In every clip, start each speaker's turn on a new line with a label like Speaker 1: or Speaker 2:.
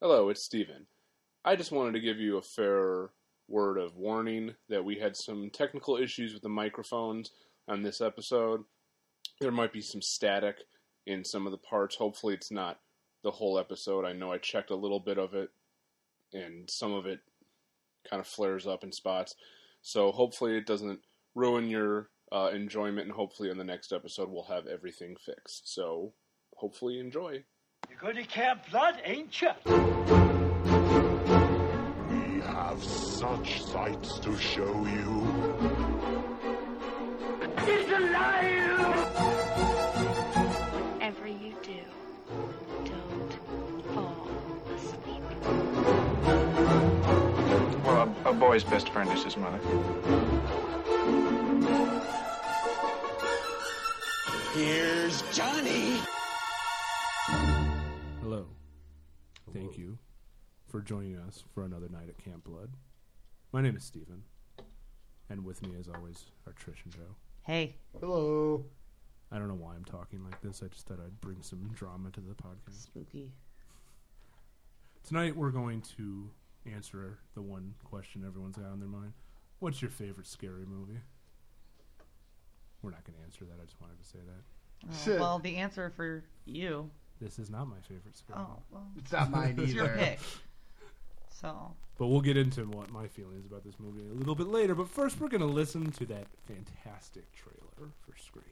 Speaker 1: Hello, it's Steven. I just wanted to give you a fair word of warning that we had some technical issues with the microphones on this episode. There might be some static in some of the parts. Hopefully, it's not the whole episode. I know I checked a little bit of it, and some of it kind of flares up in spots. So, hopefully, it doesn't ruin your uh, enjoyment, and hopefully, on the next episode, we'll have everything fixed. So, hopefully, enjoy.
Speaker 2: You're going to camp blood, ain't you?
Speaker 3: We have such sights to show you.
Speaker 4: Whatever you do, don't fall asleep.
Speaker 5: Well, a, a boy's best friend is his mother.
Speaker 6: Hello. Thank you for joining us for another night at Camp Blood. My name is Steven. And with me, as always, are Trish and Joe.
Speaker 7: Hey,
Speaker 6: I don't know why I'm talking like this. I just thought I'd bring some drama to the podcast.
Speaker 7: spooky.
Speaker 6: Tonight, we're going to answer the one question everyone's got on their mind What's your favorite scary movie? We're not going to answer that. I just wanted to say that.
Speaker 7: Oh, well, the answer for you.
Speaker 6: This is not my favorite scary
Speaker 7: Oh,
Speaker 6: movie.
Speaker 7: well,
Speaker 8: It's not mine
Speaker 7: it's your
Speaker 8: either.
Speaker 7: pick. So,
Speaker 6: But we'll get into what my feelings about this movie a little bit later. But first, we're going to listen to that fantastic trailer for Scream.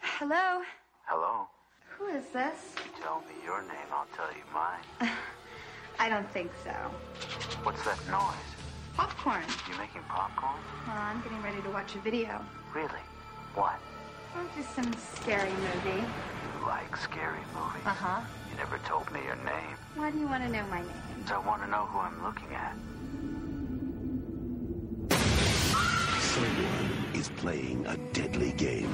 Speaker 9: Hello,
Speaker 10: Hello.
Speaker 9: who is this?
Speaker 10: Tell me your name, I'll tell you mine.
Speaker 9: I don't think so.
Speaker 10: What's that noise?
Speaker 9: Popcorn.
Speaker 10: You making popcorn?
Speaker 9: Well, I'm getting ready to watch a video.
Speaker 10: Really? What?
Speaker 9: Oh, just some scary movie.
Speaker 10: You like scary movies?
Speaker 9: Uh huh.
Speaker 10: You never told me your name.
Speaker 9: Why do you want to know my name?
Speaker 10: So I want to know who I'm looking at.
Speaker 3: Someone is playing a deadly game.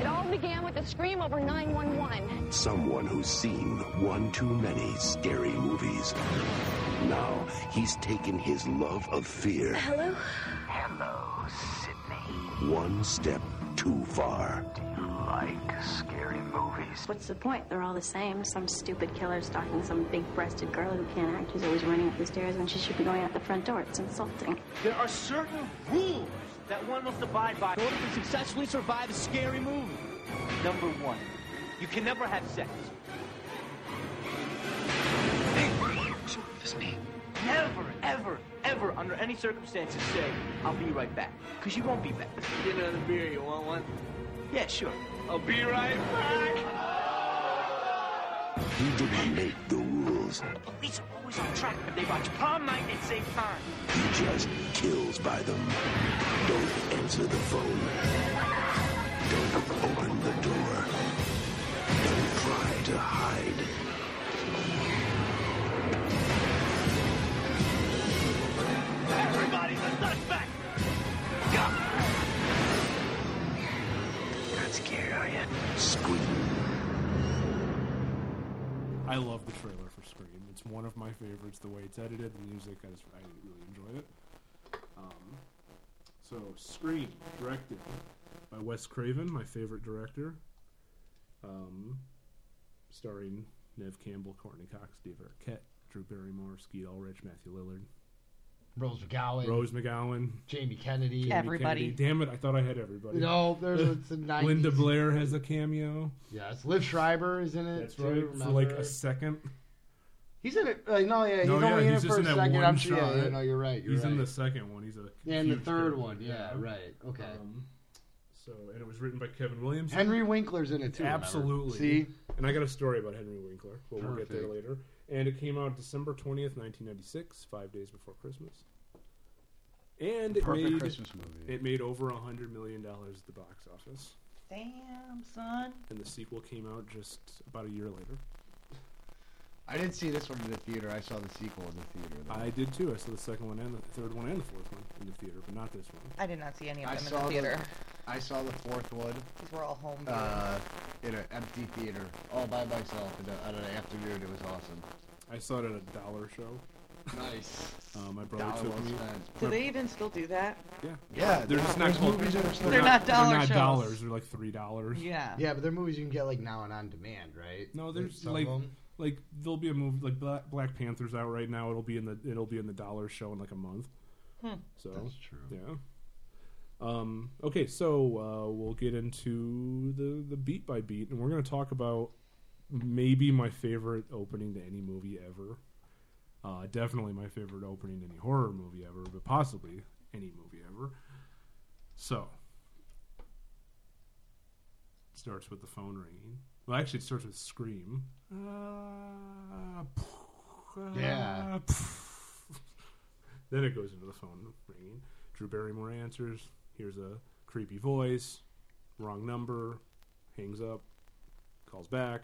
Speaker 11: It all began with a scream over 911.
Speaker 3: Someone who's seen one too many scary movies. Now he's taken his love of fear
Speaker 10: Hello, Sydney.
Speaker 3: one step too far.
Speaker 10: You like scary movies?
Speaker 11: What's the point? They're all the same. Some stupid killer stalking some big breasted girl who can't act, who's always running up the stairs when she should be going out the front door. It's insulting.
Speaker 2: There are certain rules that one must abide by in order to successfully survive a scary movie. Number one, you can never have sex. Never, ever, ever, under any circumstances, say, I'll be right back. Because you won't be back. Get another beer, you want one? Yeah, sure. I'll be right back.
Speaker 3: He didn't make the rules.
Speaker 2: Police are always on track. If they watch Palm Night, they say fine.
Speaker 3: He just kills by them. Don't answer the phone. Don't open the door. Don't try to hide.
Speaker 2: Everybody's a suspect!
Speaker 10: Not scared, are you?
Speaker 3: Scream.
Speaker 6: I love the trailer for Scream. It's one of my favorites. The way it's edited, the music, I, just, I really enjoy it. Um, so, Scream, directed by Wes Craven, my favorite director. Um, starring Nev Campbell, Courtney Cox, Dave Arquette, Drew Barrymore, Skeet Ulrich, Matthew Lillard,
Speaker 8: Rose McGowan,
Speaker 6: Rose McGowan,
Speaker 8: Jamie Kennedy.
Speaker 6: Jamie
Speaker 7: Everybody.
Speaker 6: Kennedy. Damn it, I thought I had everybody.
Speaker 8: No, there's it's a 90s.
Speaker 6: Linda Blair has a cameo.
Speaker 8: Yes, Liv Schreiber is in it.
Speaker 6: That's
Speaker 8: too,
Speaker 6: right. For like
Speaker 8: remember?
Speaker 6: a second.
Speaker 8: He's in it. Like, no, yeah, he's
Speaker 6: No, yeah,
Speaker 8: only in
Speaker 6: he's
Speaker 8: it
Speaker 6: just
Speaker 8: for
Speaker 6: in
Speaker 8: a
Speaker 6: that
Speaker 8: second.
Speaker 6: one
Speaker 8: I'm sure.
Speaker 6: shot.
Speaker 8: Yeah, yeah, no, you're right. You're
Speaker 6: He's
Speaker 8: right.
Speaker 6: in the second one. He's a
Speaker 8: Yeah, and the
Speaker 6: huge
Speaker 8: third
Speaker 6: character.
Speaker 8: one. Yeah, right. Okay.
Speaker 6: Um, so and it was written by Kevin Williams.
Speaker 8: Henry Winkler's in it too. remember?
Speaker 6: Absolutely.
Speaker 8: See,
Speaker 6: And I got a story about Henry Winkler, but we'll get there later. And it came out December twentieth, nineteen ninety six, five days before Christmas. And it
Speaker 8: perfect
Speaker 6: made
Speaker 8: Christmas movie.
Speaker 6: it made over a hundred million dollars at the box office.
Speaker 7: damn son.
Speaker 6: And the sequel came out just about a year later.
Speaker 8: I didn't see this one in the theater. I saw the sequel in the theater. though.
Speaker 6: I did too. I saw the second one and the third one and the fourth one in the theater, but not this one.
Speaker 7: I did not see any of
Speaker 8: I
Speaker 7: them in
Speaker 8: saw
Speaker 7: the
Speaker 8: the-
Speaker 7: theater
Speaker 8: I saw the fourth one
Speaker 7: because we're all home.
Speaker 8: uh, in an empty theater, all by myself, in a, on an afternoon. It was awesome.
Speaker 6: I saw it at a dollar show.
Speaker 8: Nice.
Speaker 6: Uh, my brother
Speaker 8: Dollar
Speaker 6: took
Speaker 8: well
Speaker 6: me.
Speaker 8: spent.
Speaker 7: do they even still do that?
Speaker 6: Yeah.
Speaker 8: Yeah,
Speaker 6: They're just not
Speaker 8: there's
Speaker 6: called-
Speaker 8: movies that are still
Speaker 7: They're not dollar
Speaker 6: They're not
Speaker 7: shows.
Speaker 6: dollars. They're like three dollars.
Speaker 7: Yeah.
Speaker 8: Yeah, but they're movies you can get like now and on demand, right?
Speaker 6: No, there's
Speaker 8: some
Speaker 6: like
Speaker 8: of 'em.
Speaker 6: like there'll be a movie like Black, Black Panther's out right now. It'll be in the it'll be in the dollar show in like a month.
Speaker 7: Hmm.
Speaker 6: So that's true. Yeah. Um, okay, so uh, we'll get into the the beat by beat, and we're going to talk about maybe my favorite opening to any movie ever. Uh, definitely my favorite opening to any horror movie ever, but possibly any movie ever. So starts with the phone ringing. Well, actually, it starts with scream. Uh,
Speaker 8: Yeah.
Speaker 6: then it goes into the phone ringing. Drew Barrymore answers. Here's a creepy voice. Wrong number. Hangs up. Calls back.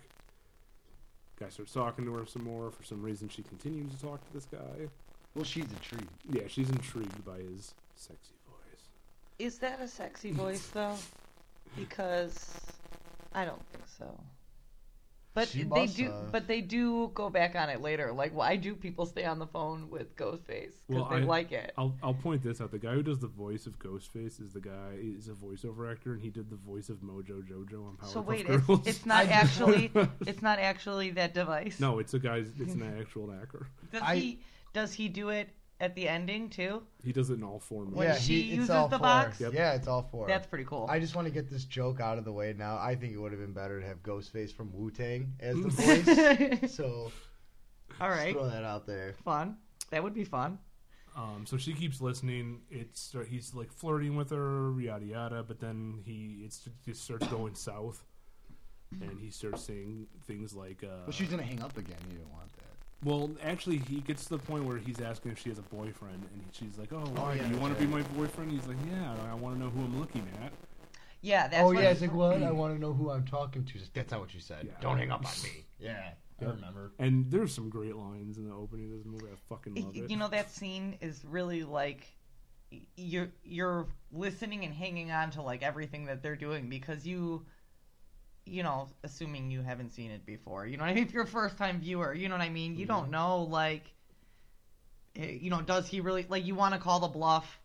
Speaker 6: Guy starts talking to her some more. For some reason, she continues to talk to this guy.
Speaker 8: Well, she's intrigued.
Speaker 6: Yeah, she's intrigued by his sexy voice.
Speaker 7: Is that a sexy voice though? Because I don't think so. But
Speaker 8: She
Speaker 7: they
Speaker 8: must
Speaker 7: do.
Speaker 8: have.
Speaker 7: But they do go back on it later. Like, why do people stay on the phone with Ghostface? Because they
Speaker 6: I,
Speaker 7: like it.
Speaker 6: I'll, I'll point this out. The guy who does the voice of Ghostface is the guy is a voiceover actor, and he did the voice of Mojo Jojo on Powerpuff
Speaker 7: So wait, it's,
Speaker 6: Girls.
Speaker 7: it's not actually. it's not actually that device.
Speaker 6: no, it's a guy's. It's an actual actor.
Speaker 7: Does he? Does he do it at the ending too?
Speaker 6: He does it in all four movies.
Speaker 7: When
Speaker 8: yeah,
Speaker 7: she
Speaker 8: he, it's
Speaker 7: uses
Speaker 8: all
Speaker 7: the
Speaker 8: four.
Speaker 7: box?
Speaker 6: Yep.
Speaker 8: Yeah, it's all four.
Speaker 7: That's pretty cool.
Speaker 8: I just want to get this joke out of the way now. I think it would have been better to have Ghostface from Wu Tang as the voice. so, just
Speaker 7: All right.
Speaker 8: throw that out there.
Speaker 7: Fun. That would be fun.
Speaker 6: Um, so she keeps listening. It's he's like flirting with her, yada yada. But then he it's just starts going south, and he starts saying things like, uh,
Speaker 8: Well, she's gonna hang up again. You don't want that.
Speaker 6: Well, actually, he gets to the point where he's asking if she has a boyfriend, and she's like, "Oh,
Speaker 8: Oh,
Speaker 6: why,
Speaker 8: yeah,
Speaker 6: do you
Speaker 8: that's
Speaker 6: want
Speaker 8: right.
Speaker 6: to be my boyfriend?" He's like, "Yeah, I want to know who I'm looking at."
Speaker 7: Yeah. That's
Speaker 8: oh
Speaker 7: what
Speaker 8: yeah,
Speaker 7: it-
Speaker 8: it's like what? I want to know who I'm talking to. She's like, That's not what you said.
Speaker 6: Yeah.
Speaker 8: Don't hang up on me. Yeah, I
Speaker 6: Yeah.
Speaker 8: remember.
Speaker 6: And there's some great lines in the opening of this movie. I fucking love it.
Speaker 7: you know that scene is really like y- you're you're listening and hanging on to like everything that they're doing because you you know assuming you haven't seen it before you know what I mean? if you're a first time viewer you know what i mean you don't know like eh, you know does he really like you want to call the bluff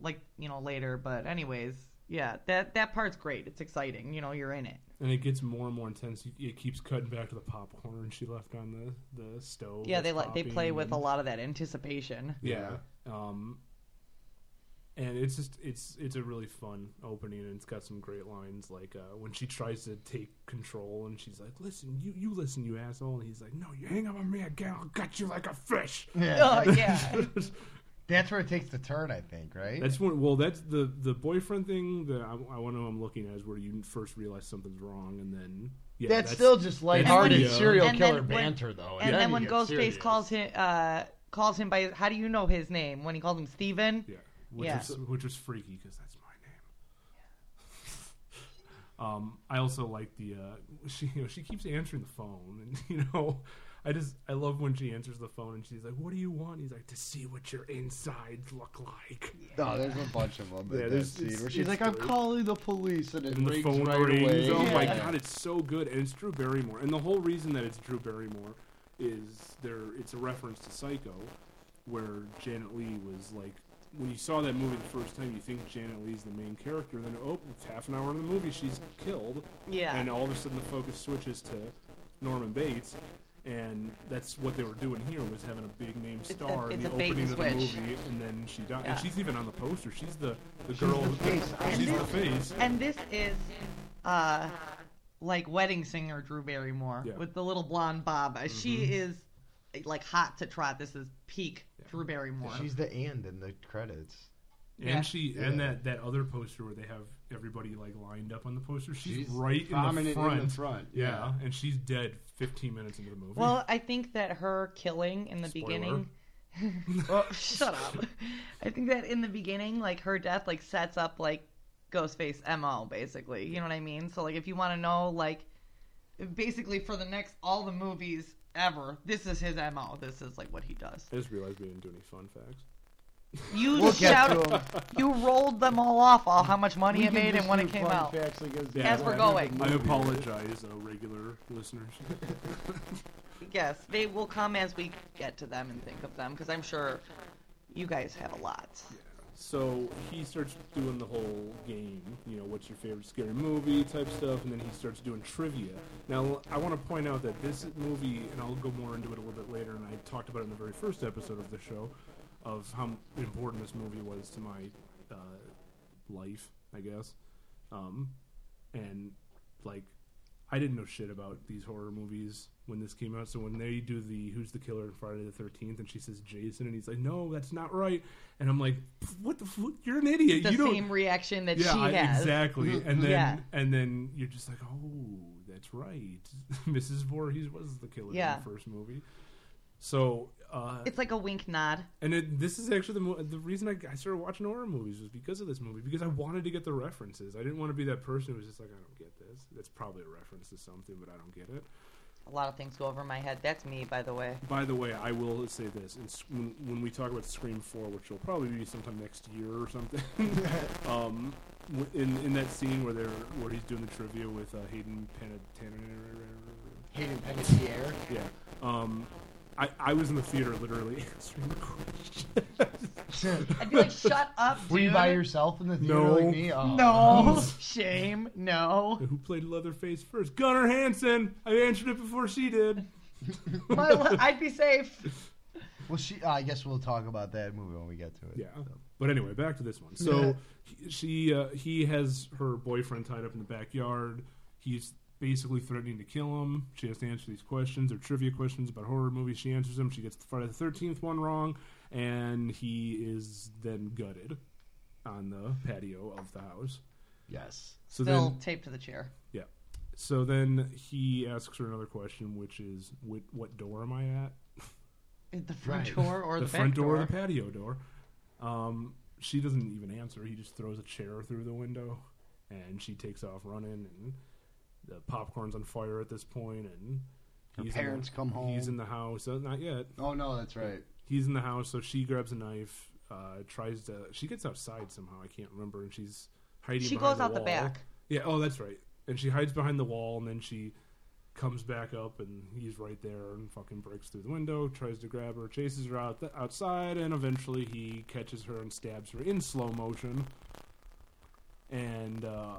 Speaker 7: like you know later but anyways yeah that that part's great it's exciting you know you're in it
Speaker 6: and it gets more and more intense. You- It keeps cutting back to the popcorn she left on the the stove.
Speaker 7: yeah
Speaker 6: Oh, that's
Speaker 7: they like they play
Speaker 6: popping
Speaker 7: with a
Speaker 6: and-
Speaker 7: lot of that anticipation
Speaker 6: Yeah. Um, and it's just it's it's a really fun opening, and it's got some great lines. Like uh, when she tries to take control, and she's like, "Listen, you you listen, you asshole," and he's like, "No, you hang up on me again, I'll gut you like a fish."
Speaker 8: Yeah.
Speaker 7: Oh, yeah.
Speaker 8: That's where it takes the turn, I think. Right?
Speaker 6: That's when well, that's the the boyfriend thing that I, I want to. know I'm looking at is where you first realize something's wrong, and then yeah,
Speaker 8: that's, still just lighthearted
Speaker 6: video.
Speaker 8: serial
Speaker 7: And
Speaker 8: killer
Speaker 7: then when-
Speaker 8: banter, though.
Speaker 6: Oh,
Speaker 7: And then
Speaker 8: you
Speaker 7: when
Speaker 8: get
Speaker 7: Ghostface
Speaker 8: serious.
Speaker 7: calls him uh, calls him by how do you know his name when he calls him Steven?
Speaker 6: Yeah, which
Speaker 7: Yeah.
Speaker 6: was which was freaky because that's my name. um, I also like the uh, she you know she keeps answering the phone, and you know, I just I love when she answers the phone and she's like, "What do you want?" he's like, "To see what your insides look like."
Speaker 8: No, there's a bunch of them.
Speaker 6: Yeah,
Speaker 8: Yeah,
Speaker 6: there's-
Speaker 8: there's scene
Speaker 6: it's-
Speaker 8: where she's
Speaker 6: it's
Speaker 8: like, "I'm
Speaker 6: great.
Speaker 8: calling the police," and it
Speaker 6: And the
Speaker 8: rings
Speaker 6: phone
Speaker 8: right
Speaker 6: rings.
Speaker 8: away.
Speaker 6: Oh my
Speaker 8: Yeah.
Speaker 6: god, it's so good, and it's Drew Barrymore. And the whole reason that it's Drew Barrymore is there. It's a reference to Psycho, where Janet Lee was like. When you saw that movie the first time, you think Janet Lee's the main character, and then oh, it's half an hour in the movie, she's killed,
Speaker 7: Yeah.
Speaker 6: and all of a sudden the focus switches to Norman Bates, and that's what they were doing here was having a big name
Speaker 7: a-
Speaker 6: star in
Speaker 7: it's
Speaker 6: the
Speaker 7: a bait
Speaker 6: opening
Speaker 7: and
Speaker 6: of the
Speaker 7: switch.
Speaker 6: movie, and then she died.
Speaker 7: Yeah.
Speaker 6: And she's even on the poster. She's the the girl.
Speaker 8: the face.
Speaker 6: who- She's the face.
Speaker 7: And this is uh, like wedding singer Drew Barrymore
Speaker 6: Yeah. Mm-hmm.
Speaker 7: with the little blonde bob. Uh, She is like hot to trot. This is peak Drew Barrymore.
Speaker 8: She's the and in the credits.
Speaker 7: Yeah.
Speaker 6: And she
Speaker 8: Yeah.
Speaker 6: and that that other poster where they have everybody like lined up on the poster. She's,
Speaker 8: She's
Speaker 6: right in the
Speaker 8: prominent in
Speaker 6: front.
Speaker 8: the front,
Speaker 6: Yeah. and she's dead 15 minutes into the movie.
Speaker 7: Well, I think that her killing in the
Speaker 6: Spoiler.
Speaker 7: beginning. Oh, shut up. I think that in the beginning, like her death, like sets up like Ghostface mo basically. You know what I mean? So like, if you want to know, like, basically for the next all the movies ever, this is his mo. This is like what he does.
Speaker 6: I just realized we didn't do any fun facts.
Speaker 7: You
Speaker 8: We'll get to
Speaker 7: shouted,
Speaker 8: 'em.
Speaker 7: you rolled them all off, all how much money
Speaker 8: We
Speaker 7: it
Speaker 8: can
Speaker 7: made and
Speaker 8: just
Speaker 7: when
Speaker 8: do
Speaker 7: it came
Speaker 8: fun
Speaker 7: out.
Speaker 8: facts, like, as,
Speaker 7: As we're
Speaker 8: I
Speaker 7: going.
Speaker 8: never
Speaker 6: I
Speaker 8: knew.
Speaker 6: apologize, uh, regular listeners.
Speaker 7: Yes, they will come as we get to them and think of them because I'm sure you guys have a lot.
Speaker 6: So he starts doing the whole game, you know, what's your favorite scary movie type stuff, and then he starts doing trivia. Now, I want to point out that this movie, and I'll go more into it a little bit later, and I talked about it in the very first episode of the show, of how important this movie was to my uh, life, I guess. Um, and, like, I didn't know shit about these horror movies when this came out. So when they do the "Who's the Killer" on Friday the Thirteenth, and she says Jason, and he's like, "No, that's not right," and I'm like, "What the? F- you're an idiot.
Speaker 7: The
Speaker 6: you don't."
Speaker 7: same reaction that
Speaker 6: yeah,
Speaker 7: she
Speaker 6: I-
Speaker 7: has. Mm-hmm.
Speaker 6: exactly. And then
Speaker 7: yeah.
Speaker 6: and then you're just like, "Oh, that's right. Mrs. Voorhees was the killer
Speaker 7: Yeah.
Speaker 6: in the first movie." So uh,
Speaker 7: It's like a wink nod.
Speaker 6: and it, this is actually the mo- the reason I, I started watching horror movies was because of this movie because I wanted to get the references. I didn't want to be that person who was just like, I don't get this. That's probably a reference to something, but I don't get it.
Speaker 7: A lot of things go over my head. That's me, by the way.
Speaker 6: By the way, I will say this, and s- when, when we talk about Scream Four, which will probably be sometime next year or something, um, w- in in that scene where they're where he's doing the trivia with uh, Hayden Panettiere,
Speaker 8: Hayden Panettiere.
Speaker 6: yeah. Um, I, I was in the theater literally answering the question.
Speaker 7: I'd be like, shut up,
Speaker 8: Were you
Speaker 7: dude.
Speaker 8: by yourself in the theater
Speaker 6: No.
Speaker 8: like me? Oh.
Speaker 7: No. Shame. No.
Speaker 6: Who played Leatherface first? Gunnar Hansen. I answered it before she did.
Speaker 7: My li- I'd be safe.
Speaker 8: Well, she. I guess we'll talk about that movie when we get to it.
Speaker 6: Yeah. But anyway, back to this one. So he- she, uh, he has her boyfriend tied up in the backyard. He's basically threatening to kill him. She has to answer these questions. They're trivia questions about horror movies. She answers them. She gets the Friday the Thirteenth one wrong, and he is then gutted on the patio of the house.
Speaker 8: Yes.
Speaker 6: So
Speaker 7: Still
Speaker 6: then,
Speaker 7: taped to the chair.
Speaker 6: yeah. So then he asks her another question, which is, "What, what door am I at?"
Speaker 7: The front
Speaker 8: Right.
Speaker 7: door or the, back
Speaker 6: front door, or the patio door. Um, she doesn't even answer. He just throws a chair through the window, and she takes off running. And the popcorn's on fire at this point, and he's
Speaker 8: Her
Speaker 6: in the-
Speaker 8: parents come
Speaker 6: He's
Speaker 8: home.
Speaker 6: in the house. Uh, not yet.
Speaker 8: Oh no, that's right.
Speaker 6: He's in the house, so she grabs a knife. Uh, tries to. She gets outside somehow. I can't remember, and she's hiding.
Speaker 7: She
Speaker 6: behind
Speaker 7: goes out the
Speaker 6: wall.
Speaker 7: back.
Speaker 6: Yeah. Oh, that's right. And she hides behind the wall, and then she comes back up, and he's right there, and fucking breaks through the window, tries to grab her, chases her out the, outside, and eventually he catches her and stabs her in slow motion. And uh,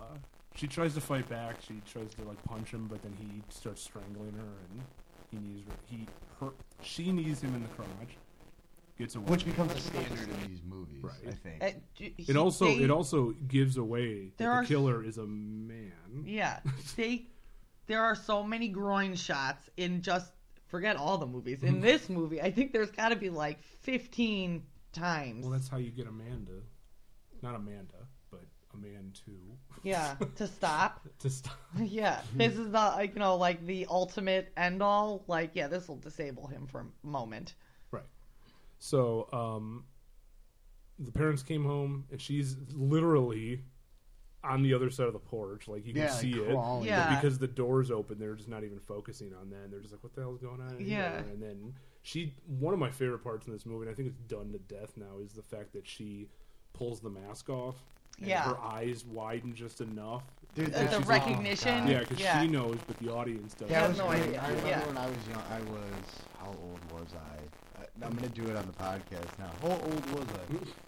Speaker 6: she tries to fight back. She tries to like punch him, but then he starts strangling her, and he knees her- he her she knees him in the crotch. Gets away.
Speaker 8: Which becomes a standard in these movies,
Speaker 6: Right.
Speaker 8: I think.
Speaker 7: Uh, d- he-
Speaker 6: It also
Speaker 7: they-
Speaker 6: it also gives away
Speaker 7: There
Speaker 6: that
Speaker 7: are-
Speaker 6: the killer is a man.
Speaker 7: Yeah, they. There are so many groin shots in just forget all the movies.
Speaker 6: Mm.
Speaker 7: In this movie, I think there's got to be like 15 times.
Speaker 6: Well, that's how you get Amanda, not Amanda, but a man too
Speaker 7: yeah, to stop.
Speaker 6: to stop.
Speaker 7: Yeah, this is the like, you know like the ultimate end all. Like, yeah, this will disable him for a moment.
Speaker 6: Right. So, um, the parents came home, and she's literally on the other side of the porch. Like you can
Speaker 8: Yeah, like
Speaker 6: see it.
Speaker 8: crawling.
Speaker 6: But
Speaker 7: Yeah.
Speaker 6: because Oh, the door's open, they're just not even focusing on that. And they're just like, "What the hell's going on?" in here?"
Speaker 7: Yeah.
Speaker 6: And then she, one of my favorite parts in this movie, and I think it's done to death now, is the fact that she pulls the mask off. and
Speaker 7: Yeah.
Speaker 6: Her eyes widen just enough.
Speaker 8: Dude,
Speaker 7: The
Speaker 8: she's-
Speaker 7: recognition.
Speaker 8: God.
Speaker 6: Yeah, because
Speaker 7: Yeah.
Speaker 6: she knows, but the audience doesn't.
Speaker 7: I
Speaker 8: That
Speaker 7: have
Speaker 8: was
Speaker 7: no
Speaker 8: great.
Speaker 7: idea.
Speaker 8: I remember
Speaker 7: Yeah.
Speaker 8: when I was young. I was how old was I? I I'm gonna do it on the podcast now. How old was I? 87,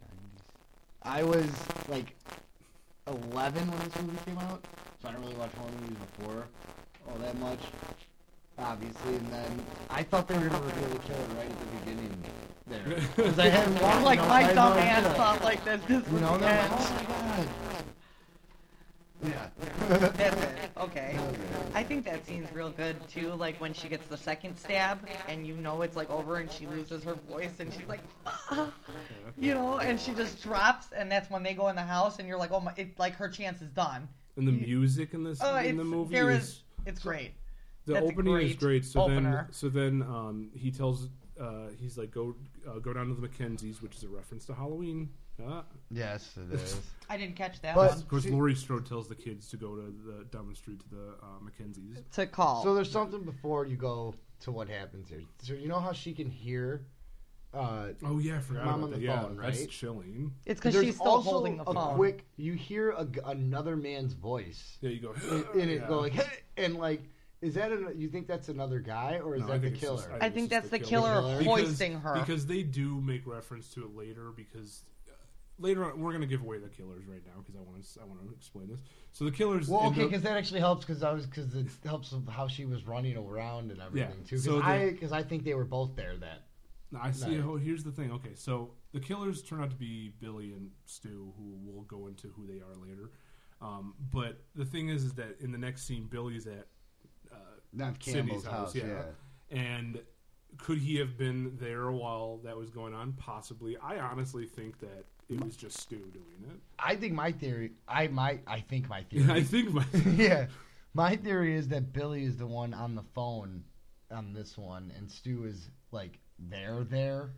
Speaker 8: 90s. I was like 11 when this movie came out, so I didn't really watch horror movies before all that much, obviously. And then I thought they were gonna reveal the killer right at the beginning there, because I hadn't watched.
Speaker 7: Like
Speaker 8: it all
Speaker 7: my
Speaker 8: night
Speaker 7: dumb
Speaker 8: long,
Speaker 7: ass
Speaker 8: did I? "Oh,
Speaker 7: thought like this. This
Speaker 8: You
Speaker 7: was
Speaker 8: know,
Speaker 7: the
Speaker 8: they're like,
Speaker 7: end.
Speaker 8: oh my god. Yeah.
Speaker 7: That's it. Okay. I think that scene's real good too. Like when she gets the second stab, and you know it's like over, and she loses her voice, and she's like, "Ah," you know, and she just drops, and that's when they go in the house, and you're like, oh my, it, like her chance is done.
Speaker 6: And the music in this
Speaker 7: Oh,
Speaker 6: in
Speaker 7: it's
Speaker 6: the movie
Speaker 7: there
Speaker 6: is,
Speaker 7: is, it's great.
Speaker 6: the
Speaker 7: That's a
Speaker 6: opening is
Speaker 7: great
Speaker 6: great. So
Speaker 7: opener.
Speaker 6: then, so then um, he tells uh, he's like go uh, go down to the Mackenzies, which is a reference to Halloween. Uh,
Speaker 8: Yes, it is.
Speaker 7: I didn't catch that
Speaker 8: But-
Speaker 7: one.
Speaker 6: of course,
Speaker 8: See-
Speaker 6: Laurie Strode tells the kids to go to the down the street to the uh, Mackenzies.
Speaker 7: To call.
Speaker 8: So there's something before you go to what happens here. So you know how she can hear. Uh,
Speaker 6: Oh yeah, I forgot
Speaker 8: Mom
Speaker 6: about
Speaker 8: on
Speaker 6: that.
Speaker 8: the
Speaker 6: yeah,
Speaker 8: phone,
Speaker 6: that's
Speaker 8: right?
Speaker 6: chilling.
Speaker 7: it's because
Speaker 8: there's
Speaker 7: she's still
Speaker 8: also
Speaker 7: holding the
Speaker 8: a
Speaker 7: phone.
Speaker 8: Quick, you hear a g another man's voice,
Speaker 6: Yeah, you go
Speaker 8: and, and it
Speaker 6: Yeah.
Speaker 8: go like, and like Is that an, you think that's another guy or is
Speaker 6: No,
Speaker 8: that the
Speaker 6: it's just-
Speaker 8: killer?
Speaker 7: I think
Speaker 6: it's just
Speaker 7: that's the killer hoisting
Speaker 6: Because-
Speaker 7: her.
Speaker 6: Because they do make reference to it later. Because uh, later on, we're going to give away the killers right now because I want to I want to explain this. So the killers.
Speaker 8: Well,
Speaker 6: in
Speaker 8: okay,
Speaker 6: the-
Speaker 8: because that actually helps because I was because it helps with how she was running around and everything too.
Speaker 6: so
Speaker 8: Because
Speaker 6: the-
Speaker 8: I because I think they were both there that.
Speaker 6: No, I see.
Speaker 8: night.
Speaker 6: Oh, here's the thing. Okay, so the killers turn out to be Billy and Stu, who we'll go into who they are later. Um, but the thing is, is that in the next scene, Billy's at uh,
Speaker 8: Not
Speaker 6: Cindy's
Speaker 8: Campbell's house,
Speaker 6: and could he have been there while that was going on? Possibly. I honestly think that it was just Stu doing it.
Speaker 8: I think my theory. I might. I think my theory.
Speaker 6: I think my.
Speaker 8: yeah, my theory is that Billy is the one on the phone on this one, and Stu is like there. There.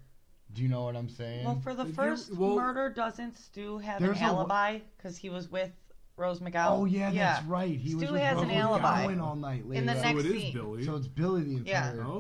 Speaker 8: Do you know what I'm saying?
Speaker 7: Well, for the first murder, doesn't Stu have an
Speaker 8: There's a wa-
Speaker 7: alibi because he was with Rose McGowan?
Speaker 8: Oh yeah, that's right. He
Speaker 7: Stu
Speaker 8: was with
Speaker 7: has
Speaker 8: Rose
Speaker 7: an alibi.
Speaker 8: McGowan all night
Speaker 7: In the
Speaker 8: later.
Speaker 7: next scene.
Speaker 8: So it's Billy the
Speaker 7: Yeah.
Speaker 8: entire.
Speaker 6: Oh,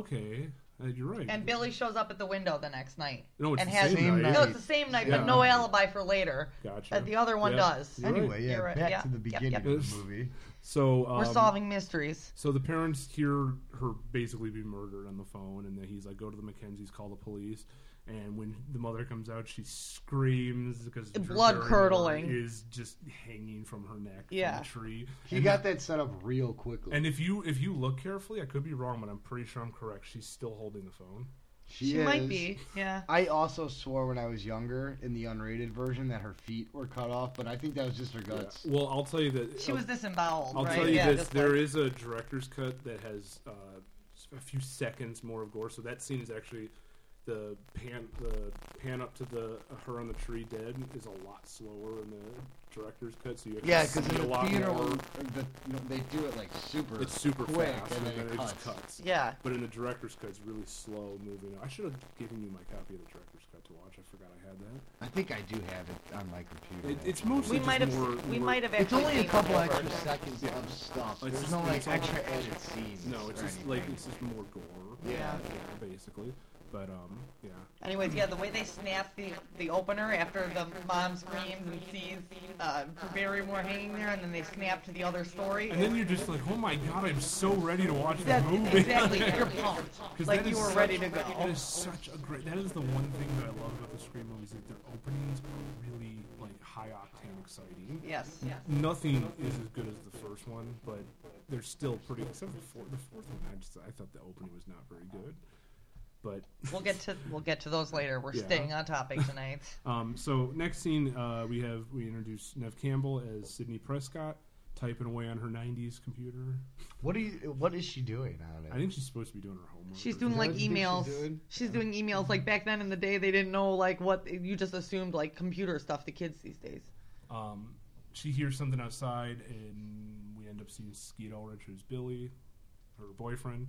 Speaker 6: Okay, you're right.
Speaker 7: And Billy shows up at the window the next night.
Speaker 6: No, it's
Speaker 7: and
Speaker 6: the same night.
Speaker 7: No, it's the same night,
Speaker 6: Yeah.
Speaker 7: but no alibi for later.
Speaker 6: Gotcha.
Speaker 7: That the other one
Speaker 6: Yeah.
Speaker 7: does.
Speaker 6: You're right. Anyway, yeah,
Speaker 7: You're right.
Speaker 6: back
Speaker 7: Yeah.
Speaker 6: to the
Speaker 7: Yep,
Speaker 6: beginning
Speaker 7: yep.
Speaker 6: of the movie. So um,
Speaker 7: We're solving mysteries.
Speaker 6: So the parents hear her basically be murdered on the phone, and then he's like, "Go to the Mackenzies, call the police." And when the mother comes out, she screams because her
Speaker 7: Blood
Speaker 6: barrel
Speaker 7: curdling.
Speaker 6: is just hanging from her neck. from
Speaker 8: Yeah.
Speaker 6: the tree.
Speaker 8: He
Speaker 6: And
Speaker 8: got that set up real quickly.
Speaker 6: And if you if you look carefully, I could be wrong, but I'm pretty sure I'm correct. She's still holding the phone.
Speaker 7: She might
Speaker 8: is.
Speaker 7: be, yeah.
Speaker 8: I also swore when I was younger in the unrated version that her feet were cut off, but I think that was just her guts.
Speaker 6: Well, I'll tell you that
Speaker 7: She was disemboweled,
Speaker 6: Uh, I'll
Speaker 7: right?
Speaker 6: tell you
Speaker 7: Yeah,
Speaker 6: this:
Speaker 7: just
Speaker 6: there is a director's cut that has uh, a few seconds more of gore, so that scene is actually the pan the pan up to the her on the tree dead is a lot slower in the director's cut. So you actually
Speaker 8: Yeah, because
Speaker 6: see
Speaker 8: in
Speaker 6: a
Speaker 8: the
Speaker 6: lot
Speaker 8: theater,
Speaker 6: more.
Speaker 8: one, the, you know, they do it like super.
Speaker 6: It's super
Speaker 8: quick,
Speaker 6: fast,
Speaker 8: and then, it cuts.
Speaker 6: just cuts.
Speaker 7: Yeah.
Speaker 6: But in the director's cut, it's really slow moving. I should have given you my copy of the director's cut to watch. I forgot I had that.
Speaker 8: I think I do have it on my computer.
Speaker 6: It- it's
Speaker 8: actually.
Speaker 6: mostly We just might have- more- we more- might have
Speaker 8: It's
Speaker 6: actually
Speaker 8: only a
Speaker 6: seen
Speaker 8: couple
Speaker 6: it
Speaker 8: extra
Speaker 6: over.
Speaker 8: seconds of stuff.
Speaker 6: It's
Speaker 8: There's
Speaker 6: just-
Speaker 8: no like
Speaker 6: it's all-
Speaker 8: extra edit scenes.
Speaker 6: No, it's
Speaker 8: or
Speaker 6: just
Speaker 8: anything.
Speaker 6: like it's just more gore.
Speaker 8: Yeah.
Speaker 6: basically. But um, yeah.
Speaker 7: Anyways, yeah, the way they snap the the opener after the mom screams and sees uh, Barry Moore hanging there, and then they snap to the other story.
Speaker 6: And then you're just like, oh my god, I'm so ready to watch
Speaker 7: That's-
Speaker 6: the movie.
Speaker 7: exactly, you're pumped.
Speaker 6: 'Cause
Speaker 7: Like
Speaker 6: that
Speaker 7: you
Speaker 6: is
Speaker 7: were
Speaker 6: such-
Speaker 7: ready to go.
Speaker 6: That is such a great. That is the one thing that I love about the Scream movies that their openings are really like high octane, exciting.
Speaker 7: Yes, yes.
Speaker 6: Nothing is as good as the first one, but they're still pretty. Except for the four- the fourth one, I just I thought the opening was not very good. But
Speaker 7: we'll get to we'll get to those later. We're
Speaker 6: Yeah.
Speaker 7: staying on topic tonight.
Speaker 6: Um, so next scene, uh, we have we introduce Nev Campbell as Sydney Prescott typing away on her '90s computer.
Speaker 8: What do you? What is she doing on it?
Speaker 6: I think she's supposed to be doing her homework.
Speaker 7: She's
Speaker 6: or
Speaker 7: doing
Speaker 6: something.
Speaker 7: like emails. She's doing? emails like back then in the day they didn't know like what you just assumed like computer stuff the kids these days.
Speaker 6: Um, she hears something outside, and we end up seeing Skeet Ulrich, who's Billy, her boyfriend,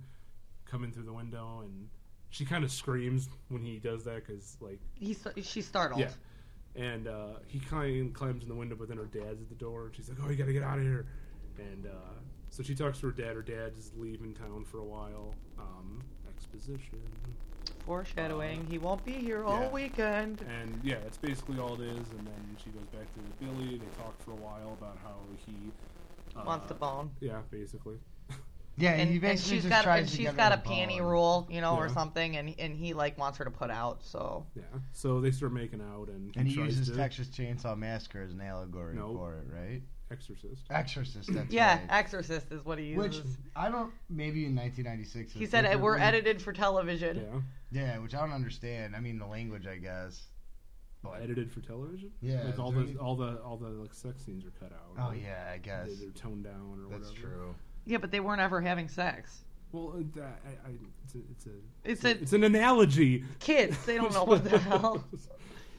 Speaker 6: come in through the window, and she kind of screams when he does that because like
Speaker 7: He's she's startled.
Speaker 6: Yeah. And uh, he climbs, climbs in the window, but then her dad's at the door, and she's like, "Oh, you gotta get out of here!" And uh, so she talks to her dad. Her dad is leaving town for a while. Um, exposition.
Speaker 7: Foreshadowing. he won't be here all
Speaker 6: Um, yeah.
Speaker 7: weekend.
Speaker 6: And yeah, that's basically all it is. And then she goes back to Billy. They talk for a while about how he uh,
Speaker 7: Wants to bone.
Speaker 6: Yeah, basically.
Speaker 8: Yeah,
Speaker 7: and,
Speaker 8: he
Speaker 7: and
Speaker 8: basically
Speaker 7: she's
Speaker 8: just
Speaker 7: got a,
Speaker 8: tries
Speaker 7: and
Speaker 8: to
Speaker 7: she's
Speaker 8: get
Speaker 7: got
Speaker 8: her
Speaker 7: a
Speaker 8: to
Speaker 7: panty
Speaker 8: bone.
Speaker 7: rule, you know, or
Speaker 6: Yeah.
Speaker 7: something, and and he like wants her to put out. So
Speaker 6: Yeah. So they start making out, and
Speaker 8: And he
Speaker 6: tries
Speaker 8: uses
Speaker 6: to-
Speaker 8: Texas Chainsaw Massacre as an allegory
Speaker 6: Nope.
Speaker 8: for it, right?
Speaker 6: Exorcist.
Speaker 8: Exorcist. That's
Speaker 7: yeah,
Speaker 8: right.
Speaker 7: Exorcist is what he
Speaker 8: Which
Speaker 7: uses.
Speaker 8: I don't. Maybe in 1996.
Speaker 7: he said "Eh, we're
Speaker 8: edited.
Speaker 7: edited for television.
Speaker 6: Yeah.
Speaker 8: Yeah, which I don't understand. I mean, the language, I guess.
Speaker 6: Edited for television.
Speaker 8: Yeah,
Speaker 6: Like
Speaker 8: is
Speaker 6: all
Speaker 8: there
Speaker 6: the
Speaker 8: any-
Speaker 6: all the all the like sex scenes are cut out.
Speaker 8: Oh,
Speaker 6: right?
Speaker 8: yeah, I guess.
Speaker 6: They, are toned down or
Speaker 8: That's
Speaker 6: whatever.
Speaker 8: true.
Speaker 7: Yeah, but they weren't ever having sex.
Speaker 6: Well, uh, that, I, I, it's a, it's a
Speaker 7: It's a
Speaker 6: it's an analogy.
Speaker 7: kids. They don't know what the hell.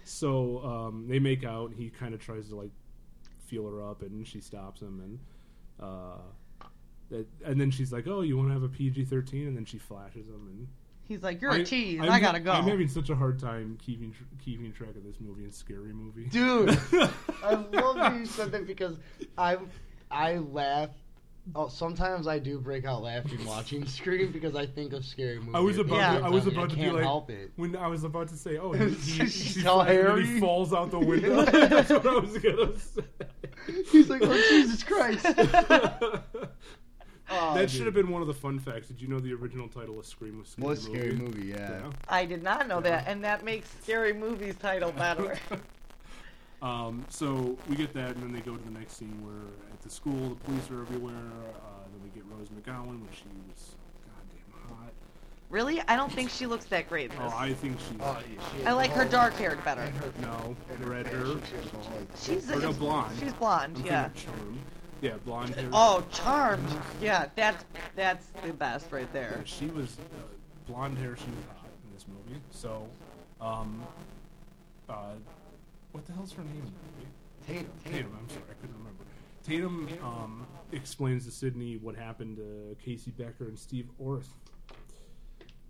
Speaker 6: So um, they make out. and He kind of tries to like feel her up, and she stops him, and uh, that, and then she's like, "Oh, you want to have a PG thirteen? And then she flashes him, and
Speaker 7: He's like, "You're a
Speaker 6: a
Speaker 7: tease. I gotta go."
Speaker 6: I'm having such a hard time keeping tr- keeping track of this movie and scary movie,
Speaker 8: Dude, I love that you said that because I, I laugh. Oh, sometimes I do break out laughing watching Scream because I think of scary movies.
Speaker 6: I was about to, I was about to
Speaker 8: can't
Speaker 6: be like
Speaker 8: help it.
Speaker 6: when I was about to say oh he, he,
Speaker 8: She's
Speaker 6: she
Speaker 8: so
Speaker 6: flies and then he
Speaker 8: hairy.
Speaker 6: falls out the window that's what I was gonna say
Speaker 8: He's like, oh Jesus Christ!
Speaker 6: that should have been one of the fun facts. Did you know the original title of Scream was Scary
Speaker 8: Was
Speaker 6: Movie?
Speaker 8: Scary Movie, yeah.
Speaker 7: I did not know that, and that makes Scary Movies title better.
Speaker 6: Um, so we get that, and then they go to the next scene where at the school the police are everywhere. Uh, then we get Rose McGowan, when she was goddamn hot.
Speaker 7: really? I don't think she looks that great in this.
Speaker 6: Oh, I Oh, think she's.
Speaker 7: I like her dark haired better.
Speaker 6: No, red hair.
Speaker 7: She's
Speaker 6: or
Speaker 7: a-
Speaker 6: no, blonde.
Speaker 7: she's blonde,
Speaker 6: I'm thinking
Speaker 7: yeah.
Speaker 6: Charmed. Yeah, blonde hair.
Speaker 7: Oh, charmed. Yeah, that's that's the best right there.
Speaker 6: She was uh, blonde hair. She was hot in this movie. So, um, uh, what the hell's her name? in the movie?
Speaker 8: Tatum.
Speaker 6: Tatum. I'm sorry, I couldn't remember. Tatum um, explains to Sydney what happened to Casey Becker and Steve Orth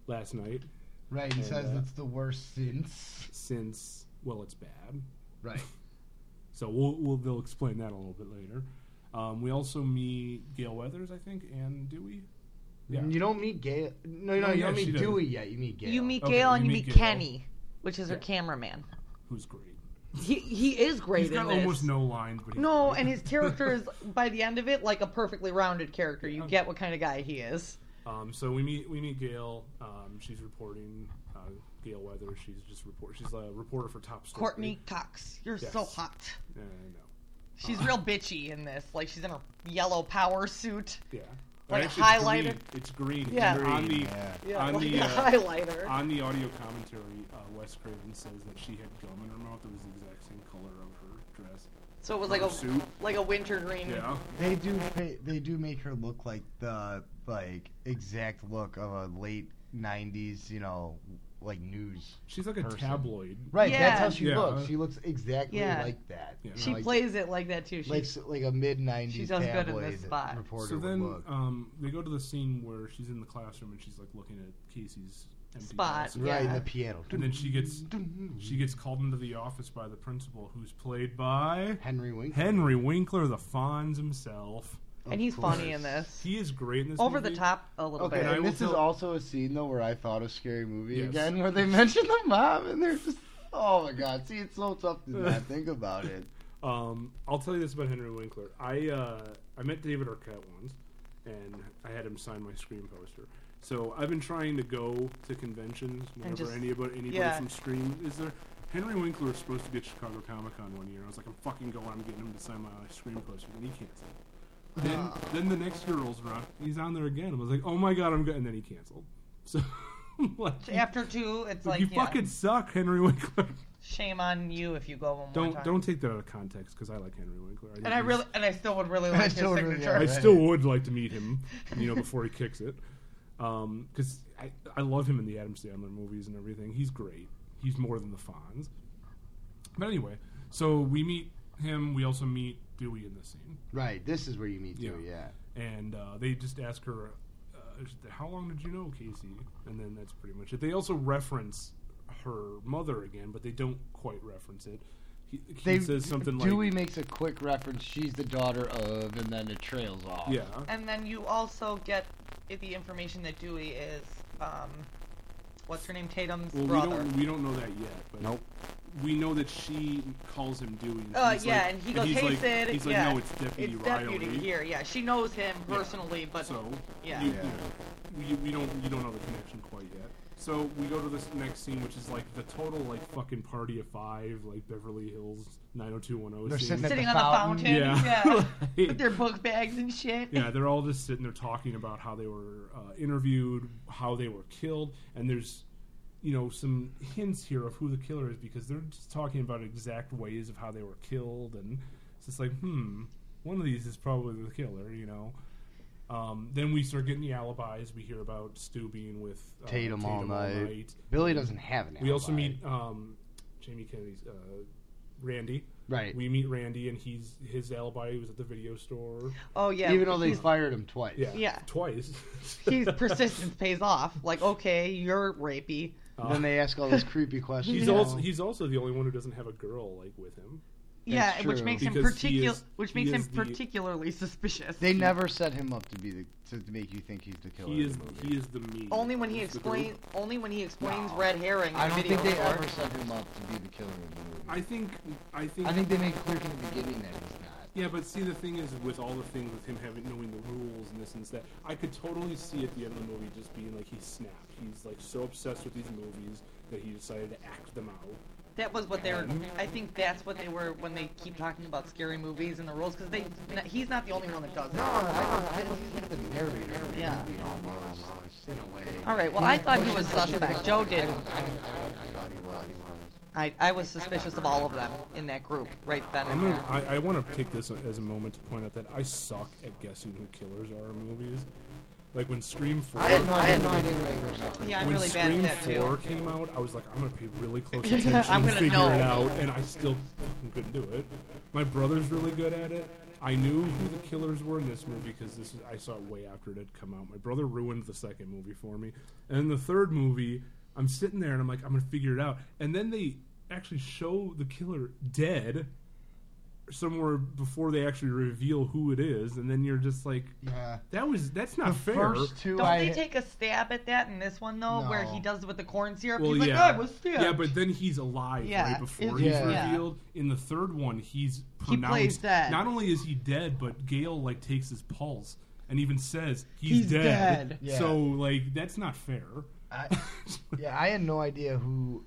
Speaker 6: last night.
Speaker 8: Right, he
Speaker 6: And,
Speaker 8: says
Speaker 6: uh,
Speaker 8: it's the worst since.
Speaker 6: since well it's bad
Speaker 8: right
Speaker 6: so we'll, we'll they'll explain that a little bit later um, we also meet gail weathers i think and dewey Yeah.
Speaker 8: You don't meet Gail. No, no,
Speaker 6: No,
Speaker 8: you
Speaker 6: yeah,
Speaker 8: don't
Speaker 6: she
Speaker 8: meet
Speaker 6: doesn't.
Speaker 8: Dewey yet. You meet Gail.
Speaker 7: You meet
Speaker 6: Okay,
Speaker 7: Gail
Speaker 6: you
Speaker 7: and you
Speaker 6: meet
Speaker 7: meet,
Speaker 6: Gail.
Speaker 7: Kenny, which is her cameraman.
Speaker 6: who's great
Speaker 7: He he is great
Speaker 6: he's got
Speaker 7: in this.
Speaker 6: almost no lines but he's
Speaker 7: No,
Speaker 6: great.
Speaker 7: and his character is by the end of it like a perfectly rounded character. You get what kind of guy he is.
Speaker 6: um, so we meet we meet gail um, she's reporting uh, gail weathers she's just report she's a reporter for top story
Speaker 7: Courtney Cox, you're so
Speaker 6: Yes.
Speaker 7: hot.
Speaker 6: Yeah, I know. Uh.
Speaker 7: She's real bitchy in this. Like she's in her yellow power suit.
Speaker 6: Yeah.
Speaker 7: Like
Speaker 6: Actually, it's
Speaker 7: highlighter.
Speaker 6: green. It's green.
Speaker 7: Yeah.
Speaker 6: And on the,
Speaker 7: Green, yeah. Yeah,
Speaker 6: on
Speaker 7: like
Speaker 6: the
Speaker 7: a
Speaker 6: uh,
Speaker 7: highlighter.
Speaker 6: On the audio commentary, uh, Wes Craven says that she had gum in her mouth that was the exact same color of her dress.
Speaker 7: So it was
Speaker 6: Her
Speaker 7: like a
Speaker 6: suit.
Speaker 7: like a wintergreen.
Speaker 6: Yeah.
Speaker 8: They do. fa- They do make her look like the like exact look of a late '90s, you know, like news.
Speaker 6: She's like a
Speaker 8: person.
Speaker 6: tabloid.
Speaker 8: Right.
Speaker 7: Yeah.
Speaker 8: That's how she
Speaker 6: Yeah.
Speaker 8: looks. She looks exactly
Speaker 7: Yeah.
Speaker 8: like that. you know,
Speaker 7: She
Speaker 8: like,
Speaker 7: plays it like that too. She,
Speaker 8: like s- like a mid '90s
Speaker 7: She does good in
Speaker 8: tabloid
Speaker 7: this spot.
Speaker 8: reporter
Speaker 6: So
Speaker 8: would
Speaker 6: then
Speaker 8: look.
Speaker 6: um, they go to the scene where she's in the classroom and she's like looking at Casey's empty
Speaker 7: Spot,
Speaker 6: desk.
Speaker 8: right
Speaker 7: yeah.
Speaker 8: the piano.
Speaker 6: And then she gets she gets called into the office by the principal, who's played by
Speaker 8: Henry Winkler.
Speaker 6: Henry Winkler, the Fonz himself.
Speaker 7: and he's funny in this.
Speaker 6: He is great in this.
Speaker 7: Over the
Speaker 6: movie.
Speaker 7: top a little
Speaker 8: Okay,
Speaker 7: bit.
Speaker 6: I
Speaker 8: and
Speaker 6: will
Speaker 8: this is
Speaker 6: tell-
Speaker 8: also a scene though where I thought of Scary Movie
Speaker 6: Yes.
Speaker 8: again, where they mention the mom, and they're just, oh my god, see, it's so tough to not think about it.
Speaker 6: Um, I'll tell you this about Henry Winkler. I uh, I met David Arquette once, and I had him sign my Scream poster. So I've been trying to go to conventions whenever
Speaker 7: just-
Speaker 6: anybody, anybody
Speaker 7: yeah.
Speaker 6: from Scream is there. Henry Winkler was supposed to be at Chicago Comic Con one year. I was like, I'm fucking going. I'm getting him to sign my Scream poster, and he canceled. Then
Speaker 7: Ah.
Speaker 6: then the next year rolls around. He's on there again. I was like, oh my god, I'm good. And then he canceled. So like,
Speaker 7: After two, it's
Speaker 6: like,
Speaker 7: like
Speaker 6: you
Speaker 7: yeah,
Speaker 6: fucking suck, Henry Winkler.
Speaker 7: shame on you if you go one more
Speaker 6: don't
Speaker 7: time.
Speaker 6: don't take that out of context because I like Henry Winkler. think
Speaker 7: And I
Speaker 6: he's-
Speaker 7: really and I still would really like his
Speaker 8: still really-
Speaker 7: signature.
Speaker 6: I
Speaker 8: Right.
Speaker 6: still would like to meet him, you know, before he kicks it, because I I love him in the Adam Sandler movies and everything. He's great. He's more than the Fonz. But anyway, so we meet him. We also meet Dewey in this scene,
Speaker 8: Right, this is where you meet
Speaker 6: Yeah.
Speaker 8: Dewey, yeah.
Speaker 6: and uh, they just ask her, uh, "How long did you know Casey?" And then that's pretty much it. They also reference her mother again, but they don't quite reference it. He, he
Speaker 8: They,
Speaker 6: says something like,
Speaker 8: Dewey makes a quick reference, she's the daughter of, and then it trails off.
Speaker 6: "Yeah."
Speaker 7: And then you also get the information that Dewey is, um, what's her name, Tatum's
Speaker 6: Well, we
Speaker 7: brother.
Speaker 6: don't we don't know that yet. But
Speaker 8: Nope.
Speaker 6: we know that she calls him Dewey. and
Speaker 7: Uh,
Speaker 6: he's
Speaker 7: yeah,
Speaker 6: like-
Speaker 7: and he goes,
Speaker 6: he's
Speaker 7: "Hey,
Speaker 6: like,
Speaker 7: Sid."
Speaker 6: He's like,
Speaker 7: yeah.
Speaker 6: no, it's Deputy
Speaker 7: It's
Speaker 6: Riley.
Speaker 7: deputy here. Yeah, she knows him
Speaker 6: Yeah.
Speaker 7: personally, but
Speaker 6: so
Speaker 7: yeah.
Speaker 6: you, you know, we, we don't you don't know the connection quite yet. So we go to this next scene, which is like the total like fucking party of five, like Beverly Hills 90210.
Speaker 8: They're
Speaker 6: scene.
Speaker 8: sitting at
Speaker 7: sitting
Speaker 8: the
Speaker 7: on the
Speaker 8: fountain.
Speaker 7: fountain,
Speaker 6: Yeah. Right.
Speaker 7: with their book bags and shit.
Speaker 6: yeah, they're all just sitting there talking about how they were uh, interviewed, how they were killed, and there's, you know, some hints here of who the killer is because they're just talking about exact ways of how they were killed, and it's just like, hmm, one of these is probably the killer, you know. Um, then we start getting the alibis. We hear about Stu being with uh,
Speaker 8: Um, Tatum, all night. Billy doesn't have an
Speaker 6: We also
Speaker 8: alibi.
Speaker 6: meet um, Jamie Kennedy's uh, Randy.
Speaker 8: Right.
Speaker 6: We meet Randy, and he's his alibi was at the video store.
Speaker 7: Oh yeah.
Speaker 8: Even though they
Speaker 7: he's,
Speaker 8: fired him twice.
Speaker 6: Yeah.
Speaker 7: Yeah.
Speaker 6: Twice.
Speaker 7: he's persistence pays off. Like, okay, you're rapey.
Speaker 8: Then they ask all those creepy questions.
Speaker 6: He's
Speaker 8: you know.
Speaker 6: also he's also the only one who doesn't have a girl like with him.
Speaker 7: yeah,
Speaker 8: That's
Speaker 7: which
Speaker 8: true.
Speaker 7: makes him
Speaker 6: Because he
Speaker 7: particular,
Speaker 6: is-
Speaker 7: which
Speaker 6: he
Speaker 7: makes him
Speaker 6: is the-
Speaker 7: particularly suspicious.
Speaker 8: They never set him up to be the to, to make you think he's the killer.
Speaker 6: He
Speaker 8: in
Speaker 6: is
Speaker 8: the movie.
Speaker 6: he is the me.
Speaker 7: only when he
Speaker 6: of the group.
Speaker 7: explains, only when he explains red herring.
Speaker 8: I
Speaker 7: in
Speaker 8: don't
Speaker 7: video
Speaker 8: think they
Speaker 7: before.
Speaker 8: ever set him up to be the killer in the movie.
Speaker 6: I think I think
Speaker 8: I think they made clear from the beginning that he's not.
Speaker 6: Yeah, but see, the thing is, with all the things with him having knowing the rules and this and this, that, I could totally see at the end of the movie just being like he snapped. He's like so obsessed with these movies that he decided to act them out.
Speaker 7: That was what they were.
Speaker 8: Mm-hmm.
Speaker 7: I think that's what they were when they keep talking about scary movies and the rules, because they he's not the only one that does it. No,
Speaker 8: I, I he's the narrator.
Speaker 7: Yeah.
Speaker 8: You know, almost, in a way.
Speaker 7: All right. Well, I thought he was suspect. Joe did. I, I was suspicious of all of them in that group right then
Speaker 6: I'm
Speaker 7: and there.
Speaker 6: gonna, I, I want to take this as a moment to point out that I suck at guessing who killers are in movies. Like when Scream 4
Speaker 7: I had no- I had no idea who they were. Yeah, I'm
Speaker 6: when
Speaker 7: really bad at
Speaker 6: Scream
Speaker 7: that, too.
Speaker 6: 4 came out, I was like, I'm gonna pay really close
Speaker 7: Yeah,
Speaker 6: attention
Speaker 7: I'm
Speaker 6: and
Speaker 7: gonna
Speaker 6: figure it
Speaker 7: know.
Speaker 6: out, and I still fucking couldn't do it. My brother's really good at it. I knew who the killers were in this movie because this is, I saw it way after it had come out. My brother ruined the second movie for me, and then the third movie, I'm sitting there and I'm like, I'm gonna figure it out, and then they actually show the killer dead somewhere before they actually reveal who it is, and then you're just like, that was that's not fair.
Speaker 7: Don't they take a stab at that in this one though, where he does it with the corn syrup?
Speaker 6: Well,
Speaker 7: he's
Speaker 6: yeah.
Speaker 7: like, oh, I was stabbed.
Speaker 6: Yeah, but then he's alive
Speaker 7: Yeah,
Speaker 6: right before
Speaker 7: it-
Speaker 6: he's
Speaker 7: yeah.
Speaker 6: revealed. In the third one, he's
Speaker 7: plays
Speaker 6: pronounced.
Speaker 7: dead.
Speaker 6: Not only is he dead, but Gail like takes his pulse and even says he's,
Speaker 8: He's dead. Yeah.
Speaker 6: So like that's not fair.
Speaker 8: I, yeah, I had no idea who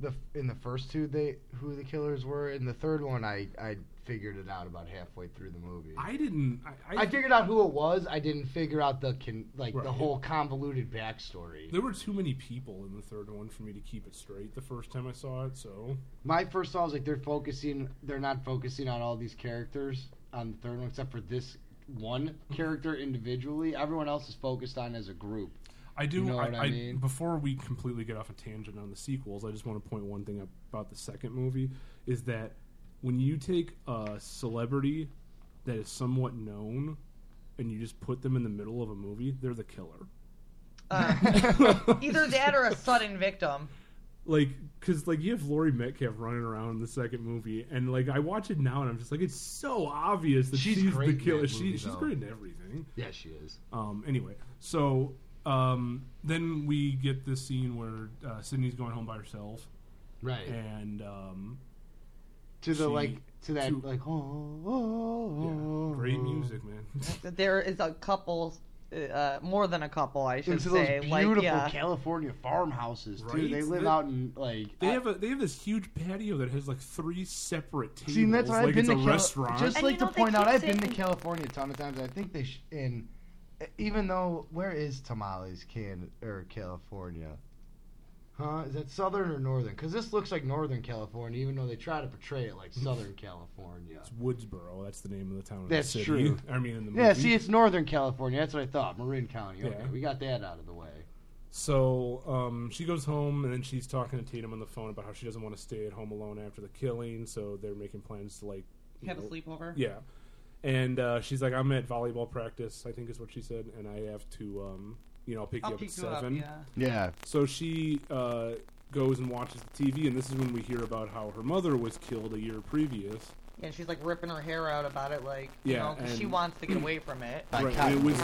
Speaker 8: the in the first two they who the killers were. In the third one, I I figured it out about halfway through the movie.
Speaker 6: I didn't. I,
Speaker 8: I, figured out who it was. I didn't figure out the con, like
Speaker 6: Right.
Speaker 8: the whole convoluted backstory.
Speaker 6: There were too many people in the third one for me to keep it straight the first time I saw it. So
Speaker 8: My first thought was like they're focusing, they're not focusing on all these characters on the third one except for this one character individually. Everyone else is focused on as a group.
Speaker 6: I do.
Speaker 8: You know
Speaker 6: I,
Speaker 8: what I,
Speaker 6: I-
Speaker 8: mean?
Speaker 6: Before we completely get off a tangent on the sequels, I just want to point one thing up about the second movie is that when you take a celebrity that is somewhat known and you just put them in the middle of a movie, they're the killer.
Speaker 7: Uh, Either that or a sudden victim.
Speaker 6: Like, because like you have Laurie Metcalf running around in the second movie, and like I watch it now, and I'm just like, it's so obvious that she's,
Speaker 8: great
Speaker 6: the
Speaker 8: in that
Speaker 6: killer.
Speaker 8: movie,
Speaker 6: She, she's
Speaker 8: though. Uh,
Speaker 6: great in everything.
Speaker 8: Yeah, she is.
Speaker 6: Um, anyway, so um, then we get this scene where uh, Sydney's going home by herself,
Speaker 8: Right.
Speaker 6: And um,
Speaker 8: To
Speaker 6: she-
Speaker 8: the like to that
Speaker 6: to-
Speaker 8: like oh, oh,
Speaker 6: Yeah, great music, man.
Speaker 7: There is a couple, uh, more than a couple, I should
Speaker 8: into those
Speaker 7: say.
Speaker 8: beautiful
Speaker 7: like, yeah.
Speaker 8: California farmhouses too.
Speaker 6: Right?
Speaker 8: They live
Speaker 6: That-
Speaker 8: out in like
Speaker 6: They have a they have this huge patio that has like three separate tables.
Speaker 8: See, and that's why
Speaker 6: like
Speaker 8: I've been
Speaker 6: it's
Speaker 8: to
Speaker 6: a
Speaker 8: Cali-
Speaker 6: restaurant.
Speaker 8: Just like to
Speaker 7: they
Speaker 8: point out,
Speaker 7: keep
Speaker 8: I've been to
Speaker 7: saying-
Speaker 8: California a ton of times. I think they sh- in even though where is tamales can or California? Huh? Is that southern or northern? Because this looks like northern California, even though they try to portray it like southern California.
Speaker 6: It's Woodsboro. That's the name of the town. and
Speaker 8: That's
Speaker 6: the city.
Speaker 8: true.
Speaker 6: I mean, in the
Speaker 8: Yeah,
Speaker 6: movie.
Speaker 8: see, it's northern California. That's what I thought. Marin County. Okay,
Speaker 6: Yeah.
Speaker 8: we got that out of the way.
Speaker 6: So um, she goes home, and then she's talking to Tatum on the phone about how she doesn't want to stay at home alone after the killing. So they're making plans to like you
Speaker 7: Have a sleepover?
Speaker 6: Yeah, and uh, she's like, "I'm at volleyball practice," I think is what she said, and I have to, um, you know, I'll pick
Speaker 7: I'll
Speaker 6: you up
Speaker 7: pick
Speaker 6: at
Speaker 7: you up,
Speaker 6: seven.
Speaker 7: yeah.
Speaker 8: Yeah.
Speaker 6: So she uh, goes and watches the TV, and this is when we hear about how her mother was killed a year previous.
Speaker 7: And she's like ripping her hair out about it, like, you
Speaker 6: Yeah,
Speaker 7: know, 'cause she
Speaker 6: and-
Speaker 7: wants to get away from it.
Speaker 6: Right, and it was,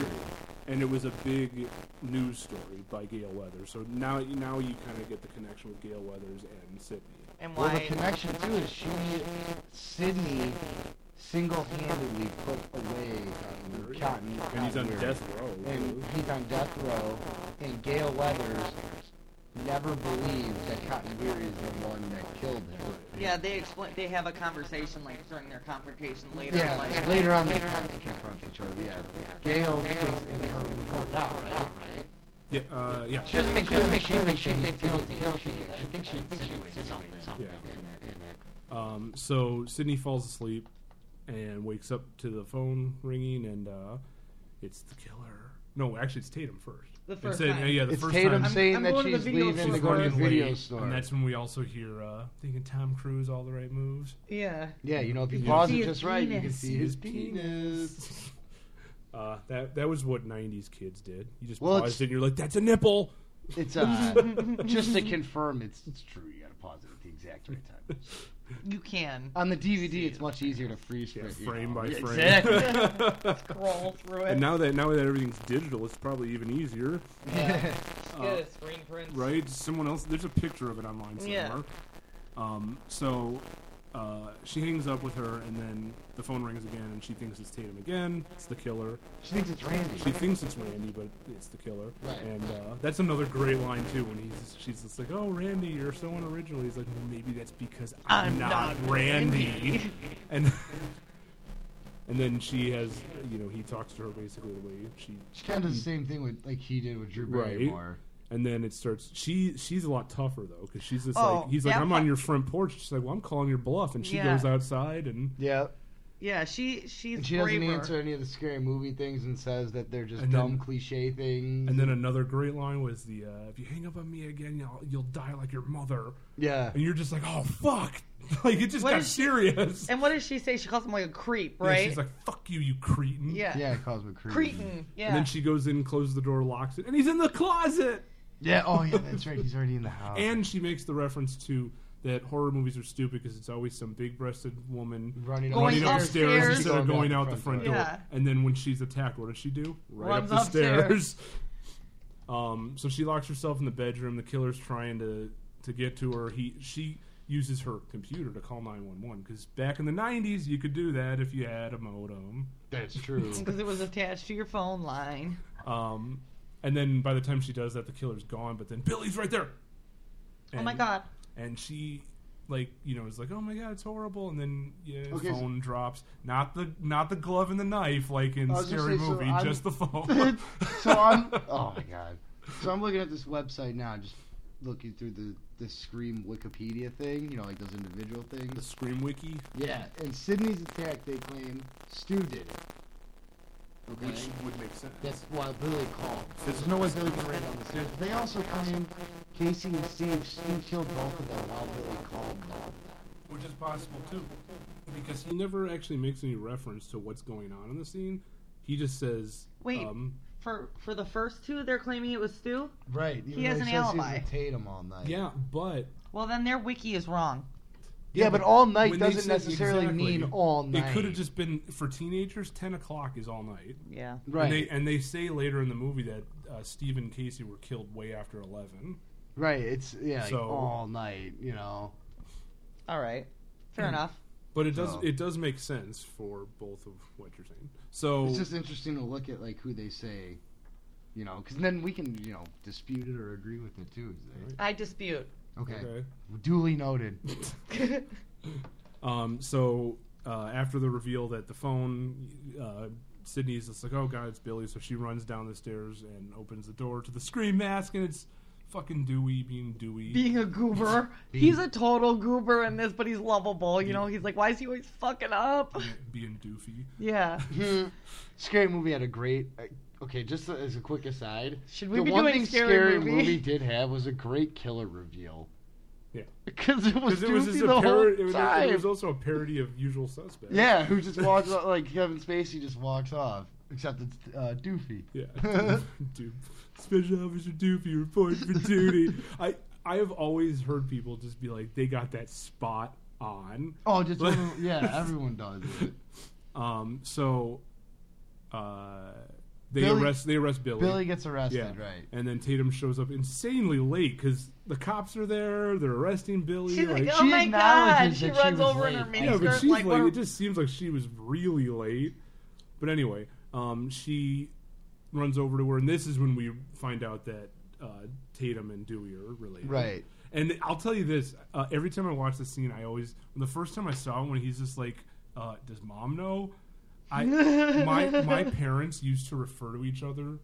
Speaker 6: and it was a big news story by Gail Weathers. So now, now you kind of get the connection with Gail Weathers and Sydney.
Speaker 7: And
Speaker 8: Well, the connection too is she, Sydney, single-handedly put away Cotton. Cotton
Speaker 6: And he's on
Speaker 8: Cottonweary.
Speaker 6: death row,
Speaker 8: And he's on death row. And Gail Weathers never believed that Cotton Weary is the one that killed him.
Speaker 7: Yeah, they explain. They have a conversation like during their confrontation later.
Speaker 8: Yeah,
Speaker 7: like,
Speaker 8: later on they confront each other. Yeah, Gail thinks in her report now, right?
Speaker 6: Yeah, uh, yeah.
Speaker 8: She doesn't make she doesn't make she makes she feels the guilt she gets. She thinks she insinuates something. something.
Speaker 6: Um, so Sydney falls asleep and wakes up to the phone ringing, and uh, it's the killer. No, actually, it's Tatum first.
Speaker 8: The
Speaker 6: It
Speaker 8: first
Speaker 6: said-
Speaker 8: time.
Speaker 6: Yeah, the
Speaker 8: It's
Speaker 6: first
Speaker 8: Tatum
Speaker 6: time.
Speaker 8: saying I'm- I'm that going to the she's video leaving to go to the
Speaker 6: running
Speaker 8: video
Speaker 6: late,
Speaker 8: store.
Speaker 6: and that's when we also hear uh, thinking Tom Cruise all the right moves.
Speaker 7: Yeah.
Speaker 8: Yeah, you know, if you
Speaker 6: Yeah.
Speaker 8: pause it just right, you can see his
Speaker 6: penis. Uh, that that was what '90s kids did. You just
Speaker 8: Well,
Speaker 6: paused
Speaker 8: it's-
Speaker 6: it and you're like, "That's a nipple."
Speaker 8: It's uh, just to confirm, it's it's true. You gotta pause it at the exact right time.
Speaker 7: You can.
Speaker 8: On the DVD, it's much easier to freeze frame,
Speaker 6: frame by frame.
Speaker 8: Exactly.
Speaker 7: Scroll through it.
Speaker 6: And now that now that everything's digital, it's probably even easier.
Speaker 7: Yeah.
Speaker 6: Uh,
Speaker 7: Get a screen print.
Speaker 6: Right? Someone else. There's a picture of it online
Speaker 7: Yeah.
Speaker 6: somewhere. Um, so Uh, she hangs up with her, and then the phone rings again, and she thinks it's Tatum again. It's the killer.
Speaker 8: She thinks it's Randy.
Speaker 6: She thinks it's Randy, but it's the killer.
Speaker 8: Right.
Speaker 6: And uh, that's another great line too. When he's she's just like, "Oh, Randy, you're so unoriginal." He's like, well, "Maybe that's because I'm,
Speaker 8: I'm
Speaker 6: not,
Speaker 8: not
Speaker 6: Randy."
Speaker 8: Randy.
Speaker 6: and and then she has, you know, he talks to her basically the way she
Speaker 8: She kind of does the same thing with like he did with Drew Barrymore.
Speaker 6: And then it starts. She she's a lot tougher though because she's just
Speaker 7: Oh,
Speaker 6: like he's like
Speaker 7: that
Speaker 6: I'm
Speaker 7: part-
Speaker 6: on your front porch. She's like, well, I'm calling your bluff, and she
Speaker 7: Yeah.
Speaker 6: goes outside and
Speaker 8: yeah,
Speaker 7: Yeah, she she's
Speaker 8: And she doesn't
Speaker 7: braver.
Speaker 8: answer any of the scary movie things and says that they're just
Speaker 6: And
Speaker 8: dumb
Speaker 6: then-
Speaker 8: cliche things.
Speaker 6: and then another great line was the uh, if you hang up on me again, you'll you'll die like your mother.
Speaker 8: Yeah.
Speaker 6: and you're just like oh fuck, like it just
Speaker 7: What
Speaker 6: got
Speaker 7: is she-
Speaker 6: serious.
Speaker 7: And what does she say? She calls him like a creep,
Speaker 6: Yeah,
Speaker 7: right?
Speaker 6: she's like fuck you, you cretin.
Speaker 7: Yeah. Yeah, it
Speaker 8: calls me
Speaker 7: cretin. Yeah.
Speaker 6: And then she goes in, closes the door, locks it, and he's in the closet.
Speaker 8: yeah, oh yeah, that's right. He's already in the house.
Speaker 6: And she makes the reference to that horror movies are stupid because it's always some big-breasted woman
Speaker 8: running,
Speaker 7: Going
Speaker 6: upstairs,
Speaker 7: upstairs.
Speaker 6: instead of going out the front door.
Speaker 7: Yeah.
Speaker 6: And then when she's attacked, what does she do? Right
Speaker 7: Runs
Speaker 6: up the
Speaker 7: upstairs.
Speaker 6: stairs. Um, so she locks herself in the bedroom. The killer's trying to to get to her. He she uses her computer to call nine one one because back in the nineties you could do that if you had a modem.
Speaker 8: That's true.
Speaker 7: because it was attached to your phone line.
Speaker 6: um, and then by the time she does that, the killer's gone. But then Billy's right there.
Speaker 7: oh my god.
Speaker 6: and she like you know is like oh my god it's horrible and then yeah
Speaker 8: Okay, so-
Speaker 6: phone drops not the not the glove and the knife like in
Speaker 8: I was gonna
Speaker 6: scary
Speaker 8: say, so
Speaker 6: movie
Speaker 8: I'm-
Speaker 6: just the phone
Speaker 8: so I'm. Oh my god. So I'm looking at this website now, just looking through the the Scream Wikipedia thing. You know, like those individual things.
Speaker 6: the scream wiki
Speaker 8: Yeah, and Sydney's attack, they claim Stu did it. Okay.
Speaker 6: which would make sense
Speaker 8: That's why Billy called. There's no way Billy can run down the stairs. They also claim Casey and Steve, Steve killed both of them while Billy called them.
Speaker 6: which is possible too because he never actually makes any reference to what's going on in the scene he just says
Speaker 7: Wait.
Speaker 6: um,
Speaker 7: For for the first two, they're claiming it was Stu.
Speaker 8: Right. Even
Speaker 7: He has
Speaker 8: though
Speaker 7: an
Speaker 8: says
Speaker 7: alibi.
Speaker 8: He was with Tatum all night.
Speaker 6: yeah but
Speaker 7: Well, then their wiki is wrong.
Speaker 8: Yeah, but all night
Speaker 6: when they
Speaker 8: doesn't
Speaker 6: said-
Speaker 8: necessarily
Speaker 6: exactly.
Speaker 8: mean all night.
Speaker 6: it could have just been for teenagers 10 o'clock is all night
Speaker 7: Yeah.
Speaker 8: Right.
Speaker 6: and they, and they say later in the movie that uh, Steve and Casey were killed way after 11
Speaker 8: Right. It's yeah, like,
Speaker 6: So-
Speaker 8: all night. You know.
Speaker 7: All right. Fair
Speaker 6: Hmm.
Speaker 7: enough.
Speaker 6: But it does
Speaker 8: So-
Speaker 6: it does make sense for both of what you're saying. So
Speaker 8: It's just interesting to look at like who they say, you know, because then we can you know dispute it or agree with it too. Is
Speaker 7: I dispute.
Speaker 8: there? Okay.
Speaker 6: okay.
Speaker 8: Duly noted.
Speaker 6: Um, so uh, after the reveal that the phone, uh, Sydney's just like, "Oh God, it's Billy!" So she runs down the stairs and opens the door to the scream mask, and it's fucking Dewey being Dewey.
Speaker 7: Being a goober, he's a total goober in this, but he's lovable. You know, he's like, why is he always fucking up?
Speaker 6: being doofy.
Speaker 7: Yeah.
Speaker 8: Hmm. Scary movie had a great. uh, Okay, just as a quick aside,
Speaker 7: Should we
Speaker 8: the
Speaker 7: be
Speaker 8: one
Speaker 7: doing
Speaker 8: thing
Speaker 7: Scary Movie?
Speaker 8: did have was a great killer reveal.
Speaker 6: Yeah.
Speaker 8: because it was
Speaker 6: Because it was
Speaker 8: Doofy
Speaker 6: just
Speaker 8: the
Speaker 6: a parody. It
Speaker 8: whole
Speaker 6: was,
Speaker 8: time.
Speaker 6: it was also a parody of Usual Suspects.
Speaker 8: yeah, who just walks off, like Kevin Spacey just walks off, except it's uh, Doofy.
Speaker 6: Yeah. Doof. Special Officer Doofy report for duty. I I have always heard people just be like, they got that spot on.
Speaker 8: Oh, just little- yeah, everyone does. It.
Speaker 6: Um. So, uh, they
Speaker 8: Billy-
Speaker 6: arrest they arrest Billy.
Speaker 8: Billy gets arrested,
Speaker 6: yeah.
Speaker 8: right?
Speaker 6: And then Tatum shows up insanely late because the cops are there. They're arresting Billy.
Speaker 7: She's like,
Speaker 6: like,
Speaker 7: oh
Speaker 8: she
Speaker 7: my god.
Speaker 8: acknowledges
Speaker 7: She
Speaker 8: that she
Speaker 7: runs
Speaker 8: was
Speaker 7: over in her
Speaker 8: late.
Speaker 6: yeah, but
Speaker 7: miniskirt.
Speaker 6: she's
Speaker 7: like,
Speaker 6: like,
Speaker 7: what
Speaker 6: it just seems like she was really late. But anyway, um, she runs over to her, and this is when we find out that uh, Tatum and Dewey are related.
Speaker 8: Right.
Speaker 6: And I'll tell you this: uh, every time I watch the scene, I always the first time I saw it when he's just like, uh, "Does mom know?" I my my parents used to refer to each other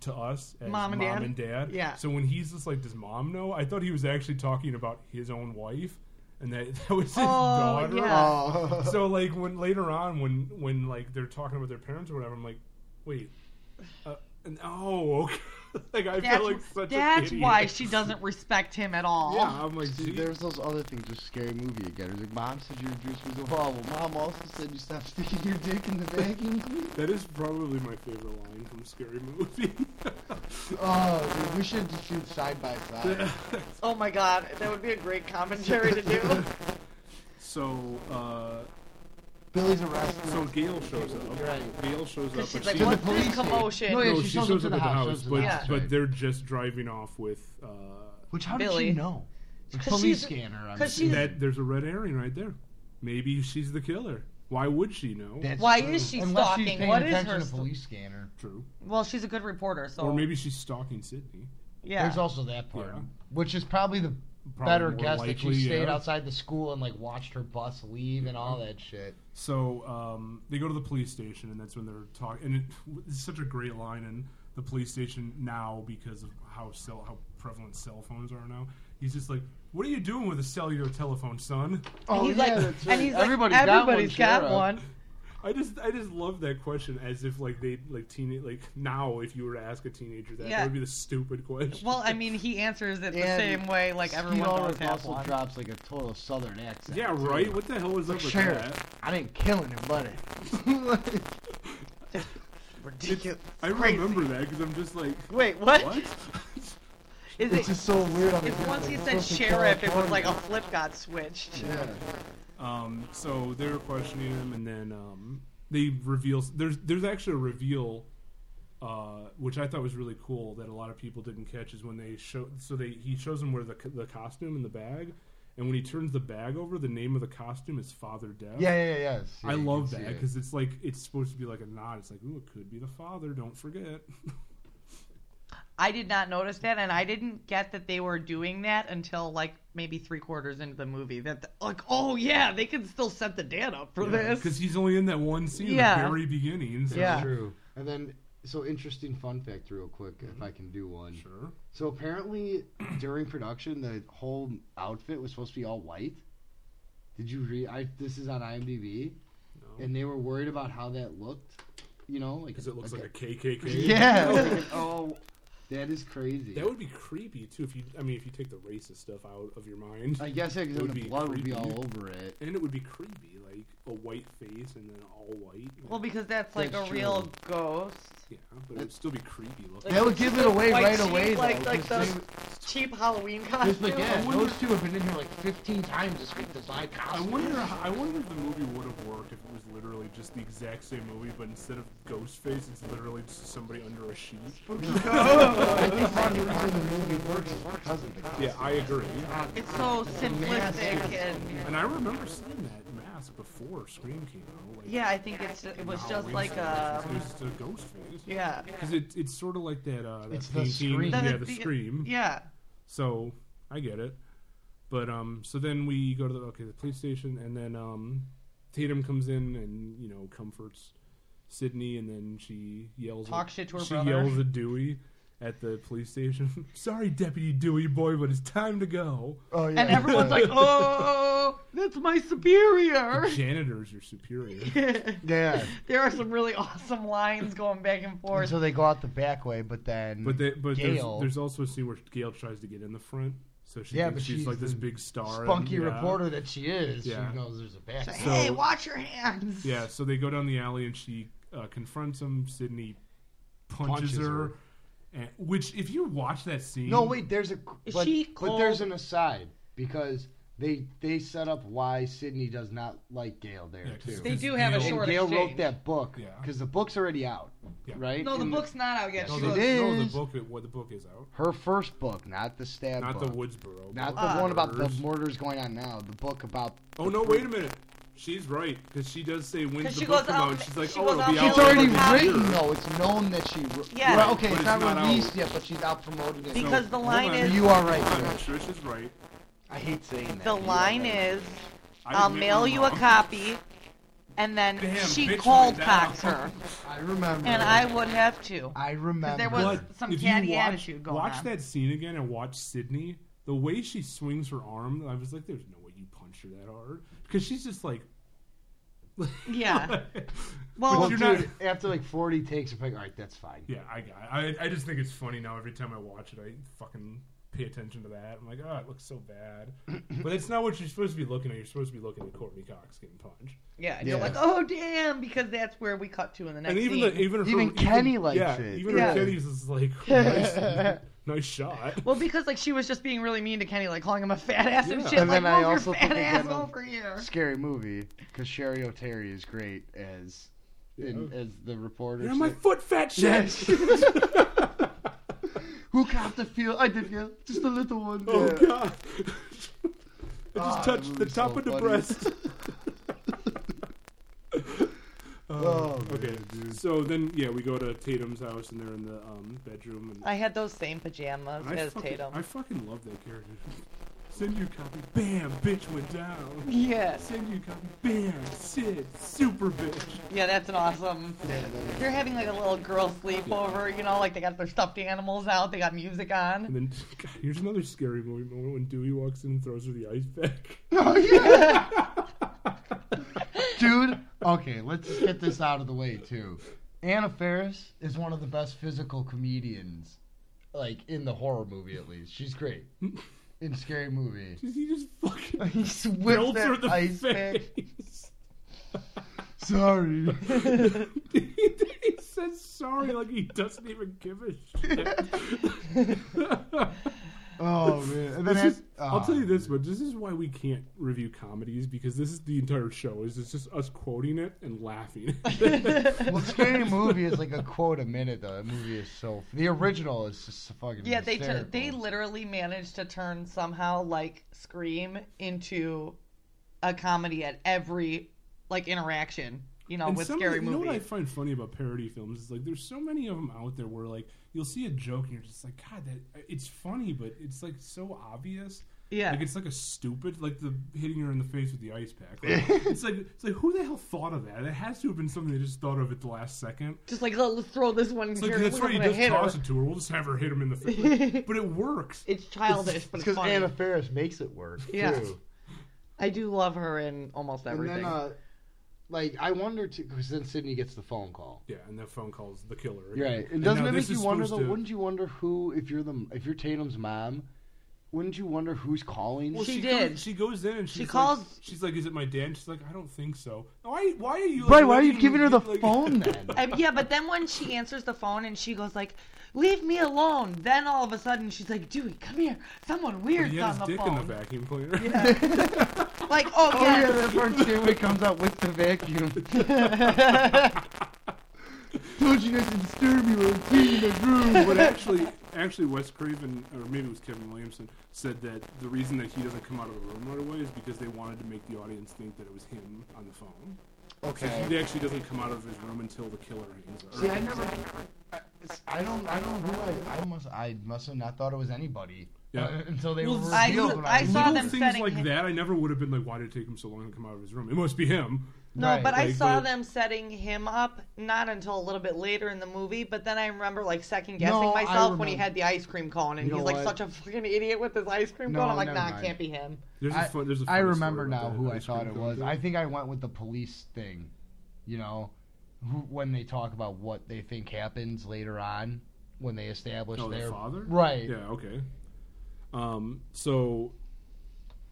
Speaker 6: to us as
Speaker 7: Mom and Dad? Yeah.
Speaker 6: So when he's just like, "Does mom know?" I thought he was actually talking about his own wife, and that that was his daughter.
Speaker 7: yeah.
Speaker 8: Oh,
Speaker 6: So like when later on when when like they're talking with their parents or whatever, I'm like, wait, uh, and, oh okay. like I
Speaker 7: That's,
Speaker 6: feel like such an
Speaker 7: that's
Speaker 6: idiot.
Speaker 7: why she doesn't respect him at all.
Speaker 6: Yeah, I'm like,
Speaker 8: See,
Speaker 6: "Gee."
Speaker 8: there's those other things with Scary Movie again. It's like, Mom said you introduced me to the wall. Well, Mom also said you stopped sticking your dick in the vacuum cleaner.
Speaker 6: that is probably my favorite line from Scary Movie.
Speaker 8: Oh, dude, we should just shoot side by side.
Speaker 7: Oh my god, that would be a great commentary to do.
Speaker 6: so uh,
Speaker 8: Billy's arrested.
Speaker 6: so Gail shows up.
Speaker 8: You're right.
Speaker 6: Gail shows up.
Speaker 7: She's
Speaker 6: but
Speaker 7: like,
Speaker 6: she-
Speaker 8: To the
Speaker 7: what's
Speaker 8: police
Speaker 7: this
Speaker 8: station.
Speaker 7: commotion?
Speaker 8: No, yeah,
Speaker 6: no,
Speaker 8: she shows up
Speaker 6: at
Speaker 8: to
Speaker 6: the
Speaker 8: the house,
Speaker 6: house,
Speaker 8: shows up
Speaker 6: but
Speaker 8: to the house,
Speaker 6: but
Speaker 8: right.
Speaker 6: they're just driving off with. Uh,
Speaker 8: Which, how
Speaker 7: Billy.
Speaker 8: did she know? The
Speaker 7: 'Cause
Speaker 8: police
Speaker 7: she's-
Speaker 8: scanner. I'm
Speaker 7: 'cause
Speaker 8: assuming.
Speaker 7: she's-
Speaker 6: that there's a red herring right there.
Speaker 2: Maybe she's the killer. Why would she know?
Speaker 7: That's Why true. is she Unless she's stalking? paying What is attention her to st-
Speaker 8: police scanner.
Speaker 2: True.
Speaker 7: Well, she's a good reporter, so
Speaker 2: Or maybe she's stalking Sydney.
Speaker 7: Yeah.
Speaker 8: There's also that part,
Speaker 2: Yeah.
Speaker 8: which is probably the
Speaker 2: Probably
Speaker 8: better
Speaker 2: more
Speaker 8: guess that
Speaker 2: likely,
Speaker 8: she stayed
Speaker 2: yeah.
Speaker 8: outside the school and like watched her bus leave and all that shit.
Speaker 2: So um, they go to the police station, and that's when they're talking. And it, it's such a great line in the police station now because of how cell how prevalent cell phones are now. He's just like, "What are you doing with a cellular telephone, son?"
Speaker 8: Oh,
Speaker 7: And he's like, and he's like, everybody's got one.
Speaker 2: I just I just love that question as if like they like teen like now if you were to ask a teenager that
Speaker 7: Yeah.
Speaker 2: that would be the stupid question.
Speaker 7: Well, I mean, he answers it the same way like
Speaker 8: Steve
Speaker 7: everyone
Speaker 8: Ulrich
Speaker 7: does has
Speaker 8: also
Speaker 7: one.
Speaker 8: drops like a total southern accent.
Speaker 2: Yeah,
Speaker 8: too.
Speaker 2: right? What the hell was
Speaker 8: Like,
Speaker 2: up with
Speaker 8: "Sheriff,
Speaker 2: that?"
Speaker 8: I didn't kill anybody.
Speaker 7: Ridiculous.
Speaker 2: I remember that because I'm just like,
Speaker 7: Wait, what? Is
Speaker 8: It's
Speaker 7: it?
Speaker 8: just so weird. I'm
Speaker 7: It's
Speaker 8: like,
Speaker 7: once he
Speaker 8: "You're
Speaker 7: said
Speaker 8: supposed to
Speaker 7: sheriff,
Speaker 8: kill
Speaker 7: it
Speaker 8: our
Speaker 7: was like a
Speaker 8: target."
Speaker 7: flip got switched.
Speaker 8: Yeah.
Speaker 2: Um, so they're questioning him, and then um, they reveal. There's there's actually a reveal, uh, which I thought was really cool that a lot of people didn't catch is when they show. So they he shows him where the co- the costume and the bag, and when he turns the bag over, the name of the costume is Father Death.
Speaker 8: Yeah, yeah, yeah, yeah. See,
Speaker 2: I
Speaker 8: you
Speaker 2: love
Speaker 8: can see
Speaker 2: that
Speaker 8: it.
Speaker 2: because it's like it's supposed to be like a nod. It's like, ooh, it could be the father. Don't forget.
Speaker 7: I did not notice that, and I didn't get that they were doing that until like maybe three quarters into the movie. That like, oh yeah, they can still set the dad up for this.
Speaker 2: because he's only in that one scene, at
Speaker 7: Yeah.
Speaker 2: the very beginning. So.
Speaker 7: Yeah.
Speaker 8: True. And then, so interesting fun fact, real quick, if I can do one.
Speaker 2: Mm-hmm. Sure.
Speaker 8: So apparently, during production, the whole outfit was supposed to be all white. Did you read? I this is on IMDb,
Speaker 2: No.
Speaker 8: and they were worried about how that looked. You know, like
Speaker 2: Because it looks like, a KKK.
Speaker 8: yeah. I was thinking, oh, that is crazy.
Speaker 2: That would be creepy too. If you, I mean, if you take the racist stuff out of your mind,
Speaker 8: I guess yeah,
Speaker 2: It
Speaker 8: because
Speaker 2: would
Speaker 8: the
Speaker 2: be
Speaker 8: blood would be
Speaker 2: creepy.
Speaker 8: all over it.
Speaker 2: and it would be creepy, like a white face and then all white. like-
Speaker 7: Well, because that's like
Speaker 8: That's
Speaker 7: a real ghost.
Speaker 2: yeah, but it would still be creepy looking.
Speaker 8: That would give it away
Speaker 7: Like
Speaker 8: right
Speaker 7: cheap,
Speaker 8: away.
Speaker 7: like
Speaker 8: though,
Speaker 7: like
Speaker 8: 'cause
Speaker 7: those
Speaker 8: they-
Speaker 7: cheap Halloween
Speaker 8: Because
Speaker 7: costumes.
Speaker 8: like, yeah,
Speaker 2: I wonder-
Speaker 8: those two have been in here like 15 times this week. This live
Speaker 2: I
Speaker 8: costume.
Speaker 2: wonder. How, I wonder if the movie would have worked if it was literally just the exact same movie, but instead of Ghostface, it's literally just somebody under a sheet.
Speaker 7: Oh,
Speaker 8: I think part of the reason the movie works is because of the costume.
Speaker 2: Yeah, I agree.
Speaker 7: It's so simplistic, and
Speaker 2: And I remember seeing that mask before Scream came out. Like,
Speaker 7: yeah, I think it's it was
Speaker 2: no,
Speaker 7: just
Speaker 2: it's-
Speaker 7: like a
Speaker 2: It was just a Ghostface.
Speaker 7: yeah.
Speaker 2: Because it, it's sort of like that. Uh, that
Speaker 8: It's the
Speaker 2: painting.
Speaker 8: Scream.
Speaker 2: Yeah,
Speaker 7: That-
Speaker 2: the scream.
Speaker 7: Yeah.
Speaker 2: So I get it. But um, so then we go to the okay the police station, and then um, Tatum comes in and you know comforts Sydney, and then she yells.
Speaker 7: Talk
Speaker 2: at,
Speaker 7: shit to her
Speaker 2: She
Speaker 7: brother.
Speaker 2: yells at Dewey at the police station. Sorry, Deputy Dewey boy, but it's time to go.
Speaker 8: Oh, yeah.
Speaker 7: And everyone's like, oh, that's my superior.
Speaker 2: Janitor's your superior.
Speaker 8: yeah.
Speaker 7: There are some really awesome lines going back and
Speaker 8: And
Speaker 7: forth.
Speaker 8: so they go out the back way, but then.
Speaker 2: But they, but there's,
Speaker 8: Gail,
Speaker 2: there's also a scene where Gail tries to get in the front, so she
Speaker 8: Yeah,
Speaker 2: thinks
Speaker 8: but
Speaker 2: she's,
Speaker 8: she's
Speaker 2: like this
Speaker 8: the
Speaker 2: big star, and-
Speaker 8: spunky
Speaker 2: yeah.
Speaker 8: reporter that she is,
Speaker 2: Yeah.
Speaker 8: she knows there's a back.
Speaker 7: Like,
Speaker 8: way.
Speaker 2: So-
Speaker 7: hey, watch your hands.
Speaker 2: Yeah, so they go down the alley and she uh, confronts him. Sydney punches,
Speaker 8: Punches
Speaker 2: her,
Speaker 8: her.
Speaker 2: And, which if you watch that scene,
Speaker 8: No, wait. There's a
Speaker 7: Is
Speaker 8: but,
Speaker 7: she
Speaker 8: but there's
Speaker 7: called-
Speaker 8: an aside because they they set up why Sydney does not like Gail there
Speaker 2: Yeah, 'cause
Speaker 8: too.
Speaker 7: They do
Speaker 2: Gail-
Speaker 7: have a
Speaker 2: And
Speaker 8: And
Speaker 7: short
Speaker 8: Gail wrote
Speaker 7: exchange.
Speaker 8: that book
Speaker 2: Yeah.
Speaker 8: because the book's already out,
Speaker 2: Yeah.
Speaker 8: right?
Speaker 7: No, the
Speaker 8: And
Speaker 7: book's not out yet.
Speaker 2: No,
Speaker 7: She
Speaker 2: the,
Speaker 8: It
Speaker 7: goes,
Speaker 2: no, the
Speaker 8: is.
Speaker 2: book. What the book is out,
Speaker 8: her first book, not the stab
Speaker 2: not
Speaker 8: book,
Speaker 2: the Woodsboro.
Speaker 8: not
Speaker 2: book.
Speaker 8: the one about the
Speaker 2: Hers.
Speaker 8: murders going on now. The book about
Speaker 2: Oh no! Wait a minute. She's right because she does say when
Speaker 7: 'Cause
Speaker 2: the
Speaker 7: she
Speaker 2: book
Speaker 7: goes
Speaker 2: come
Speaker 7: out
Speaker 2: out. and
Speaker 7: ma-
Speaker 2: She's like,
Speaker 7: she
Speaker 2: oh,
Speaker 7: goes
Speaker 2: it'll
Speaker 7: out
Speaker 2: be
Speaker 7: making
Speaker 2: out.
Speaker 8: it's
Speaker 7: Yeah,
Speaker 8: already
Speaker 7: but it's
Speaker 8: written though. It's known that she wrote.
Speaker 7: Yeah.
Speaker 8: well, okay,
Speaker 2: But
Speaker 8: it's
Speaker 2: it's
Speaker 8: not
Speaker 2: not out.
Speaker 8: released yet, but she's out promoting it.
Speaker 7: Because the line is-
Speaker 8: you are right.
Speaker 2: I'm
Speaker 8: Trish.
Speaker 2: sure she's right.
Speaker 8: I hate saying that.
Speaker 7: the
Speaker 8: You are
Speaker 7: line
Speaker 8: right.
Speaker 7: is,
Speaker 2: I
Speaker 7: I'll
Speaker 2: admit
Speaker 7: mail
Speaker 2: we're
Speaker 7: you a
Speaker 2: wrong.
Speaker 7: copy. And then
Speaker 2: Damn, bitch,
Speaker 7: she
Speaker 2: went
Speaker 7: cold
Speaker 2: down.
Speaker 7: cocks her.
Speaker 8: I remember.
Speaker 7: And I would have to.
Speaker 8: I remember.
Speaker 7: there was-
Speaker 2: But
Speaker 7: some
Speaker 2: if you
Speaker 7: catty
Speaker 2: watch,
Speaker 7: attitude going
Speaker 2: watch
Speaker 7: on.
Speaker 2: that scene again and watch Sydney. The way she swings her arm, I was like, "There's no way you punched her that hard," because she's just like,
Speaker 7: Yeah.
Speaker 2: But
Speaker 7: Well,
Speaker 8: Well,
Speaker 2: you're
Speaker 8: dude,
Speaker 2: not-
Speaker 8: after like 40 takes, I'm like, all right, that's fine.
Speaker 2: "Yeah, I got." It. I I just think it's funny now. Every time I watch it, I fucking pay attention to that. I'm like, "Oh, it looks so bad," but it's not what you're supposed to be looking at. You're supposed to be looking at Courtney Cox getting punched,
Speaker 7: yeah. And you're
Speaker 8: Yeah.
Speaker 7: like, oh, damn, because that's where we cut to in the next
Speaker 2: and even
Speaker 7: scene.
Speaker 2: the, even her,
Speaker 8: Even Kenny
Speaker 2: even,
Speaker 8: likes
Speaker 2: yeah,
Speaker 8: it.
Speaker 2: Even
Speaker 7: Yeah.
Speaker 2: her Kenny's is like, nice, "Nice shot."
Speaker 7: Well, because like she was just being really mean to Kenny, like calling him a fat ass and
Speaker 2: Yeah.
Speaker 7: shit.
Speaker 8: And
Speaker 7: like,
Speaker 8: then I
Speaker 7: move
Speaker 8: also
Speaker 7: your fat
Speaker 8: think
Speaker 7: ass
Speaker 8: again of-
Speaker 7: over here.
Speaker 8: Scary movie because Sherry O'Terry is great as in, as the reporter.
Speaker 2: You're
Speaker 8: She's
Speaker 2: my
Speaker 8: like,
Speaker 2: foot fat shit.
Speaker 8: Who caught the feel? I did, yeah. Just a little one.
Speaker 2: Oh
Speaker 8: Yeah.
Speaker 2: god. I
Speaker 8: Ah,
Speaker 2: just
Speaker 8: that
Speaker 2: touched the
Speaker 8: movie's
Speaker 2: top
Speaker 8: so
Speaker 2: of the
Speaker 8: funny.
Speaker 2: breast. Oh, okay. So then, yeah, we go to Tatum's house, and they're in the um, bedroom. And
Speaker 7: I had those same pajamas
Speaker 2: and I
Speaker 7: as
Speaker 2: fucking,
Speaker 7: Tatum.
Speaker 2: I fucking love that character. Send you copy. Bam, bitch went down.
Speaker 7: Yeah.
Speaker 2: Send you copy. Bam, Sid, super bitch.
Speaker 7: Yeah, that's an awesome. They're having like a little girl sleepover, you know, like they got their stuffed animals out, they got music on.
Speaker 2: And then, God, here's another scary movie moment when Dewey walks in and throws her the ice pack.
Speaker 8: Oh, Dude, okay, let's get this out of the way too. Anna Faris is one of the best physical comedians, like in the horror movie at least. She's great in scary movie.
Speaker 2: He just fucking
Speaker 8: he whips
Speaker 2: her
Speaker 8: that
Speaker 2: the
Speaker 8: ice
Speaker 2: face.
Speaker 8: pick. Sorry.
Speaker 2: he says sorry like he doesn't even give a shit.
Speaker 8: Oh man! And then
Speaker 2: This
Speaker 8: ah. has-
Speaker 2: is- I'll tell you this, but this is why we can't review comedies because this is the entire show is it's just us quoting it and laughing.
Speaker 8: well, scary movie is like a quote a minute though. That movie is so. The original is just fucking.
Speaker 7: Yeah, they t-
Speaker 8: hysterical.
Speaker 7: they literally managed to turn somehow like Scream into a comedy at every like interaction, you know,
Speaker 2: And
Speaker 7: with
Speaker 2: some of
Speaker 7: scary
Speaker 2: the- You know what I
Speaker 7: movies.
Speaker 2: find funny about parody films is like there's so many of them out there where like you'll see a joke and you're just like, God, that uh, it's funny, but it's like so obvious.
Speaker 7: Yeah.
Speaker 2: like it's like a stupid, like the hitting her in the face with the ice pack. Like, it's like it's like who the hell thought of that? It has to have been something they just thought of at the last second.
Speaker 7: Just like let- let's throw this one
Speaker 2: It's
Speaker 7: here.
Speaker 2: like that's
Speaker 7: we're
Speaker 2: right. You
Speaker 7: gonna
Speaker 2: just
Speaker 7: hit
Speaker 2: toss
Speaker 7: her.
Speaker 2: it to her. We'll just have her hit him in the face. Like, but it works.
Speaker 7: It's childish, but it's
Speaker 8: because
Speaker 7: funny.
Speaker 8: Anna Faris makes it work.
Speaker 7: Yeah.
Speaker 8: too.
Speaker 7: I do love her in almost
Speaker 8: And
Speaker 7: everything.
Speaker 8: then, uh, like, I wonder too, because then Sydney gets the phone call.
Speaker 2: Yeah, and that phone call's the killer.
Speaker 8: Right. And
Speaker 2: And
Speaker 8: doesn't
Speaker 2: now
Speaker 8: it
Speaker 2: this
Speaker 8: make you
Speaker 2: is
Speaker 8: wonder though?
Speaker 2: supposed to-
Speaker 8: Wouldn't you wonder who, if you're the, if you're Tatum's mom, wouldn't you wonder who's calling?
Speaker 2: Well,
Speaker 7: did.
Speaker 2: Goes, she goes in and she's
Speaker 7: She calls-
Speaker 2: Like, she's like, "Is it my dad?" And she's like, "I don't think so." Why? Why are you? Like,
Speaker 8: Right, why are you
Speaker 2: letting
Speaker 8: giving her the
Speaker 2: get, like-
Speaker 8: phone then?
Speaker 7: Um, yeah, but then when she answers the phone and she goes like, "Leave me alone," then all of a sudden she's like, "Dewey, come here. Someone weird's
Speaker 2: he had
Speaker 7: on
Speaker 2: his
Speaker 7: the
Speaker 2: dick
Speaker 7: phone."
Speaker 2: in the vacuum cleaner.
Speaker 7: Like, oh,
Speaker 8: Oh
Speaker 7: yeah.
Speaker 8: yeah, that part too. When it comes out with the vacuum. Told you guys to disturb me when I'm cleaning the room.
Speaker 2: but actually, actually, Wes Craven, or maybe it was Kevin Williamson, said that the reason that he doesn't come out of the room right away is because they wanted to make the audience think that it was him on the phone. So
Speaker 8: Okay.
Speaker 2: he actually doesn't come out of his room until the killer hangs up.
Speaker 8: See, I never. I- I don't. I don't know who I. I must. I must have not thought it was anybody.
Speaker 2: Yeah.
Speaker 8: uh, until they
Speaker 2: Well,
Speaker 8: were
Speaker 7: I-
Speaker 8: revealed. when
Speaker 7: I saw
Speaker 2: Little
Speaker 7: them
Speaker 2: things
Speaker 7: setting
Speaker 2: like
Speaker 7: him-
Speaker 2: that, I never would have been like, "Why did it take him so long to come out of his room? It must be him."
Speaker 7: No,
Speaker 8: Right,
Speaker 7: but I
Speaker 2: like,
Speaker 7: saw
Speaker 2: but-
Speaker 7: them setting him up not until a little bit later in the movie. But then I remember like second guessing
Speaker 8: No, I
Speaker 7: myself when he
Speaker 8: remember.
Speaker 7: had the ice cream cone, and
Speaker 8: You know
Speaker 7: he's like
Speaker 8: what?
Speaker 7: such a fucking idiot with his ice cream
Speaker 8: No,
Speaker 7: cone. I'm like,
Speaker 8: never
Speaker 7: nah, it
Speaker 8: mind.
Speaker 7: can't be him.
Speaker 2: There's a
Speaker 8: I,
Speaker 2: fun, there's a funny
Speaker 8: I
Speaker 2: story
Speaker 8: remember
Speaker 2: about
Speaker 8: now
Speaker 2: that
Speaker 8: who I
Speaker 2: ice
Speaker 8: thought
Speaker 2: cream
Speaker 8: it
Speaker 2: cone
Speaker 8: was.
Speaker 2: thing.
Speaker 8: I think I went with the police thing, you know, who, when they talk about what they think happens later on when they establish
Speaker 2: Oh,
Speaker 8: their
Speaker 2: the father?
Speaker 8: right.
Speaker 2: Yeah, okay. Um, so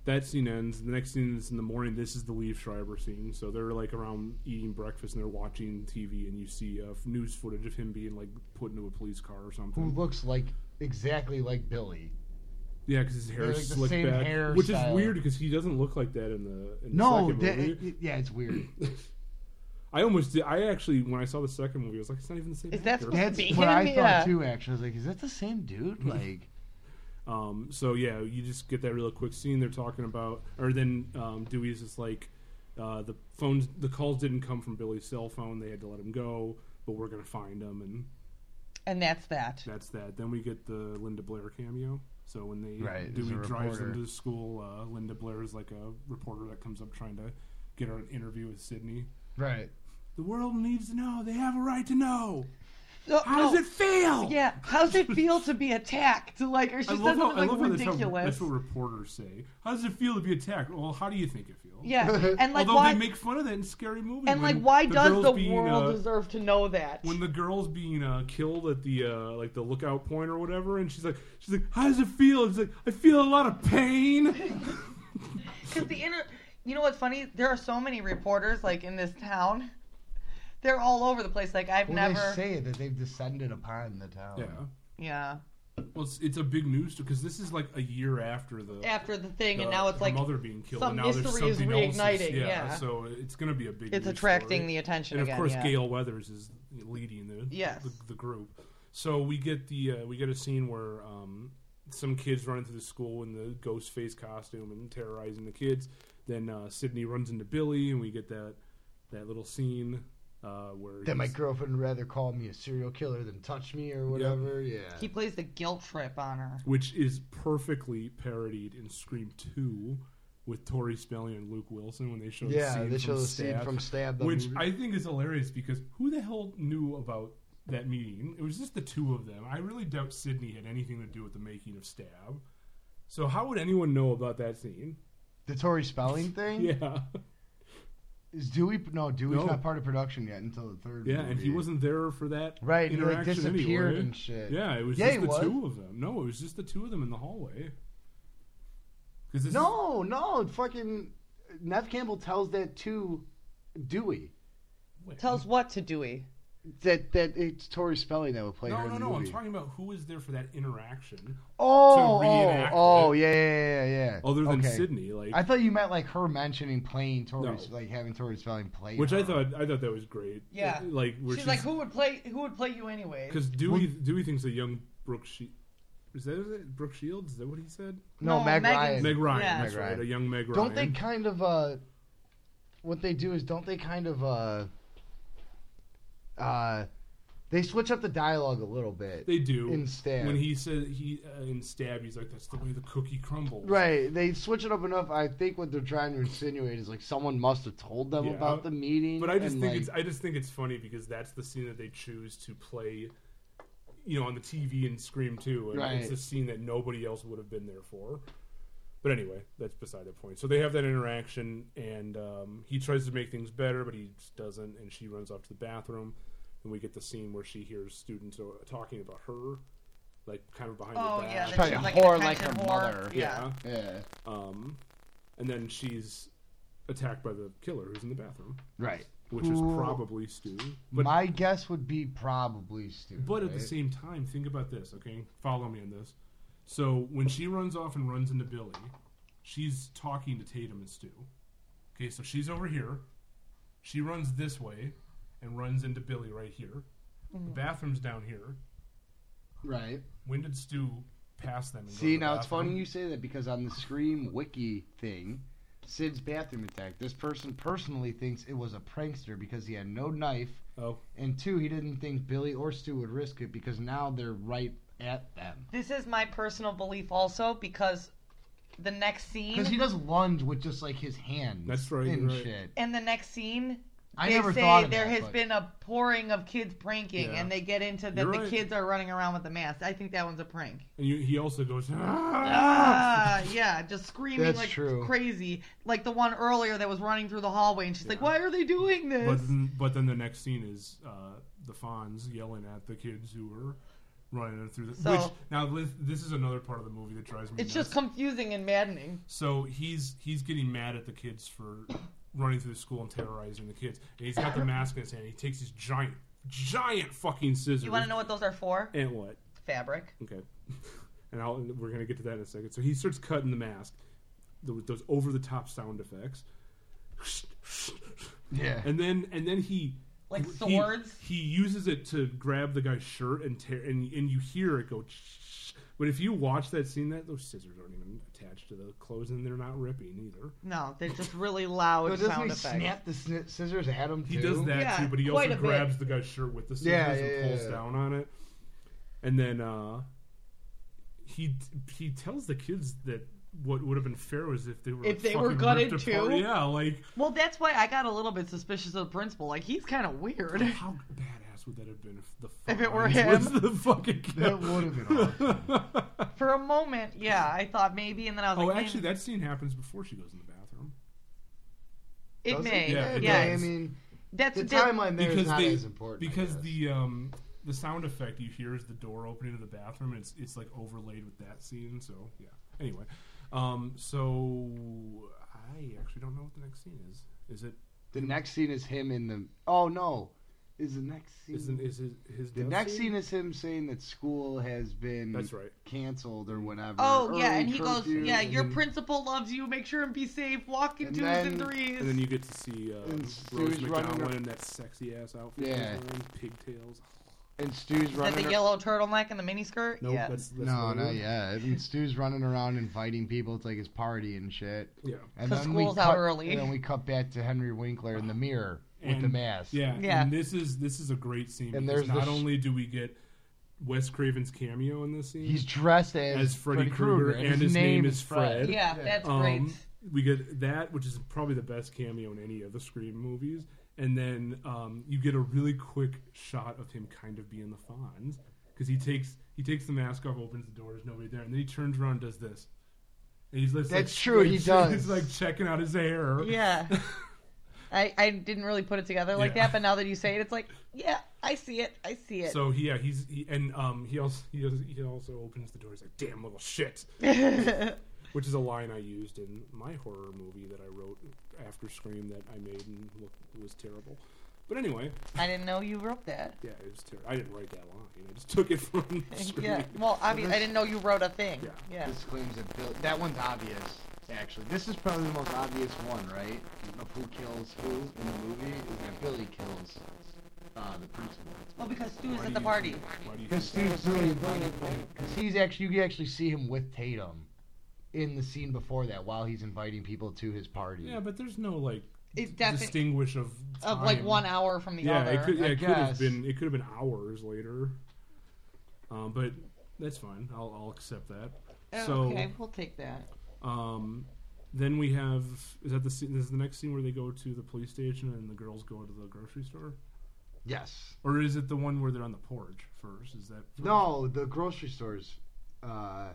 Speaker 2: that scene ends. The next scene is in the morning. This is the Leave Schreiber scene. So they're like around eating breakfast and they're watching TV, and you see uh, news footage of him being like put into a police car or something.
Speaker 8: Who looks like exactly like Billy?
Speaker 2: yeah, because his hair
Speaker 8: They're,
Speaker 2: is
Speaker 8: like, the
Speaker 2: slicked
Speaker 8: same
Speaker 2: back,
Speaker 8: hair
Speaker 2: which
Speaker 8: style.
Speaker 2: is weird because he doesn't look like that in the in
Speaker 8: No,
Speaker 2: The second
Speaker 8: that,
Speaker 2: movie.
Speaker 8: it- yeah, it's weird.
Speaker 2: I almost did. I actually when I saw the second movie, I was like, it's not even the same.
Speaker 7: Is that
Speaker 2: actor.
Speaker 7: supposed
Speaker 8: That's
Speaker 7: Being
Speaker 8: what I
Speaker 7: him,
Speaker 8: thought
Speaker 7: yeah.
Speaker 8: too. Actually, I was like, is that the same dude? Like,
Speaker 2: Um, so yeah, you just get that real quick scene they're talking about, or then um, Dewey's just like, uh, the phones, the calls didn't come from Billy's cell phone. They had to let him go, but we're gonna find him, and
Speaker 7: And that's that.
Speaker 2: that's that. Then we get the Linda Blair cameo. So when they
Speaker 8: Right,
Speaker 2: Dewey
Speaker 8: as a
Speaker 2: drives them
Speaker 8: reporter.
Speaker 2: to school, uh, Linda Blair is like a reporter that comes up trying to get her an interview with Sydney.
Speaker 8: right.
Speaker 2: The world needs to know. They have a right to know.
Speaker 7: No,
Speaker 2: How does
Speaker 7: no.
Speaker 2: it feel?
Speaker 7: Yeah, how's it feel to be attacked? Like, or she
Speaker 2: I
Speaker 7: says
Speaker 2: love,
Speaker 7: something
Speaker 2: how, I
Speaker 7: like
Speaker 2: love how that's, how
Speaker 7: ridiculous.
Speaker 2: that's what reporters say. How does it feel to be attacked? Well, how do you think it feels?
Speaker 7: Yeah, and like
Speaker 2: Although
Speaker 7: why?
Speaker 2: they make fun of that in scary movies.
Speaker 7: and
Speaker 2: when
Speaker 7: like why does
Speaker 2: girl's
Speaker 7: the
Speaker 2: being,
Speaker 7: world
Speaker 2: uh,
Speaker 7: deserve to know that?
Speaker 2: when the girl's being uh, killed at the uh, like the lookout point or whatever, and she's like, she's like, how does it feel? And she's like, I feel a lot of pain.
Speaker 7: Because the inner, you know what's funny? There are so many reporters like in this town. They're all over the place. Like I've
Speaker 8: Well,
Speaker 7: never.
Speaker 8: they say that they've descended upon the town.
Speaker 2: yeah.
Speaker 7: Yeah.
Speaker 2: Well, it's, it's a big news because this is like a year after the
Speaker 7: After the thing,
Speaker 2: the-
Speaker 7: and now it's
Speaker 2: her
Speaker 7: like
Speaker 2: mother being killed,
Speaker 7: some
Speaker 2: and now there's
Speaker 7: mystery is
Speaker 2: something else that's-
Speaker 7: reigniting,
Speaker 2: Yeah,
Speaker 7: yeah.
Speaker 2: so it's going to be a big.
Speaker 7: it's
Speaker 2: news
Speaker 7: attracting
Speaker 2: story.
Speaker 7: the attention
Speaker 2: and of
Speaker 7: again.
Speaker 2: course
Speaker 7: yeah.
Speaker 2: Gail Weathers is leading the,
Speaker 7: Yes.
Speaker 2: the the group. So we get the uh, we get a scene where um, some kids run into the school in the ghost face costume and terrorizing the kids. Then uh, Sydney runs into Billy, and we get that that little scene.
Speaker 6: Uh, where
Speaker 8: That my
Speaker 6: he's-
Speaker 8: girlfriend would rather call me a serial killer than touch me or whatever. Yeah.
Speaker 7: He plays the guilt trip on her.
Speaker 6: which is perfectly parodied in Scream Two with Tori Spelling and Luke Wilson when they show
Speaker 8: Yeah,
Speaker 6: the scene
Speaker 8: they
Speaker 6: from
Speaker 8: show the scene
Speaker 6: Stab,
Speaker 8: from Stab, the
Speaker 6: which
Speaker 8: movie.
Speaker 6: I think is hilarious because who the hell knew about that meeting? It was just the two of them. I really doubt Sydney had anything to do with the making of Stab. So how would anyone know about that scene?
Speaker 8: The Tori Spelling thing?
Speaker 6: yeah.
Speaker 8: Is Dewey? No, Dewey's
Speaker 6: No.
Speaker 8: not part of production yet until the third.
Speaker 6: Yeah, and he
Speaker 8: movie.
Speaker 6: wasn't there for that
Speaker 8: Right, he, like,
Speaker 6: Interaction
Speaker 8: disappeared
Speaker 6: anyway.
Speaker 8: and shit.
Speaker 6: Yeah, it was
Speaker 8: Yeah,
Speaker 6: just
Speaker 8: he
Speaker 6: the
Speaker 8: was.
Speaker 6: two of them. No, it was just the two of them in the hallway. 'Cause this is-
Speaker 8: No, no, fucking Nev Campbell tells that to Dewey.
Speaker 7: Tells what to E. Dewey?
Speaker 8: That that it's Tori Spelling that would play
Speaker 6: No, no,
Speaker 8: her in the
Speaker 6: no.
Speaker 8: movie.
Speaker 6: I'm talking about who was there for that interaction.
Speaker 8: Oh,
Speaker 6: to
Speaker 8: oh,
Speaker 6: reenact
Speaker 8: oh,
Speaker 6: it.
Speaker 8: yeah, yeah, yeah, yeah.
Speaker 6: Other than
Speaker 8: Okay.
Speaker 6: Sydney, like
Speaker 8: I thought you meant like her mentioning playing Tori,
Speaker 6: No.
Speaker 8: like having Tori Spelling play.
Speaker 6: which
Speaker 8: her.
Speaker 6: I thought I thought that was great.
Speaker 7: Yeah.
Speaker 2: Uh,
Speaker 6: like where
Speaker 7: she's, like, who would play? Who would play you anyway?
Speaker 6: because Dewey Dewey thinks that young Brooke she is that is it? Brooke Shields? Is that what he said?
Speaker 8: No, No, Meg Megan- Ryan.
Speaker 6: Meg Ryan.
Speaker 8: Yeah.
Speaker 6: That's
Speaker 8: Meg
Speaker 6: right.
Speaker 8: Ryan.
Speaker 6: A young Meg Ryan.
Speaker 8: Don't they kind of uh what they do is don't they kind of uh uh they switch up the dialogue a little bit.
Speaker 6: They do.
Speaker 8: in stab.
Speaker 6: When he said he uh, in stab, he's like, "That's the way the cookie crumbles."
Speaker 8: Right, they switch it up enough. I think what they're trying to insinuate is like someone must have told them
Speaker 6: Yeah.
Speaker 8: about the meeting.
Speaker 6: But I just
Speaker 8: and,
Speaker 6: think
Speaker 8: like-
Speaker 6: it's I just think it's funny because that's the scene that they choose to play, you know, on the TV and Scream too, and
Speaker 8: Right.
Speaker 6: it's a scene that nobody else would have been there for. But anyway, that's beside the point. So they have that interaction, and um, he tries to make things better, but he just doesn't, and she runs off to the bathroom, and we get the scene where she hears students uh, talking about her, like kind of behind
Speaker 7: Oh,
Speaker 6: her back.
Speaker 7: yeah, that She's probably she's a like an whore like her attention whore. mother.
Speaker 6: Yeah.
Speaker 7: Yeah.
Speaker 8: yeah.
Speaker 6: Um, and then she's attacked by the killer who's in the bathroom.
Speaker 8: Right.
Speaker 6: Which is
Speaker 8: Who-
Speaker 6: probably Stu.
Speaker 8: my guess would be probably stupid.
Speaker 6: But at the same time, think about this, okay? Follow me on this. So when she runs off and runs into Billy, she's talking to Tatum and Stu. Okay, so she's over here. She runs this way and runs into Billy right here. The
Speaker 8: Mhm.
Speaker 6: bathroom's down here.
Speaker 8: Right.
Speaker 6: When did Stu pass them? And go to
Speaker 8: See
Speaker 6: the
Speaker 8: now it's
Speaker 6: bathroom?
Speaker 8: funny you say that because on the Scream Wiki thing, Sid's bathroom attack, this person personally thinks it was a prankster because he had no knife.
Speaker 6: Oh.
Speaker 8: And two, he didn't think Billy or Stu would risk it because now they're right at them.
Speaker 7: This is my personal belief also because the next scene
Speaker 8: Because he does lunge with just like his hand. That's right. And shit.
Speaker 7: and the next scene
Speaker 8: I
Speaker 7: they
Speaker 8: never
Speaker 7: say
Speaker 8: thought of
Speaker 7: there
Speaker 8: that,
Speaker 7: has
Speaker 8: but-
Speaker 7: been a pouring of kids pranking
Speaker 6: Yeah.
Speaker 7: and they get into that
Speaker 6: You're
Speaker 7: the
Speaker 6: right.
Speaker 7: kids are running around with the masks. I think that one's a prank.
Speaker 6: And you, he also goes,
Speaker 7: Ah, yeah, just screaming
Speaker 6: That's
Speaker 7: like
Speaker 6: true.
Speaker 7: crazy. Like the one earlier that was running through the hallway and she's like, Why are they doing this?
Speaker 6: But then, but then the next scene is uh, the Fonz yelling at the kids who were running through the.
Speaker 7: So-
Speaker 6: which now this, this is another part of the movie that drives me.
Speaker 7: it's
Speaker 6: nuts.
Speaker 7: just confusing and maddening.
Speaker 6: so he's he's getting mad at the kids for running through the school and terrorizing the kids. And he's got the mask in his hand. He takes his giant giant fucking scissors.
Speaker 7: You want to know what those are for?
Speaker 6: And what?
Speaker 7: Fabric.
Speaker 6: Okay. And I'll, we're going to get to that in a second. So he starts cutting the mask, th- with those over the top sound effects.
Speaker 8: Yeah.
Speaker 6: And then and then he
Speaker 7: Like
Speaker 6: he-
Speaker 7: swords?
Speaker 6: He, uses it to grab the guy's shirt and tear and and you hear it go. But if you watch that scene, that those scissors aren't even attached to the clothes, and they're not ripping either.
Speaker 7: No, they're just really loud
Speaker 8: But doesn't
Speaker 7: sound
Speaker 8: he
Speaker 7: effects.
Speaker 8: snap the sni- scissors at him?
Speaker 6: He
Speaker 8: too?
Speaker 6: does that too, but he
Speaker 8: quite
Speaker 6: also
Speaker 8: a bit.
Speaker 6: grabs the guy's shirt with the scissors
Speaker 8: Yeah, yeah,
Speaker 6: and pulls
Speaker 8: yeah.
Speaker 6: down on it. And then uh, he he tells the kids that what would have been fair was if they were
Speaker 7: If they were
Speaker 6: fucking
Speaker 7: gutted
Speaker 6: ripped
Speaker 7: too?
Speaker 6: apart. Yeah, like
Speaker 7: Well, that's why I got a little bit suspicious of the principal. Like he's kind of weird.
Speaker 6: Oh, How badass would that have been if the
Speaker 7: If it were
Speaker 6: Fonz was
Speaker 7: him.
Speaker 6: the fucking
Speaker 8: That would have been awesome.
Speaker 7: For a moment, yeah, I thought maybe, and then I was
Speaker 6: Oh,
Speaker 7: like,
Speaker 6: actually,
Speaker 7: man,
Speaker 6: that scene happens before she goes in the bathroom.
Speaker 7: it
Speaker 6: doesn't-
Speaker 7: may.
Speaker 6: Yeah,
Speaker 7: Yeah,
Speaker 6: it
Speaker 8: I
Speaker 6: does.
Speaker 8: mean,
Speaker 7: that's
Speaker 8: the
Speaker 7: that-
Speaker 8: timeline there is not as important. I
Speaker 6: Because the um the sound effect you hear is the door opening to the bathroom. It's it's like overlaid with that scene. So yeah. Anyway, um, so I actually don't know what the next scene is. Is it
Speaker 8: The next scene is him in the. Oh no, is the next scene?
Speaker 6: Is it- is his- his
Speaker 8: the
Speaker 6: death
Speaker 8: next
Speaker 6: scene?
Speaker 8: scene? is him saying that school has been
Speaker 6: That's right.
Speaker 8: canceled or whatever.
Speaker 7: Oh yeah,
Speaker 8: early
Speaker 7: and he goes,
Speaker 8: curfew,
Speaker 7: yeah, your
Speaker 8: and
Speaker 7: principal loves you. Make sure and be safe. Walk in
Speaker 8: And
Speaker 7: twos and
Speaker 8: then-
Speaker 7: threes.
Speaker 6: And then you get to see uh,
Speaker 8: And
Speaker 6: Rose
Speaker 8: Stu's running
Speaker 6: McGowan
Speaker 8: ar-
Speaker 6: in that sexy ass outfit.
Speaker 8: Yeah.
Speaker 6: she's wearing, pigtails.
Speaker 8: And Stu's
Speaker 7: Is that
Speaker 8: running.
Speaker 7: the
Speaker 8: ar-
Speaker 7: yellow turtleneck and the miniskirt?
Speaker 6: Nope,
Speaker 7: yeah.
Speaker 6: that's-
Speaker 8: no,
Speaker 6: what it
Speaker 8: no,
Speaker 6: is.
Speaker 8: yeah. And Stu's running around inviting people to like his party and shit.
Speaker 6: Yeah.
Speaker 8: And
Speaker 7: 'Cause
Speaker 8: then we
Speaker 7: school's out
Speaker 8: cut-
Speaker 7: early.
Speaker 8: And then we cut back to Henry Winkler in the mirror. With the mask.
Speaker 6: Yeah,
Speaker 8: Yeah.
Speaker 6: And this is this is a great scene.
Speaker 8: And
Speaker 6: And
Speaker 8: there's
Speaker 6: there's not
Speaker 8: this-
Speaker 6: only do we get Wes Craven's cameo in this scene,
Speaker 8: He's dressed as
Speaker 6: Freddy,
Speaker 8: Freddy
Speaker 6: Krueger,
Speaker 8: Krueger,
Speaker 6: and his, name, is Fred.
Speaker 7: Yeah, that's
Speaker 6: Um,
Speaker 7: great.
Speaker 6: We get that, which is probably the best cameo in any of the Scream movies. And then um, you get a really quick shot of him kind of being the Fonz because he takes he takes the mask off, opens the door, there's nobody there, and then he turns around, and does this. And he's like,
Speaker 8: That's true, he
Speaker 6: he's
Speaker 8: does.
Speaker 6: like checking out his hair.
Speaker 7: Yeah. I, I didn't really put it together like
Speaker 6: Yeah.
Speaker 7: that, but now that you say it, it's like, yeah, I see it. I see it.
Speaker 6: So he, yeah, he's he, and um he also he, also- he also opens the door. He's like, "Damn little shit," which is a line I used in my horror movie that I wrote after Scream that I made and look, was terrible. But anyway,
Speaker 7: I didn't know you wrote that.
Speaker 6: yeah, it was terrible. I didn't write that line. I just took it from Scream.
Speaker 7: Yeah. Well, obviously, I didn't know you wrote a thing. Yeah.
Speaker 8: This claims a bill. That one's obvious, actually. This is probably the most obvious one, right? Of who kills who in the movie is that Billy kills uh, the principal.
Speaker 7: Well, because Stu's at the party.
Speaker 8: Because Steve's really because he's actually you can actually see him with Tatum in the scene before that while he's inviting people to his party.
Speaker 6: Yeah, but there's no like
Speaker 7: It defi-
Speaker 6: distinguish of
Speaker 7: Of, like,
Speaker 6: time.
Speaker 7: one hour from the
Speaker 6: yeah,
Speaker 7: other.
Speaker 6: It could, yeah,
Speaker 7: I
Speaker 6: it could have
Speaker 7: guess.
Speaker 6: been. It could have been hours later. Um, but that's fine. I'll, I'll accept that.
Speaker 7: Oh,
Speaker 6: so
Speaker 7: okay, we'll take that.
Speaker 6: Um, then we have is that the scene, this is the next scene where they go to the police station and the girls go to the grocery store.
Speaker 8: Yes.
Speaker 6: Or is it the one where they're on the porch first? Is that first?
Speaker 8: No, the grocery stores. Uh,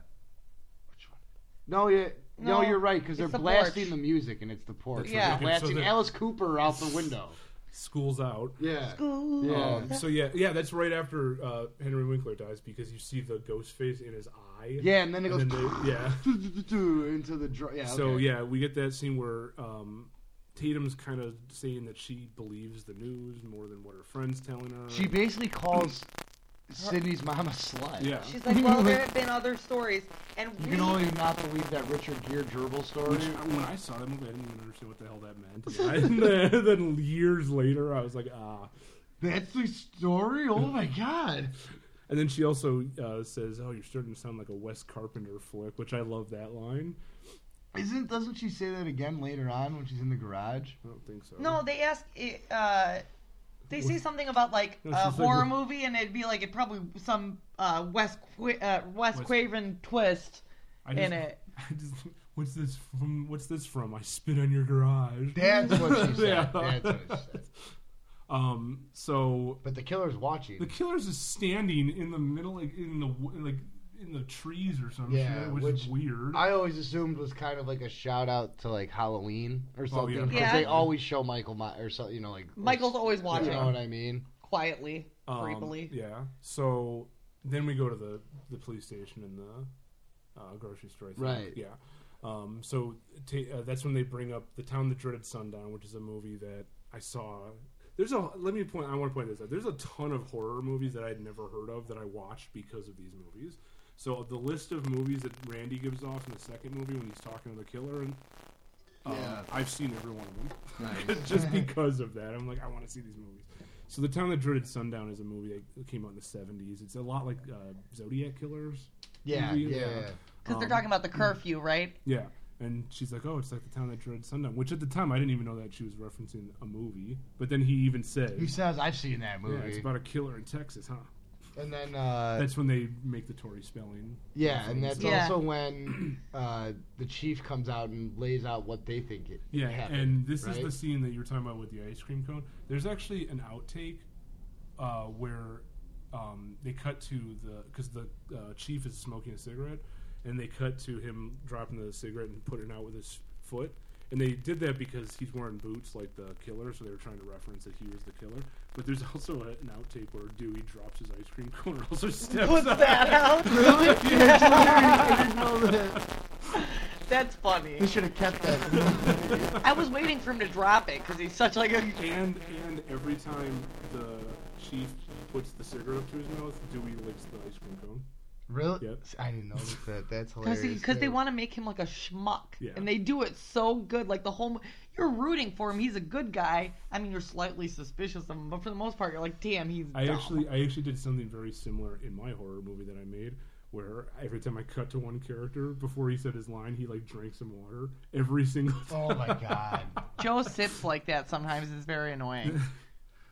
Speaker 8: which one? No, yeah. No,
Speaker 6: No,
Speaker 8: you're right because they're
Speaker 6: it's the
Speaker 8: blasting
Speaker 6: porch.
Speaker 8: the music and it's the porch.
Speaker 6: That's right.
Speaker 8: Yeah,
Speaker 6: Okay, so
Speaker 8: blasting
Speaker 6: they're-
Speaker 8: Alice Cooper out the window.
Speaker 6: School's out.
Speaker 8: Yeah. School's Yeah.
Speaker 6: Um, so yeah, yeah, that's right after uh, Henry Winkler dies because you see the ghost face in his eye.
Speaker 8: Yeah, and then it goes.
Speaker 6: they- yeah.
Speaker 8: into the dr- yeah.
Speaker 6: So
Speaker 8: okay.
Speaker 6: yeah, we get that scene where um, Tatum's kind of saying that she believes the news more than what her friends telling her.
Speaker 8: She basically calls Sydney's mom a slut.
Speaker 6: Yeah.
Speaker 7: She's like, well, there have been other stories, and
Speaker 8: you
Speaker 7: we.
Speaker 8: can only not believe that Richard Gere gerbil story.
Speaker 6: Which, uh, when I saw that movie, I didn't even understand what the hell that meant. And then, then years later, I was like, ah.
Speaker 8: That's the story? Oh my god.
Speaker 6: And then she also uh, says, oh, you're starting to sound like a Wes Carpenter flick, which I love that line.
Speaker 8: Isn't doesn't she say that again later on when she's in the garage?
Speaker 6: I don't think so.
Speaker 7: No, they ask. Uh, they say something about like
Speaker 8: No,
Speaker 7: a
Speaker 8: she's like,
Speaker 7: horror
Speaker 8: "What-"
Speaker 7: movie, and it'd be like it probably some uh, Wes Qu- uh, Wes Craven twist
Speaker 6: I just-
Speaker 7: in it.
Speaker 6: I just, what's this from? What's this from? I spit on your garage.
Speaker 8: That's what she said. That's what she said.
Speaker 6: Um. So,
Speaker 8: but the killer's watching.
Speaker 6: The killer's is standing in the middle, like in the w- like in the trees or some
Speaker 8: Yeah,
Speaker 6: shit, which,
Speaker 8: which
Speaker 6: is weird.
Speaker 8: I always assumed was kind of like a shout out to like Halloween or
Speaker 6: Oh,
Speaker 8: something
Speaker 6: yeah,
Speaker 8: because
Speaker 7: Yeah.
Speaker 8: they always show Michael My- or something. You know, like
Speaker 7: Michael's always watching.
Speaker 8: You know what I mean?
Speaker 7: Quietly,
Speaker 6: Um,
Speaker 7: creepily.
Speaker 6: Yeah. So then we go to the the police station and the uh, grocery store. I think.
Speaker 8: Right.
Speaker 6: Yeah. Um, so ta uh, that's when they bring up the town that dreaded sundown, which is a movie that I saw. There's a let me point. I want to point this out. There's a ton of horror movies that I had never heard of that I watched because of these movies. So the list of movies that Randy gives off in the second movie when he's talking to the killer and. Um,
Speaker 8: Yeah.
Speaker 6: I've seen every one of them.
Speaker 8: Nice.
Speaker 6: Just because of that, I'm like, I want to see these movies. So, The Town That Dreaded Sundown is a movie that came out in the 70s. It's a lot like uh, Zodiac Killers.
Speaker 7: Yeah,
Speaker 6: movie.
Speaker 7: yeah, yeah. Because they're
Speaker 6: Um,
Speaker 7: talking about the curfew, right?
Speaker 6: Yeah. And she's like, oh, it's like The Town That Dreaded Sundown, which at the time I didn't even know that she was referencing a movie. But then he even says,
Speaker 8: He says, "I've seen that
Speaker 6: Yeah,
Speaker 8: movie."
Speaker 6: it's about a killer in Texas, huh?
Speaker 8: and then uh,
Speaker 6: that's when they make the Tory spelling.
Speaker 8: yeah, and that's
Speaker 6: reference.
Speaker 8: also when uh, the chief comes out and lays out what they think it
Speaker 6: Yeah,
Speaker 8: happened,
Speaker 6: and this is
Speaker 8: right?
Speaker 6: the scene that you were talking about with the ice cream cone. There's actually an outtake uh, where um, they cut to the because the uh, chief is smoking a cigarette, and they cut to him dropping the cigarette and putting it out with his foot. And they did that because he's wearing boots like the killer, so they were trying to reference that he was the killer. But there's also a, an outtake where Dewey drops his ice cream cone and also steps
Speaker 7: Puts
Speaker 6: on
Speaker 7: that
Speaker 6: it.
Speaker 7: out? Really? That's funny.
Speaker 8: They should have kept
Speaker 7: that. I was waiting for him to drop it because he's such like a.
Speaker 6: And and every time the chief puts the cigarette up to his mouth, Dewey licks the ice cream cone.
Speaker 8: Really? I didn't notice that. That's hilarious.
Speaker 7: Because they
Speaker 8: too.
Speaker 7: want to make him like a schmuck,
Speaker 8: Yeah.
Speaker 7: and they do it so good. Like the whole, mo- you're rooting for him. He's a good guy. I mean, you're slightly suspicious of him, but for the most part, you're like, damn, he's.
Speaker 6: I
Speaker 7: dumb.
Speaker 6: actually I actually did something very similar in my horror movie that I made, where every time I cut to one character before he said his line, he like drank some water every single time.
Speaker 8: Oh my god.
Speaker 7: Joe sips like that sometimes. It's very annoying.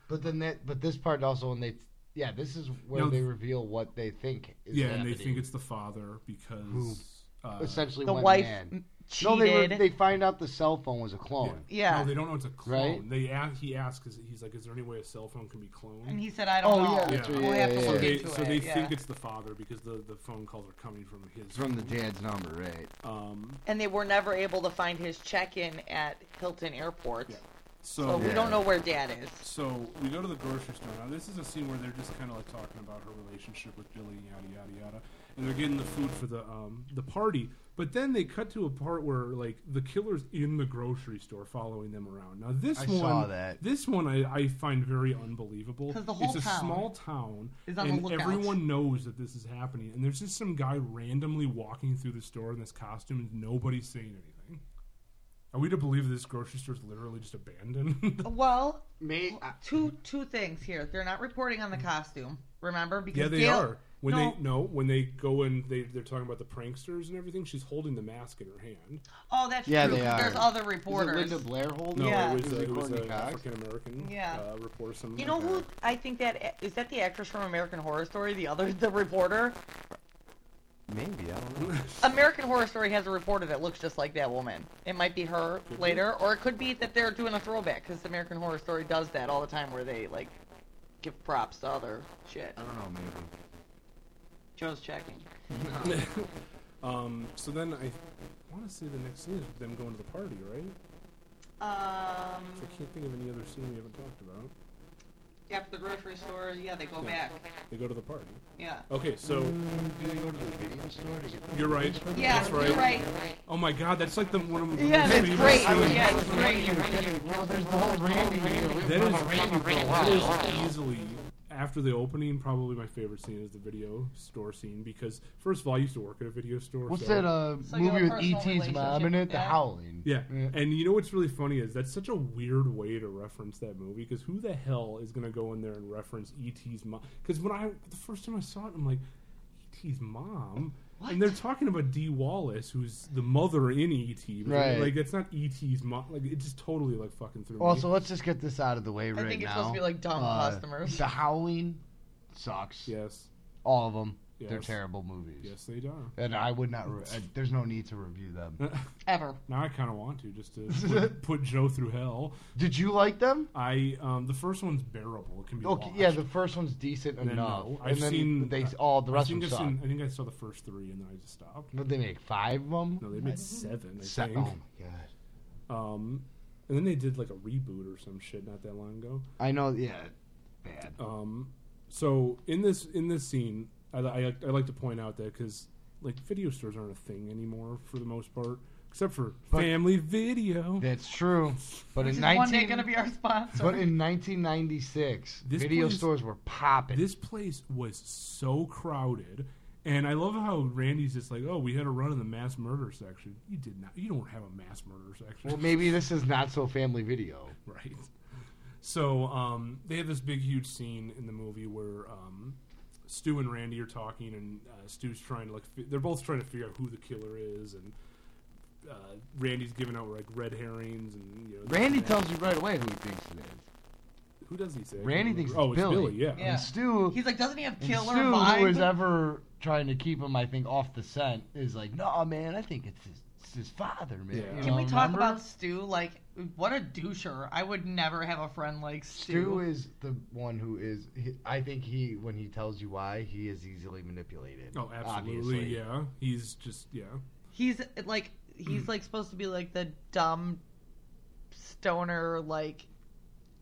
Speaker 8: But then that, but this part also when they, yeah, this is where
Speaker 6: No.
Speaker 8: they reveal what they think. Is
Speaker 6: yeah,
Speaker 8: happening.
Speaker 6: and they think it's the father because
Speaker 8: Who
Speaker 6: uh,
Speaker 8: essentially
Speaker 7: The
Speaker 8: went
Speaker 7: wife
Speaker 8: mad.
Speaker 7: m-
Speaker 8: No, they, were,
Speaker 7: cheated.
Speaker 8: they find out the cell phone was a clone.
Speaker 6: No, they don't know it's a clone.
Speaker 8: Right?
Speaker 6: They ask, he asks, is- he's like, "Is there any way a cell phone can be cloned?"
Speaker 7: And he said, "I don't Oh, know. yeah, that's right. We'll Yeah, have to yeah,
Speaker 6: so
Speaker 7: look
Speaker 6: they,
Speaker 7: into
Speaker 6: so
Speaker 7: it,
Speaker 6: they
Speaker 7: yeah.
Speaker 6: think it's the father because the, the phone calls are coming from his
Speaker 8: From the dad's number, right?
Speaker 6: Um,
Speaker 7: and they were never able to find his check-in at Hilton Airport.
Speaker 6: So-
Speaker 7: So, we
Speaker 6: Yeah.
Speaker 7: don't know where Dad is.
Speaker 6: So we go to the grocery store. Now this is a scene where they're just kind of like talking about her relationship with Billy, yada yada yada, and they're getting the food for the um, the party. But then they cut to a part where like the killer's in the grocery store following them around. Now this
Speaker 8: I
Speaker 6: one,
Speaker 8: saw that.
Speaker 6: this one I, I find very unbelievable
Speaker 8: 'Cause the whole
Speaker 6: it's a
Speaker 8: town
Speaker 6: small town,
Speaker 8: is on the
Speaker 6: and
Speaker 8: lookout.
Speaker 6: everyone knows that this is happening. And there's just some guy randomly walking through the store in this costume, and nobody's saying anything. Are we to believe this grocery store is literally just abandoned?
Speaker 7: Well,
Speaker 8: me
Speaker 7: two two things here. They're not reporting on the costume. Remember, because
Speaker 6: Mm. yeah, they
Speaker 7: Gail-
Speaker 6: are. When
Speaker 7: no,
Speaker 6: they no, when they go and they they're talking about the pranksters and everything, she's holding the mask in her hand.
Speaker 7: Oh, that's Yeah, true, they 'cause there's are. other Is it reporters. Linda Blair holding
Speaker 6: No,
Speaker 7: it? Yeah.
Speaker 6: it was,
Speaker 7: Is
Speaker 6: uh,
Speaker 7: it
Speaker 6: it was
Speaker 7: Courtney
Speaker 6: an
Speaker 7: Cox?
Speaker 6: African American
Speaker 7: Yeah.
Speaker 6: uh, reporter. Something
Speaker 7: You know
Speaker 6: like
Speaker 7: who I think that is that the actress from American Horror Story, the other the reporter.
Speaker 12: Maybe, I don't know.
Speaker 7: American Horror Story has a reporter that looks just like that woman. It might be her
Speaker 12: Could be.
Speaker 7: later, or it could be that they're doing a throwback because American Horror Story does that all the time, where they like give props to other shit. I
Speaker 6: Uh-huh.
Speaker 8: don't know, maybe.
Speaker 7: Joe's checking.
Speaker 6: that. Um. So then I want to say the next scene is them going to the party, right?
Speaker 7: Um,
Speaker 6: I can't think of any other scene we haven't talked about.
Speaker 7: after the grocery store, yeah, they go
Speaker 6: Yeah. Oh,
Speaker 7: back.
Speaker 6: They go to the party.
Speaker 7: Yeah.
Speaker 6: Okay, so
Speaker 8: do they go to the video store to get?
Speaker 6: you're right.
Speaker 7: Yeah,
Speaker 6: that's right.
Speaker 7: you're right.
Speaker 6: Oh my God, that's like the one of my
Speaker 7: Yeah, that's
Speaker 6: favorite
Speaker 7: great.
Speaker 6: scenes.
Speaker 7: Yeah, it's great.
Speaker 8: Well, there's the whole Randy.
Speaker 6: That is, that is easily after the opening. Probably my favorite scene is the video store scene because first of all, I used to work at a video store.
Speaker 8: What's
Speaker 6: so-
Speaker 8: that uh, movie with E.T.'s mom in it? The Howling.
Speaker 6: Yeah. and you know what's really funny is that's such a weird way to reference that movie because who the hell is going to go in there and reference E.T.'s mom? Because when I the first time I saw it, I'm like, E.T.'s mom. And they're talking about Dee Wallace, who's the mother in E.T. but,
Speaker 8: Right.
Speaker 6: Like that's not E.T.'s mom. Like it just totally like fucking threw me.
Speaker 8: Also, let's just get this out of the way right now. Uh,
Speaker 7: think it's supposed to be like dumb customers.
Speaker 8: The Howling sucks.
Speaker 6: Yes.
Speaker 8: All of them. They're
Speaker 6: Yes.
Speaker 8: terrible movies. Yes,
Speaker 6: they are.
Speaker 8: And I would not. Re- I, there's no need to review them.
Speaker 7: Ever.
Speaker 6: Now I kind of want to just to put, put Joe through hell.
Speaker 8: Did you like them?
Speaker 6: I um, the first one's bearable. It can be
Speaker 8: Okay,
Speaker 6: watched.
Speaker 8: Oh, yeah, the first one's decent
Speaker 6: And then,
Speaker 8: enough.
Speaker 6: no.
Speaker 8: and
Speaker 6: I've
Speaker 8: then
Speaker 6: seen
Speaker 8: they all the
Speaker 6: I
Speaker 8: rest of
Speaker 6: think
Speaker 8: them
Speaker 6: I've
Speaker 8: suck.
Speaker 6: seen- I think I saw the first three and then I just stopped.
Speaker 8: What they make five of them?
Speaker 6: No, they made seven. I
Speaker 8: Se-
Speaker 6: think.
Speaker 8: oh my
Speaker 6: god. Um, and then they did like a reboot or some shit not that long ago.
Speaker 8: I know. Yeah, bad.
Speaker 6: Um, so in this in this scene, I, I, I like to point out that because like video stores aren't a thing anymore for the most part, except for
Speaker 8: But-
Speaker 6: family video.
Speaker 8: That's true. But
Speaker 7: Which
Speaker 8: in
Speaker 7: is one day
Speaker 8: 19
Speaker 7: gonna be our sponsor.
Speaker 8: But in 1996,
Speaker 6: This
Speaker 8: video
Speaker 6: place-
Speaker 8: stores were popping.
Speaker 6: This place was so crowded. And I love how Randy's just like, oh, we had a run in the mass murder section. You did not. You don't have a mass murder section.
Speaker 8: Well, maybe this is not so family video.
Speaker 6: Right. So um, they have this big, huge scene in the movie where um, Stu and Randy are talking, and uh, Stu's trying to like. Fi- they're both trying to figure out who the killer is, and uh, Randy's giving out like red herrings, and you know. this
Speaker 8: Randy
Speaker 6: and that.
Speaker 8: tells you right away who he thinks it is.
Speaker 6: Who does he say? I
Speaker 8: Randy
Speaker 6: can't
Speaker 8: thinks
Speaker 6: remember.
Speaker 8: it's
Speaker 6: oh,
Speaker 8: Billy.
Speaker 6: it's Billy. Yeah.
Speaker 7: Yeah.
Speaker 8: And Stu.
Speaker 7: He's like, doesn't he have
Speaker 8: and
Speaker 7: killer
Speaker 8: Stu, who
Speaker 7: vibes?
Speaker 8: was ever trying to keep him, I think, off the scent, is like, no, man, I think it's his, it's his father, man.
Speaker 6: Yeah.
Speaker 8: You
Speaker 7: Can we
Speaker 8: know,
Speaker 7: talk
Speaker 8: remember?
Speaker 7: about Stu? Like, what a doucher! I would never have a friend like Stu.
Speaker 8: Stu is the one who is. He, I think he, when he tells you why, he is easily manipulated.
Speaker 6: Oh, absolutely.
Speaker 8: obviously.
Speaker 6: Yeah. He's just yeah.
Speaker 7: He's like, he's like supposed to be like the dumb stoner. Like,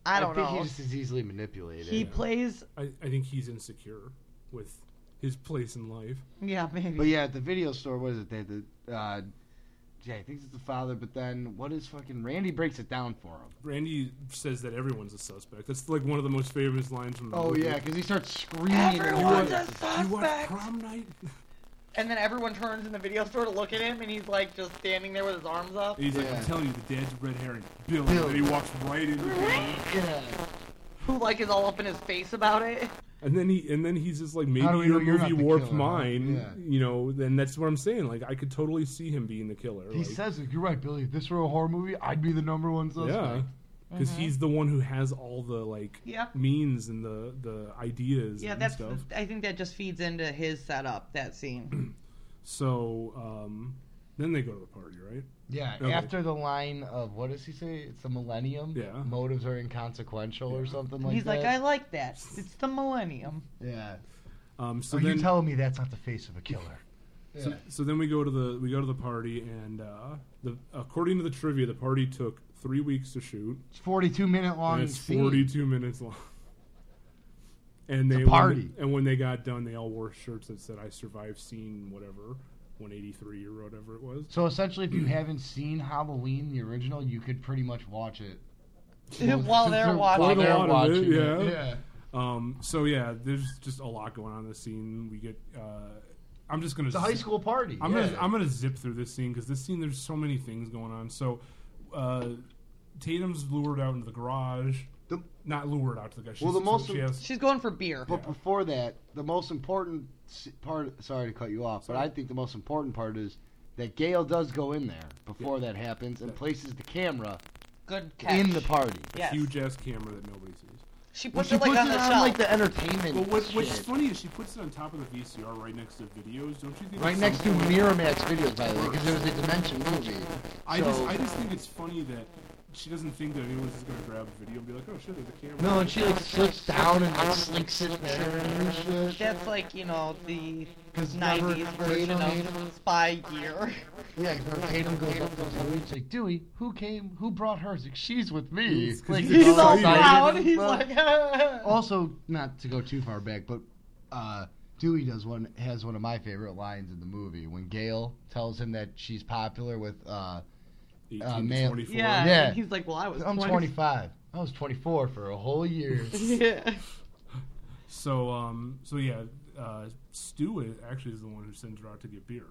Speaker 7: I don't
Speaker 8: think
Speaker 7: know.
Speaker 8: He just is easily manipulated.
Speaker 7: He plays.
Speaker 6: I, I think he's insecure with his place in life.
Speaker 7: Yeah, maybe.
Speaker 8: But yeah, at the video store, what is it? They had the, uh, Jay thinks it's the father, but then what is fucking Randy breaks it down for him.
Speaker 6: Randy says that everyone's a suspect. That's like one of the most famous lines from the
Speaker 8: Oh
Speaker 6: movie.
Speaker 8: yeah, because he starts screaming.
Speaker 7: Everyone's
Speaker 8: at
Speaker 7: a
Speaker 8: him.
Speaker 7: suspect.
Speaker 6: Prom night.
Speaker 7: And then everyone turns in the video store to look at him, and he's like just standing there with his arms up.
Speaker 6: And he's like, I'm telling you, the dad's a red herring. Bill. And then he walks right into Bill.
Speaker 7: Who like is all up in his face about it?
Speaker 6: And then he and then he's just like maybe
Speaker 8: How do we
Speaker 6: your
Speaker 8: know you're
Speaker 6: movie
Speaker 8: not the
Speaker 6: warped
Speaker 8: killer, huh?
Speaker 6: mine,
Speaker 8: Yeah.
Speaker 6: you know. Then that's what I'm saying. Like I could totally see him being the killer.
Speaker 8: He
Speaker 6: like,
Speaker 8: says it. You're right, Billy. If this were a horror movie, I'd be the number one suspect.
Speaker 6: yeah, because he's the one who has all the like
Speaker 7: Yep.
Speaker 6: means and the the ideas.
Speaker 7: Yeah,
Speaker 6: and
Speaker 7: that's.
Speaker 6: stuff.
Speaker 7: I think that just feeds into his setup. That scene.
Speaker 6: So um, then they go to the party, right?
Speaker 8: Yeah,
Speaker 6: Okay.
Speaker 8: after the line of what does he say? It's the millennium.
Speaker 6: Yeah.
Speaker 8: Motives are inconsequential or something like
Speaker 7: He's
Speaker 8: that.
Speaker 7: like, I like that. It's the millennium.
Speaker 8: Yeah.
Speaker 6: Um, so
Speaker 8: are
Speaker 6: then
Speaker 8: you telling me that's not the face of a killer?
Speaker 6: So, so then we go to the we go to the party, and uh, the according to the trivia, the party took three weeks to shoot.
Speaker 8: It's 42 minute long.
Speaker 6: and it's
Speaker 8: scene.
Speaker 6: 42 minutes long. And
Speaker 8: It's a
Speaker 6: they
Speaker 8: party.
Speaker 6: and when they got done, they all wore shirts that said "I survived scene whatever, 183 or whatever it was."
Speaker 8: So essentially, if you haven't seen Halloween the original, you could pretty much watch it
Speaker 7: While they're watching.
Speaker 8: While they're
Speaker 6: lot of it,
Speaker 8: watching
Speaker 6: yeah.
Speaker 8: it, yeah.
Speaker 6: Um. So yeah, there's just a lot going on in this scene. We get. Uh, I'm just gonna.
Speaker 8: It's a high
Speaker 6: zip-
Speaker 8: school party,
Speaker 6: I'm gonna.
Speaker 8: yeah.
Speaker 6: I'm gonna zip through this scene because this scene there's so many things going on. So, uh, Tatum's lured out into the garage. Not lured out to the garage.
Speaker 8: Well, the
Speaker 6: She's-
Speaker 8: most
Speaker 6: she has-
Speaker 7: She's going for beer.
Speaker 8: But before that, the most important s- part. Sorry to cut you off, but I think the most important part is that Gail does go in there before that happens and places the camera
Speaker 7: Good catch.
Speaker 8: in the party.
Speaker 6: a huge ass camera that nobody sees.
Speaker 7: She
Speaker 8: Well, puts she it, like, puts on it the on, shelf. like, the entertainment
Speaker 6: Well, what, what's
Speaker 8: shit.
Speaker 6: funny is she puts it on top of the VCR right next to videos. Don't you think?
Speaker 8: Right
Speaker 6: at
Speaker 8: next to
Speaker 6: some point-
Speaker 8: Miramax videos, by the way, because it was a Dimension movie.
Speaker 6: I just
Speaker 8: So-
Speaker 6: I just think it's funny that she doesn't think that anyone's just gonna grab a video and be like, oh shit, there's a camera.
Speaker 8: No, and she like slips down and like slinks it there and shit.
Speaker 7: That's like you know the
Speaker 8: 'Cause remember
Speaker 7: '90s
Speaker 8: Tatum
Speaker 7: version
Speaker 8: made
Speaker 7: of spy gear.
Speaker 8: Yeah, because Tatum goes up to us and he's like, Dewey, who came? Who brought hers? Like, she's with me.
Speaker 7: It's 'cause he's He's all excited. proud.
Speaker 8: as
Speaker 7: He's
Speaker 8: fuck.
Speaker 7: like, "Ah."
Speaker 8: also, not to go too far back, but uh, Dewey does one has one of my favorite lines in the movie when Gail tells him that she's popular with uh, uh,
Speaker 6: 18 to
Speaker 8: male.
Speaker 6: 24.
Speaker 7: Yeah, and he's like, well, I was
Speaker 8: I'm
Speaker 7: 20.
Speaker 8: 25. I was 24 for a whole year.
Speaker 7: yeah.
Speaker 6: So um so yeah, uh, Stu is, actually is the one who sends her out to get beer.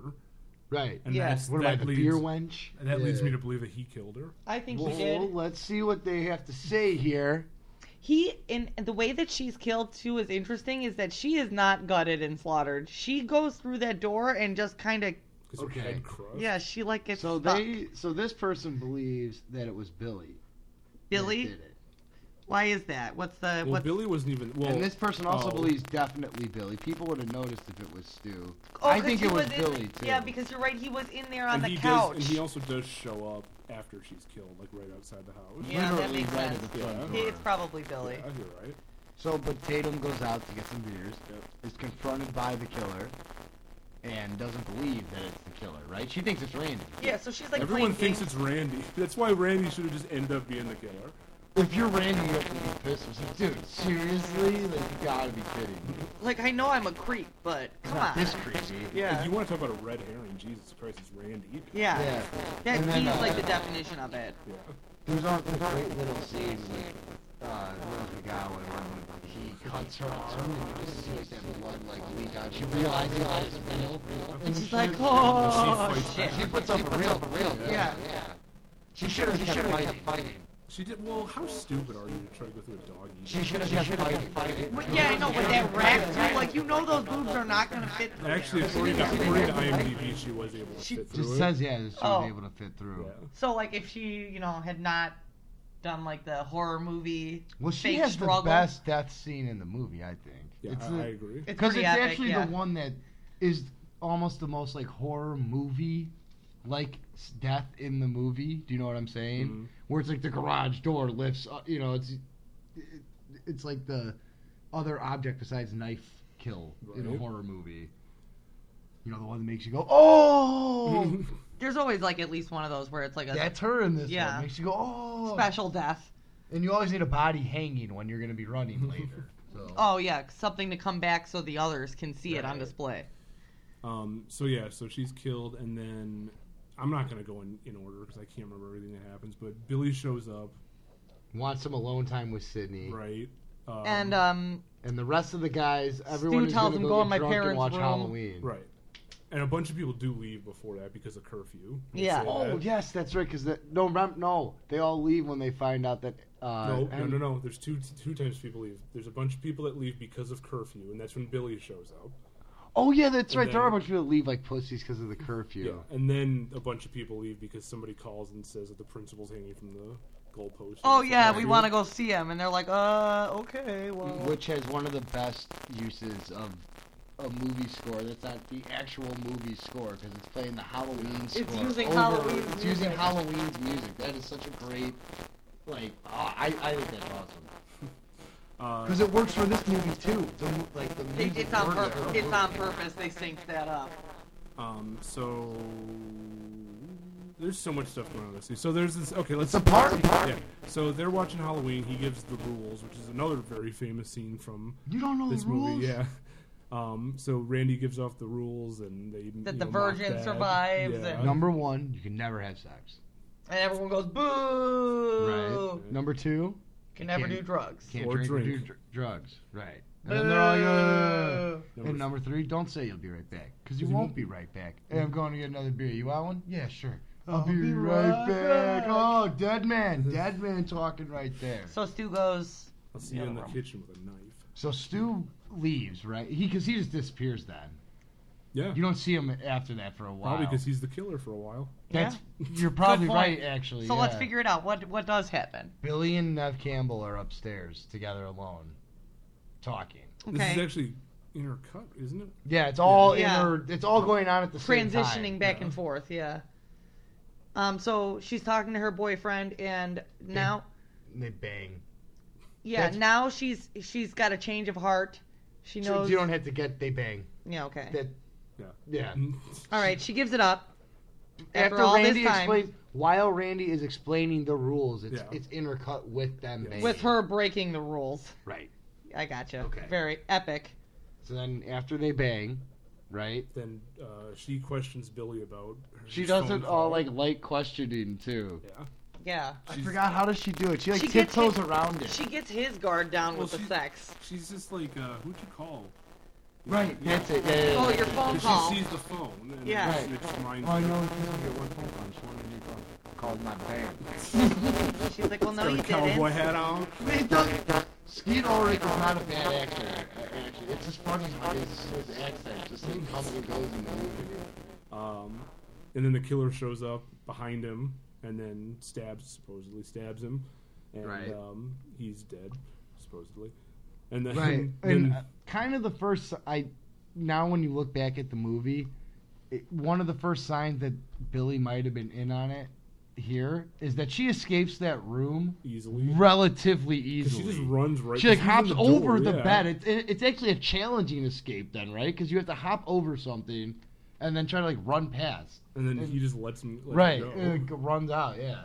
Speaker 8: Right.
Speaker 6: And
Speaker 8: Yeah.
Speaker 6: that's,
Speaker 8: What
Speaker 6: that
Speaker 8: about the
Speaker 6: leads,
Speaker 8: beer wench?
Speaker 6: and That leads
Speaker 8: Yeah.
Speaker 6: me to believe that he killed her.
Speaker 7: I think
Speaker 8: well,
Speaker 7: he did.
Speaker 8: let's see what they have to say here.
Speaker 7: He and and the way that she's killed too is interesting. Is that she is not gutted and slaughtered. She goes through that door and just kind of
Speaker 8: Okay.
Speaker 7: yeah. She like gets
Speaker 8: So
Speaker 7: stuck.
Speaker 8: they, so this person believes that it was Billy.
Speaker 7: Billy.
Speaker 8: did it.
Speaker 7: Why is that? What's the
Speaker 6: Well,
Speaker 7: what's
Speaker 6: Billy wasn't even. Well,
Speaker 8: and this person also
Speaker 6: oh.
Speaker 8: believes definitely Billy. People would have noticed if it was Stu.
Speaker 7: Oh,
Speaker 8: I
Speaker 7: 'cause
Speaker 8: think
Speaker 7: he
Speaker 8: it was,
Speaker 7: in-
Speaker 8: Billy too.
Speaker 7: Yeah, because you're right. He was in there on
Speaker 6: and
Speaker 7: the
Speaker 6: he
Speaker 7: couch.
Speaker 6: Does, and he also does show up after she's killed, like right outside the house.
Speaker 7: yeah, that makes
Speaker 8: right
Speaker 7: sense.
Speaker 8: at the front
Speaker 7: He-
Speaker 8: door.
Speaker 7: It's probably Billy.
Speaker 6: Yeah, you're right.
Speaker 8: So, but Tatum goes out to get some beers. Is confronted by the killer, and doesn't believe that it's the killer. Right? She thinks it's Randy.
Speaker 7: Yeah, so she's like
Speaker 6: Everyone
Speaker 7: playing
Speaker 6: thinks
Speaker 7: games.
Speaker 6: it's Randy. That's why Randy should have just ended up being the killer.
Speaker 8: If you're Randy, you have to be pissed. It's like, dude, seriously? Like, you gotta be kidding me.
Speaker 7: like I know I'm a creep, but come
Speaker 8: not
Speaker 7: on.
Speaker 8: this creepy.
Speaker 7: Yeah.
Speaker 6: If you want to talk about a red herring, Jesus Christ, it's Randy.
Speaker 7: Yeah.
Speaker 8: Yeah.
Speaker 7: That
Speaker 8: And then,
Speaker 7: he's
Speaker 8: uh,
Speaker 7: like the definition of it.
Speaker 6: Yeah.
Speaker 8: There's a this great little scene with uh, Rose McGowan when he cuts her up too, and you just see like that blood like leak out. She realizes that it's real, and she's like,
Speaker 6: "Oh,
Speaker 8: she
Speaker 6: shit."
Speaker 8: She puts up a real, real.
Speaker 7: Yeah.
Speaker 8: She should have kept fighting.
Speaker 6: She did. Well, how stupid are you to try to go through a dog?
Speaker 8: She should have kept fighting.
Speaker 7: But yeah, I know, but that rack too, like you know those boobs are not gonna fit. through
Speaker 6: Actually,
Speaker 7: there.
Speaker 6: according to, according to IMDb, she was able to fit through it.
Speaker 8: yeah, she was
Speaker 7: Oh.
Speaker 8: able to fit through.
Speaker 7: So like if she, you know, had not done like the horror movie
Speaker 8: Well, she
Speaker 7: fake
Speaker 8: has
Speaker 7: struggle.
Speaker 8: the best death scene in the movie, I think.
Speaker 6: Yeah, I- I agree.
Speaker 7: It's
Speaker 8: Because
Speaker 7: pretty
Speaker 8: it's
Speaker 7: epic,
Speaker 8: actually
Speaker 7: yeah.
Speaker 8: the one that is almost the most like horror movie, like s- death in the movie. Do you know what I'm saying?
Speaker 7: Mm-hmm.
Speaker 8: Where it's like the garage door lifts. up, You know, it's it, it's like the other object besides knife kill in a
Speaker 6: Right.
Speaker 8: horror movie. You know, the one that makes you go, oh,
Speaker 7: There's always like at least one of those where it's like a
Speaker 8: that's her in this
Speaker 7: Yeah.
Speaker 8: one. Makes you go, oh.
Speaker 7: special death.
Speaker 8: And you always need a body hanging when you're gonna be running later. So.
Speaker 7: Oh yeah, something to come back so the others can see it on
Speaker 8: Right.
Speaker 7: display.
Speaker 6: Um. So yeah. So she's killed, and then I'm not gonna go in in order because I can't remember everything that happens. But Billy shows up,
Speaker 8: Wants some alone time with Sydney.
Speaker 6: right? Um,
Speaker 7: and um,
Speaker 8: And the rest of the guys, everyone is
Speaker 7: tells
Speaker 8: gonna
Speaker 7: him,
Speaker 8: go
Speaker 7: "Go
Speaker 8: get
Speaker 7: in my
Speaker 8: drunk and
Speaker 7: parents'
Speaker 8: watch
Speaker 7: room."
Speaker 8: Halloween.
Speaker 6: right.
Speaker 2: and a bunch of people do leave before that because of curfew. We'll
Speaker 8: Yeah.
Speaker 2: say
Speaker 8: Oh
Speaker 2: that.
Speaker 8: yes, that's right. Because no, rem- no, they all leave when they find out that. Uh,
Speaker 2: no, no,
Speaker 8: and-
Speaker 2: no, no. There's two two times people leave. There's a bunch of people that leave because of curfew, and that's when Billy shows up.
Speaker 8: Oh yeah, that's
Speaker 2: And
Speaker 8: right. there
Speaker 2: then-
Speaker 8: are a bunch of people that leave like pussies because of the curfew.
Speaker 2: Yeah, and then a bunch of people leave because somebody calls and says that the principal's hanging from the goalpost.
Speaker 7: Oh yeah, we
Speaker 8: Right.
Speaker 7: want to go see him, and they're like, uh, okay, well.
Speaker 8: which has one of the best uses of a movie score that's not the actual movie score because it's playing the Halloween score.
Speaker 7: using
Speaker 8: over-
Speaker 7: Halloween's
Speaker 8: It's using
Speaker 7: music.
Speaker 8: Halloween's music. That is such a great, like, oh, I I think that's awesome.
Speaker 2: Uh,
Speaker 8: Because it works for this movie too. The, mo- like the
Speaker 7: They,
Speaker 8: music
Speaker 7: it's on
Speaker 8: works.
Speaker 7: purpose. It's on purpose. They synced that up.
Speaker 2: Um, so there's so much stuff going on this. So there's this. Okay, let's
Speaker 8: It's a party.
Speaker 2: Yeah. So they're watching Halloween. He gives the rules, which is another very famous scene from
Speaker 8: You don't know
Speaker 2: this
Speaker 8: the rules?
Speaker 2: movie. Yeah. Um, so Randy gives off the rules, and they
Speaker 7: That
Speaker 2: you
Speaker 7: the
Speaker 2: know, mock
Speaker 7: virgin
Speaker 2: that.
Speaker 7: survives
Speaker 2: Yeah.
Speaker 7: and-
Speaker 8: Number one, you can never have sex.
Speaker 7: And everyone goes boo.
Speaker 8: Number two,
Speaker 7: Can never do drugs.
Speaker 8: Can't
Speaker 7: Or
Speaker 8: drink, or
Speaker 7: drink.
Speaker 8: do dr- drugs. Right. And then they're all, yeah.
Speaker 7: Number
Speaker 8: and number three, don't say you'll be right back, because you
Speaker 2: You
Speaker 8: won't
Speaker 2: won't-
Speaker 8: be right back. Hey, I'm going to get another beer. You want one? Yeah, sure. I'll,
Speaker 7: I'll
Speaker 8: be,
Speaker 7: be
Speaker 8: right,
Speaker 7: right
Speaker 8: back.
Speaker 7: back.
Speaker 8: Oh, dead man, dead man talking right there.
Speaker 7: So Stu goes.
Speaker 2: I'll see you in the kitchen with a knife.
Speaker 8: So Stu leaves, right? He because he just disappears then.
Speaker 2: Yeah.
Speaker 8: You don't see him after that for a while.
Speaker 2: Probably because he's the killer for a while.
Speaker 8: That's you're probably right, actually.
Speaker 7: So let's
Speaker 8: yeah.
Speaker 7: figure it out. What what does happen?
Speaker 8: Billy and Nev Campbell are upstairs together alone, talking.
Speaker 2: This is actually intercut, isn't it?
Speaker 8: Yeah, it's all
Speaker 7: Yeah.
Speaker 8: inter. It's all going on at the same time.
Speaker 7: Transitioning back and forth. Yeah. Um. So she's talking to her boyfriend, and now
Speaker 8: And they bang.
Speaker 7: yeah,
Speaker 8: That's-
Speaker 7: now she's she's got a change of heart. She
Speaker 8: So
Speaker 7: knows.
Speaker 8: you don't have to get they bang.
Speaker 7: Yeah. Okay.
Speaker 8: That yeah.
Speaker 7: All right. She gives it up. After,
Speaker 8: After,
Speaker 7: all
Speaker 8: Randy
Speaker 7: this time,
Speaker 8: explains, while Randy is explaining the rules, it's it's intercut with them banging.
Speaker 7: with her breaking the rules.
Speaker 8: Right.
Speaker 7: I gotcha. Okay. Very epic.
Speaker 8: So then after they bang, right?
Speaker 2: Then uh, she questions Billy about. Her
Speaker 8: She
Speaker 2: his
Speaker 8: does
Speaker 2: phone
Speaker 8: it all
Speaker 2: call.
Speaker 8: like light questioning too.
Speaker 2: Yeah.
Speaker 7: Yeah.
Speaker 8: I forgot how does she do it? She like
Speaker 7: She gets
Speaker 8: tiptoes
Speaker 7: hit-
Speaker 8: around it.
Speaker 7: She gets his guard down
Speaker 2: Well,
Speaker 7: with the
Speaker 2: she-
Speaker 7: sex.
Speaker 2: She's just like, uh, who'd you call?
Speaker 8: Right, that's it. Yeah, yeah, yeah.
Speaker 7: Oh, your phone
Speaker 2: 'Cause
Speaker 7: call.
Speaker 2: She sees the phone. And
Speaker 7: Yeah.
Speaker 2: it's- It's mind
Speaker 8: Oh, I know. You get one phone call. Just one new phone. Called my band.
Speaker 7: She's like, well, no,
Speaker 2: Got a
Speaker 7: you
Speaker 2: cowboy
Speaker 7: didn't.
Speaker 2: hat on.
Speaker 8: It does- Skeet Ulrich is not a bad actor. uh, Actually, it's just funny how his, his accent just like comes and goes in the movie.
Speaker 2: Um, and then the killer shows up behind him and then stabs, supposedly stabs him, and
Speaker 8: Right.
Speaker 2: um, he's dead, supposedly. And then,
Speaker 8: right
Speaker 2: then
Speaker 8: and uh, kind of the first i now when you look back at the movie it, one of the first signs that billy might have been in on it here is that she escapes that room
Speaker 2: easily
Speaker 8: relatively
Speaker 2: 'cause she
Speaker 8: easily
Speaker 2: just runs right.
Speaker 8: she like
Speaker 2: she's in
Speaker 8: hops
Speaker 2: the door,
Speaker 8: over the
Speaker 2: yeah.
Speaker 8: bed. It, it, it's actually a challenging escape then, right? Because you have to hop over something and then try to like run past.
Speaker 2: and then he just lets him let him
Speaker 8: right,
Speaker 2: go.
Speaker 8: and it g- runs out. Yeah,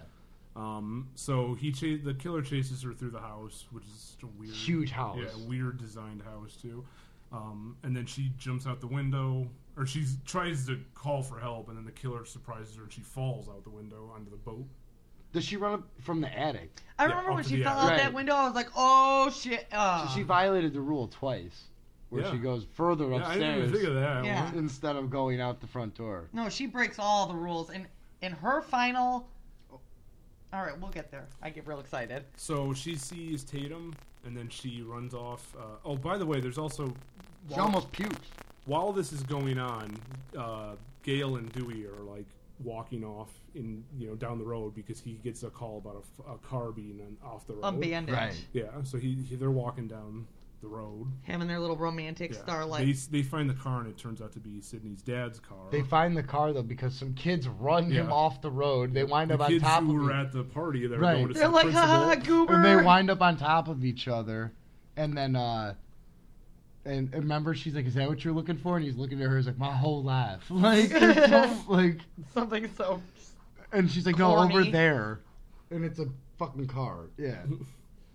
Speaker 2: Um, so he cha- the killer chases her through the house, which is just a weird,
Speaker 8: Huge house.
Speaker 2: yeah, weird designed house too. Um, and then she jumps out the window, or she tries to call for help, and then the killer surprises her, and she falls out the window onto the boat.
Speaker 8: does she run up from the attic?
Speaker 7: I
Speaker 2: Yeah,
Speaker 7: remember
Speaker 2: up
Speaker 7: when
Speaker 2: to
Speaker 7: she
Speaker 2: the uh,
Speaker 7: fell
Speaker 2: attic.
Speaker 7: out
Speaker 8: Right.
Speaker 7: that window. I was like, oh shit. Uh.
Speaker 8: So she violated the rule twice, where
Speaker 2: Yeah.
Speaker 8: she goes further
Speaker 2: Yeah,
Speaker 8: upstairs
Speaker 2: I didn't even think of that.
Speaker 7: Yeah.
Speaker 8: instead of going out the front door.
Speaker 7: no, she breaks all the rules, and in her final. All right, we'll get there. I get real excited.
Speaker 2: So she sees Tatum, and then she runs off. Uh, oh, by the way, there's also
Speaker 8: She almost pukes.
Speaker 2: while this is going on, uh, Gail and Dewey are like walking off in you know down the road because he gets a call about a f- a, car being on, off the road.
Speaker 7: A bandage. Right.
Speaker 2: Yeah. So he, he they're walking down the road.
Speaker 7: Having their little romantic
Speaker 2: Yeah.
Speaker 7: starlight.
Speaker 2: They s- they find the car and it turns out to be Sydney's dad's car.
Speaker 8: They find the car though because some kids run him
Speaker 2: Yeah.
Speaker 8: off the road. They wind
Speaker 2: the
Speaker 8: up on
Speaker 2: kids
Speaker 8: top
Speaker 2: who
Speaker 8: of
Speaker 2: were
Speaker 8: him.
Speaker 2: at the party. They're
Speaker 8: Right.
Speaker 2: going to see
Speaker 7: They're
Speaker 2: the
Speaker 7: like,
Speaker 2: principal.
Speaker 7: "Ha, goober."
Speaker 8: and they wind up on top of each other, and then uh, and and remember she's like, "Is that what you're looking for?" And he's looking at her, he's like, "My whole life, like, it's so- like,"
Speaker 7: Something so.
Speaker 8: and she's like,
Speaker 7: Corny.
Speaker 8: "No, over there," and it's a fucking car. Yeah,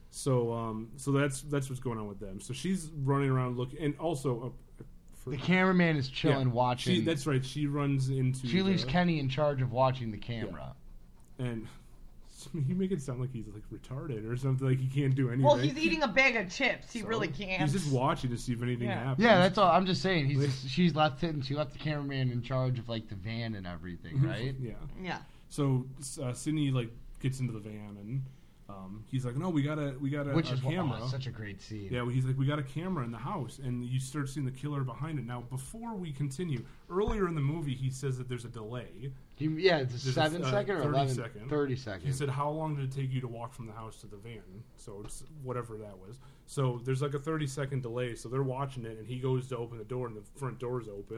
Speaker 2: So um so that's that's what's going on with them. So she's running around looking, and also uh, for,
Speaker 8: the cameraman is
Speaker 2: Yeah.
Speaker 8: chilling, watching.
Speaker 2: She, that's right. She runs into.
Speaker 8: she leaves
Speaker 2: the-
Speaker 8: Kenny in charge of watching the camera.
Speaker 2: and you make it sound like he's like retarded or something. Like he can't do anything.
Speaker 7: Well, he's eating a bag of chips. He
Speaker 2: So?
Speaker 7: really can't.
Speaker 2: He's just watching to see if anything
Speaker 7: Yeah.
Speaker 2: happens.
Speaker 8: Yeah, that's all. I'm just saying. He's just, she's left him. She left the cameraman in charge of like the van and everything, right?
Speaker 2: yeah.
Speaker 7: Yeah.
Speaker 2: So uh, Sydney like gets into the van and um, he's like, "No, we gotta, we gotta
Speaker 8: Which
Speaker 2: a
Speaker 8: is wha- oh,
Speaker 2: camera."
Speaker 8: such a great scene.
Speaker 2: Yeah, well, he's like, "We got a camera in the house," and you start seeing the killer behind it. Now, before we continue, earlier in the movie, he says that there's a delay.
Speaker 8: He- yeah, it's a
Speaker 2: There's
Speaker 8: seven
Speaker 2: uh,
Speaker 8: second or
Speaker 2: 30
Speaker 8: 11
Speaker 2: second.
Speaker 8: 30
Speaker 2: He
Speaker 8: second.
Speaker 2: said, "How long did it take you to walk from the house to the van?" So it's whatever that was. So there's like a 30 second delay. So they're watching it, and he goes to open the door, and the front door's open,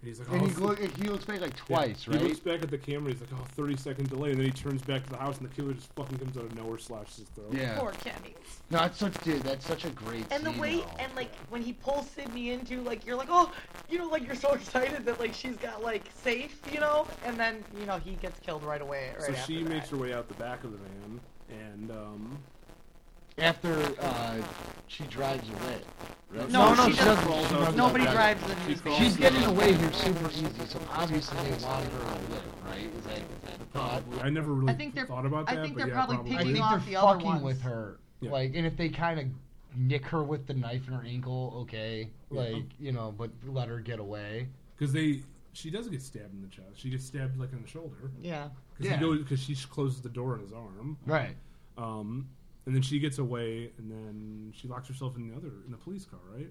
Speaker 2: and he's like,
Speaker 8: And
Speaker 2: "Oh,
Speaker 8: he, look, he looks back like twice,
Speaker 2: He looks
Speaker 8: right?
Speaker 2: back at the camera. He's like, "Oh, 30 second delay," and then he turns back to the house, and the killer just fucking comes out of nowhere, slashes his throat.
Speaker 8: Yeah. Poor
Speaker 7: Kenny.
Speaker 8: No, that's such dude. That's such a great.
Speaker 7: And the
Speaker 8: scene,
Speaker 7: way,
Speaker 8: though.
Speaker 7: and like when he pulls Sydney into, like you're like, oh, you know, like you're so excited that like she's got like safe, you know, and then you know he gets killed right away. Right
Speaker 2: so
Speaker 7: after
Speaker 2: she
Speaker 7: that.
Speaker 2: makes her way out the back of the van, and um,
Speaker 8: after uh, she drives away. right?
Speaker 7: No, no, she
Speaker 8: doesn't.
Speaker 7: doesn't.
Speaker 8: She doesn't
Speaker 7: Nobody
Speaker 8: drive.
Speaker 7: drives in
Speaker 8: She's
Speaker 7: this van.
Speaker 8: She's getting away here super easy, so obviously they want her to live, right? Is that, is that the thought?
Speaker 2: I never really
Speaker 8: I think they're-
Speaker 2: thought about
Speaker 8: I
Speaker 2: that.
Speaker 8: think
Speaker 2: but
Speaker 8: they're
Speaker 2: yeah,
Speaker 8: probably
Speaker 2: probably
Speaker 8: picking I think off they're the other fucking ones. with her.
Speaker 2: Yeah.
Speaker 8: Like, and if they kind of nick her with the knife in her ankle, okay,
Speaker 2: Yeah.
Speaker 8: like you know, but let her get away.
Speaker 2: Because they, she doesn't get stabbed in the chest. She gets stabbed like in the shoulder.
Speaker 8: Yeah.
Speaker 2: Because
Speaker 8: Yeah.
Speaker 2: she closes the door on his arm.
Speaker 8: Right.
Speaker 2: Um, and then she gets away, and then she locks herself in the other in the police car, right?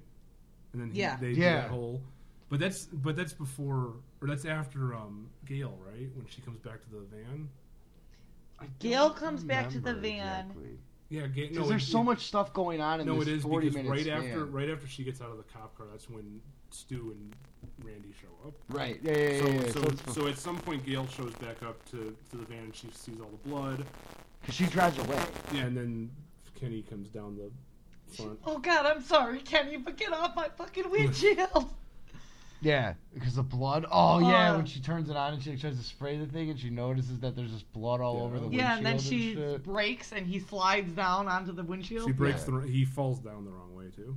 Speaker 2: And then he,
Speaker 7: Yeah.
Speaker 2: they do
Speaker 8: Yeah.
Speaker 2: that whole. But that's but that's before or that's after um, Gail, right? When she comes back to the van.
Speaker 7: Gail comes back to the van.
Speaker 2: Yeah, Gail.
Speaker 8: Because
Speaker 2: No,
Speaker 8: there's
Speaker 2: it-
Speaker 8: so
Speaker 2: it-
Speaker 8: much stuff going on in
Speaker 2: no,
Speaker 8: this
Speaker 2: it is
Speaker 8: 40
Speaker 2: because
Speaker 8: minute
Speaker 2: right
Speaker 8: span.
Speaker 2: after right after she gets out of the cop car, that's when Stu and Randy show up.
Speaker 8: Right. Yeah, yeah,
Speaker 2: so,
Speaker 8: yeah, yeah.
Speaker 2: So,
Speaker 8: So it's-
Speaker 2: so at some point, Gail shows back up to, to the van and she sees all the blood.
Speaker 8: 'Cause she drives away.
Speaker 2: Yeah, and then Kenny comes down the front.
Speaker 7: Oh God, I'm sorry, Kenny, but get off my fucking windshield.
Speaker 8: Yeah, because the blood. Oh yeah,
Speaker 7: Oh.
Speaker 8: when she turns it on and she tries to spray the thing and she notices that there's just blood all over the
Speaker 7: yeah,
Speaker 8: windshield
Speaker 7: and then she
Speaker 8: shit.
Speaker 7: breaks and he slides down onto the windshield.
Speaker 2: She breaks the. He falls down the wrong way too,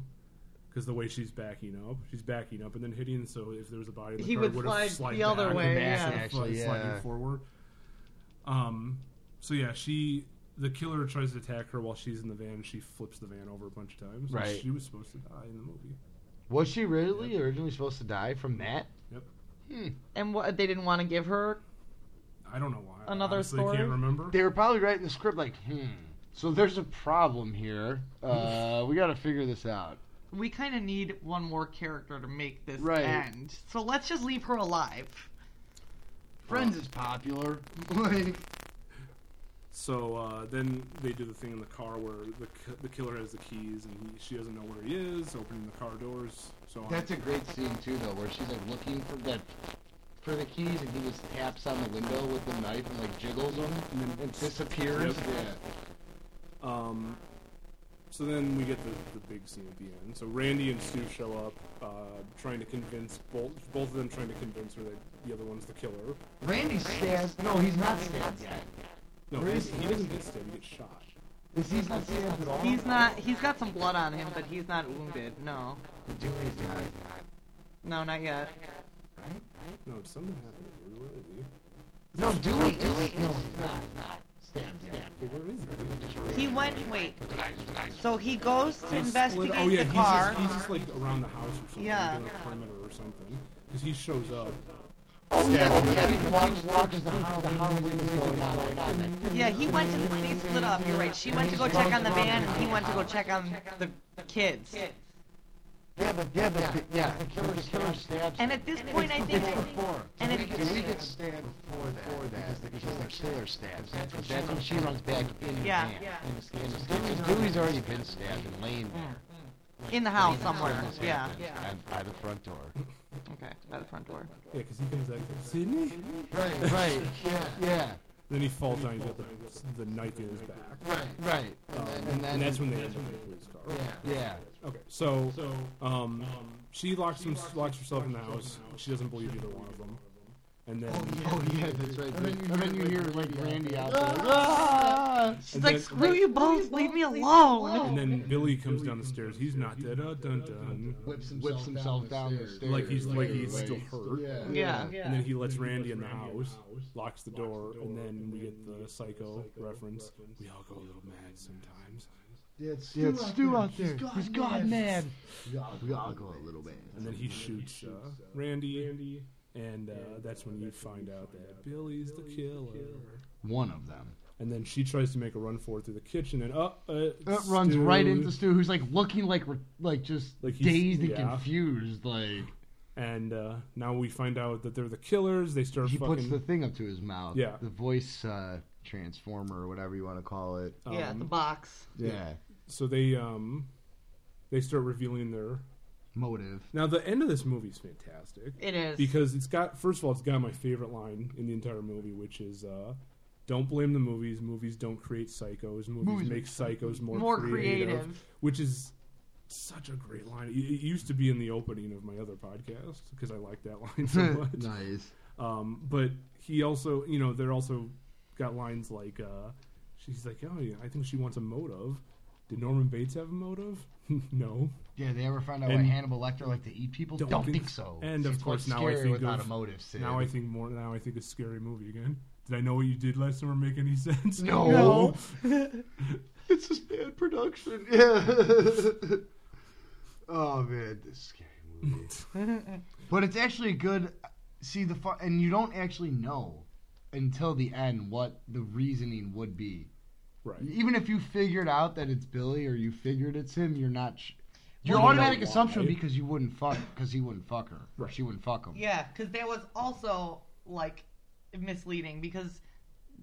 Speaker 2: because the way she's backing up, she's backing up and then hitting. So if there was a body, in the
Speaker 7: He
Speaker 2: car,
Speaker 7: would
Speaker 2: would
Speaker 7: slide
Speaker 2: have slid
Speaker 7: the other
Speaker 2: back,
Speaker 7: way,
Speaker 2: instead
Speaker 7: yeah.
Speaker 2: of, uh,
Speaker 8: Actually, yeah.
Speaker 2: sliding forward. Um. So yeah, she. The killer tries to attack her while she's in the van. She flips the van over a bunch of times. and
Speaker 8: Right.
Speaker 2: She was supposed to die in the movie.
Speaker 8: Was she really originally supposed to die from that?
Speaker 2: Yep.
Speaker 7: And what they didn't want to give her
Speaker 2: I don't know why.
Speaker 7: another
Speaker 2: Honestly,
Speaker 7: story.
Speaker 2: I can't remember.
Speaker 8: They were probably writing the script like, hmm. So there's a problem here. Uh, we got to figure this out.
Speaker 7: We kind of need one more character to make this
Speaker 8: Right.
Speaker 7: end. So let's just leave her alive.
Speaker 8: Friends is popular. Like,
Speaker 2: So uh, then they do the thing in the car where the, ki- the killer has the keys and he, she doesn't know where he is, opening the car doors. So on.
Speaker 8: that's a great scene too, though, where she's like looking for that for the keys, and he just taps on the window with the knife and like jiggles them and, disappears.
Speaker 2: Yep. Um, so then we get the, the big scene at the end. So Randy and Stu show up, uh, trying to convince both both of them trying to convince her that the other one's the killer.
Speaker 8: Yeah. Randy stabbed. No, he's not stabbed yet.
Speaker 2: No,
Speaker 8: Where
Speaker 2: he,
Speaker 8: is he?
Speaker 2: he doesn't get stabbed. He gets shot.
Speaker 8: Is he not stabbed at all?
Speaker 7: He's not. He's got some blood on him, but he's not wounded. No.
Speaker 8: Dewey's not.
Speaker 7: No, not yet.
Speaker 2: No, something happened. Where is he?
Speaker 8: No, Dewey. Dewey. No, he's not. Not stabbed yet.
Speaker 2: Where is
Speaker 7: He went. Wait. So he goes to
Speaker 2: He split-
Speaker 7: investigate
Speaker 2: oh yeah,
Speaker 7: the
Speaker 2: he's
Speaker 7: car.
Speaker 2: Just, he's just like around the house or something.
Speaker 7: Yeah.
Speaker 2: doing a perimeter or something. Because he shows up.
Speaker 8: Oh yeah, oh, yeah. He walks, walks the house. The house is going on, going on. That
Speaker 7: yeah, he went to. They split up. You're right. She went to go check on the van, and he went to go check on the kids.
Speaker 8: Yeah, but yeah, but yeah, the killer, the killer stabs.
Speaker 7: And at this point, I think. And at
Speaker 8: Dewey gets stabbed before that. Before that, because the killer stabs. him, 'cause That's when she runs back in the
Speaker 7: Yeah.
Speaker 8: van. in the skin, in the skin, 'cause Dewey's already been stabbed and laying there.
Speaker 7: in the house somewhere.
Speaker 8: This
Speaker 7: Yeah.
Speaker 8: happens at- By the front door.
Speaker 7: Okay, by the front door.
Speaker 2: Yeah, because he comes out. Sydney.
Speaker 8: Right, right, yeah, yeah.
Speaker 2: Then he falls down. He's got the, the knife in his back.
Speaker 8: Right, right.
Speaker 2: Um,
Speaker 8: And then-
Speaker 2: and,
Speaker 8: and then-
Speaker 2: that's when they end up in the police car.
Speaker 8: Yeah.
Speaker 2: Okay. So, um, she locks him, locks herself in the house. She doesn't believe either one of them. And then,
Speaker 8: Oh yeah, that's right. And then you hear like Randy out there.
Speaker 2: Ah!
Speaker 7: She's like, screw you both, leave me
Speaker 6: And
Speaker 7: alone.
Speaker 6: then Billy comes down the stairs. He's not dead. Uh, dun dun.
Speaker 8: Whips himself, down, the stairs.
Speaker 6: Like he's like he's
Speaker 8: like
Speaker 6: still
Speaker 8: he's-
Speaker 6: hurt.
Speaker 8: Yeah.
Speaker 7: Yeah. Yeah.
Speaker 6: And then he lets Randy in the house, locks the door, and then we get the psycho reference. We all go a little mad sometimes.
Speaker 8: Yeah, it's
Speaker 6: Yeah, it's Stu out there.
Speaker 8: He's gone mad. We all go a little mad.
Speaker 6: And then he shoots uh, Randy, and uh, that's when you find out that Billy's the killer.
Speaker 8: One of them.
Speaker 6: And then she tries to make a run for it through the kitchen, and up uh,
Speaker 8: That runs right into
Speaker 6: Stu.
Speaker 8: Stu, who's like looking like re- like just
Speaker 6: Like he's-
Speaker 8: dazed and
Speaker 6: yeah.
Speaker 8: confused. Like
Speaker 6: And uh, now we find out that they're the killers. They start.
Speaker 8: he
Speaker 6: fucking,
Speaker 8: puts the thing up to his mouth.
Speaker 6: Yeah.
Speaker 8: the voice uh, transformer or whatever you want to call it.
Speaker 7: Yeah,
Speaker 6: um,
Speaker 7: the box.
Speaker 8: Yeah.
Speaker 6: So they um, they start revealing their
Speaker 8: motive.
Speaker 6: Now the end of this movie is fantastic.
Speaker 7: It is.
Speaker 6: because it's got first of all it's got my favorite line in the entire movie, which is uh, "Don't blame the movies. Movies don't create psychos. Movies,
Speaker 8: Movies
Speaker 6: make psychos more
Speaker 7: more
Speaker 6: creative,
Speaker 7: creative.
Speaker 6: Which is such a great line. It, it used to be in the opening of my other podcast because I like that line so much.
Speaker 8: nice.
Speaker 6: Um, but he also, you know, they're also got lines like, uh, she's like, oh, yeah, I think she wants a motive. Did Norman Bates have a motive? no.
Speaker 8: Yeah, they ever found out
Speaker 6: And-
Speaker 8: what Hannibal Lecter like to eat people? Don't, think, so.
Speaker 6: And of
Speaker 8: It's
Speaker 6: course,
Speaker 8: what's
Speaker 6: now I
Speaker 8: scary
Speaker 6: think
Speaker 8: without
Speaker 6: of,
Speaker 8: a motive. Sid.
Speaker 6: Now I think more. Now I think it's scary movie again. Did I know what you did last summer make any sense?
Speaker 8: No. it's just bad production. Yeah. oh man, this is a scary movie. but it's actually good. See the fu- and you don't actually know until the end what the reasoning would be.
Speaker 6: Right.
Speaker 8: Even if you figured out that it's Billy or you figured it's him, you're not. Sh- your
Speaker 6: Well, you
Speaker 8: automatic
Speaker 6: know why.
Speaker 8: assumption would be because you wouldn't fuck because he wouldn't fuck her. Or She wouldn't fuck him.
Speaker 7: Yeah, because that was also like misleading because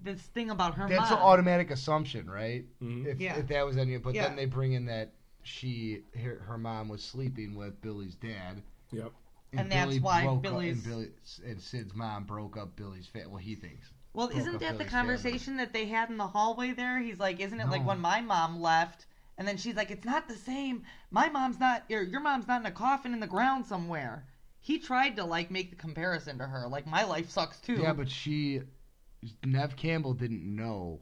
Speaker 7: this thing about her
Speaker 8: That's
Speaker 7: mom.
Speaker 8: an automatic assumption, right?
Speaker 6: Mm-hmm.
Speaker 8: If,
Speaker 7: Yeah.
Speaker 8: if that was any, but
Speaker 7: Yeah.
Speaker 8: then they bring in that she her, her mom was sleeping with Billy's dad.
Speaker 6: Yep.
Speaker 7: And that's why
Speaker 8: broke up-
Speaker 7: Billy's-
Speaker 8: and, Billy, and Sid's mom broke up Billy's family. Well, he thinks.
Speaker 7: well,
Speaker 8: broke
Speaker 6: Oh,
Speaker 7: isn't
Speaker 8: up
Speaker 7: that the
Speaker 8: Billy's family.
Speaker 7: conversation that they had in the hallway there? He's like, isn't it like
Speaker 8: No.
Speaker 7: when my mom left? And then she's like, it's not the same. My mom's not, or your mom's not in a coffin in the ground somewhere. He tried to like make the comparison to her, like my life sucks too.
Speaker 8: Yeah, but she, Nev Campbell didn't know,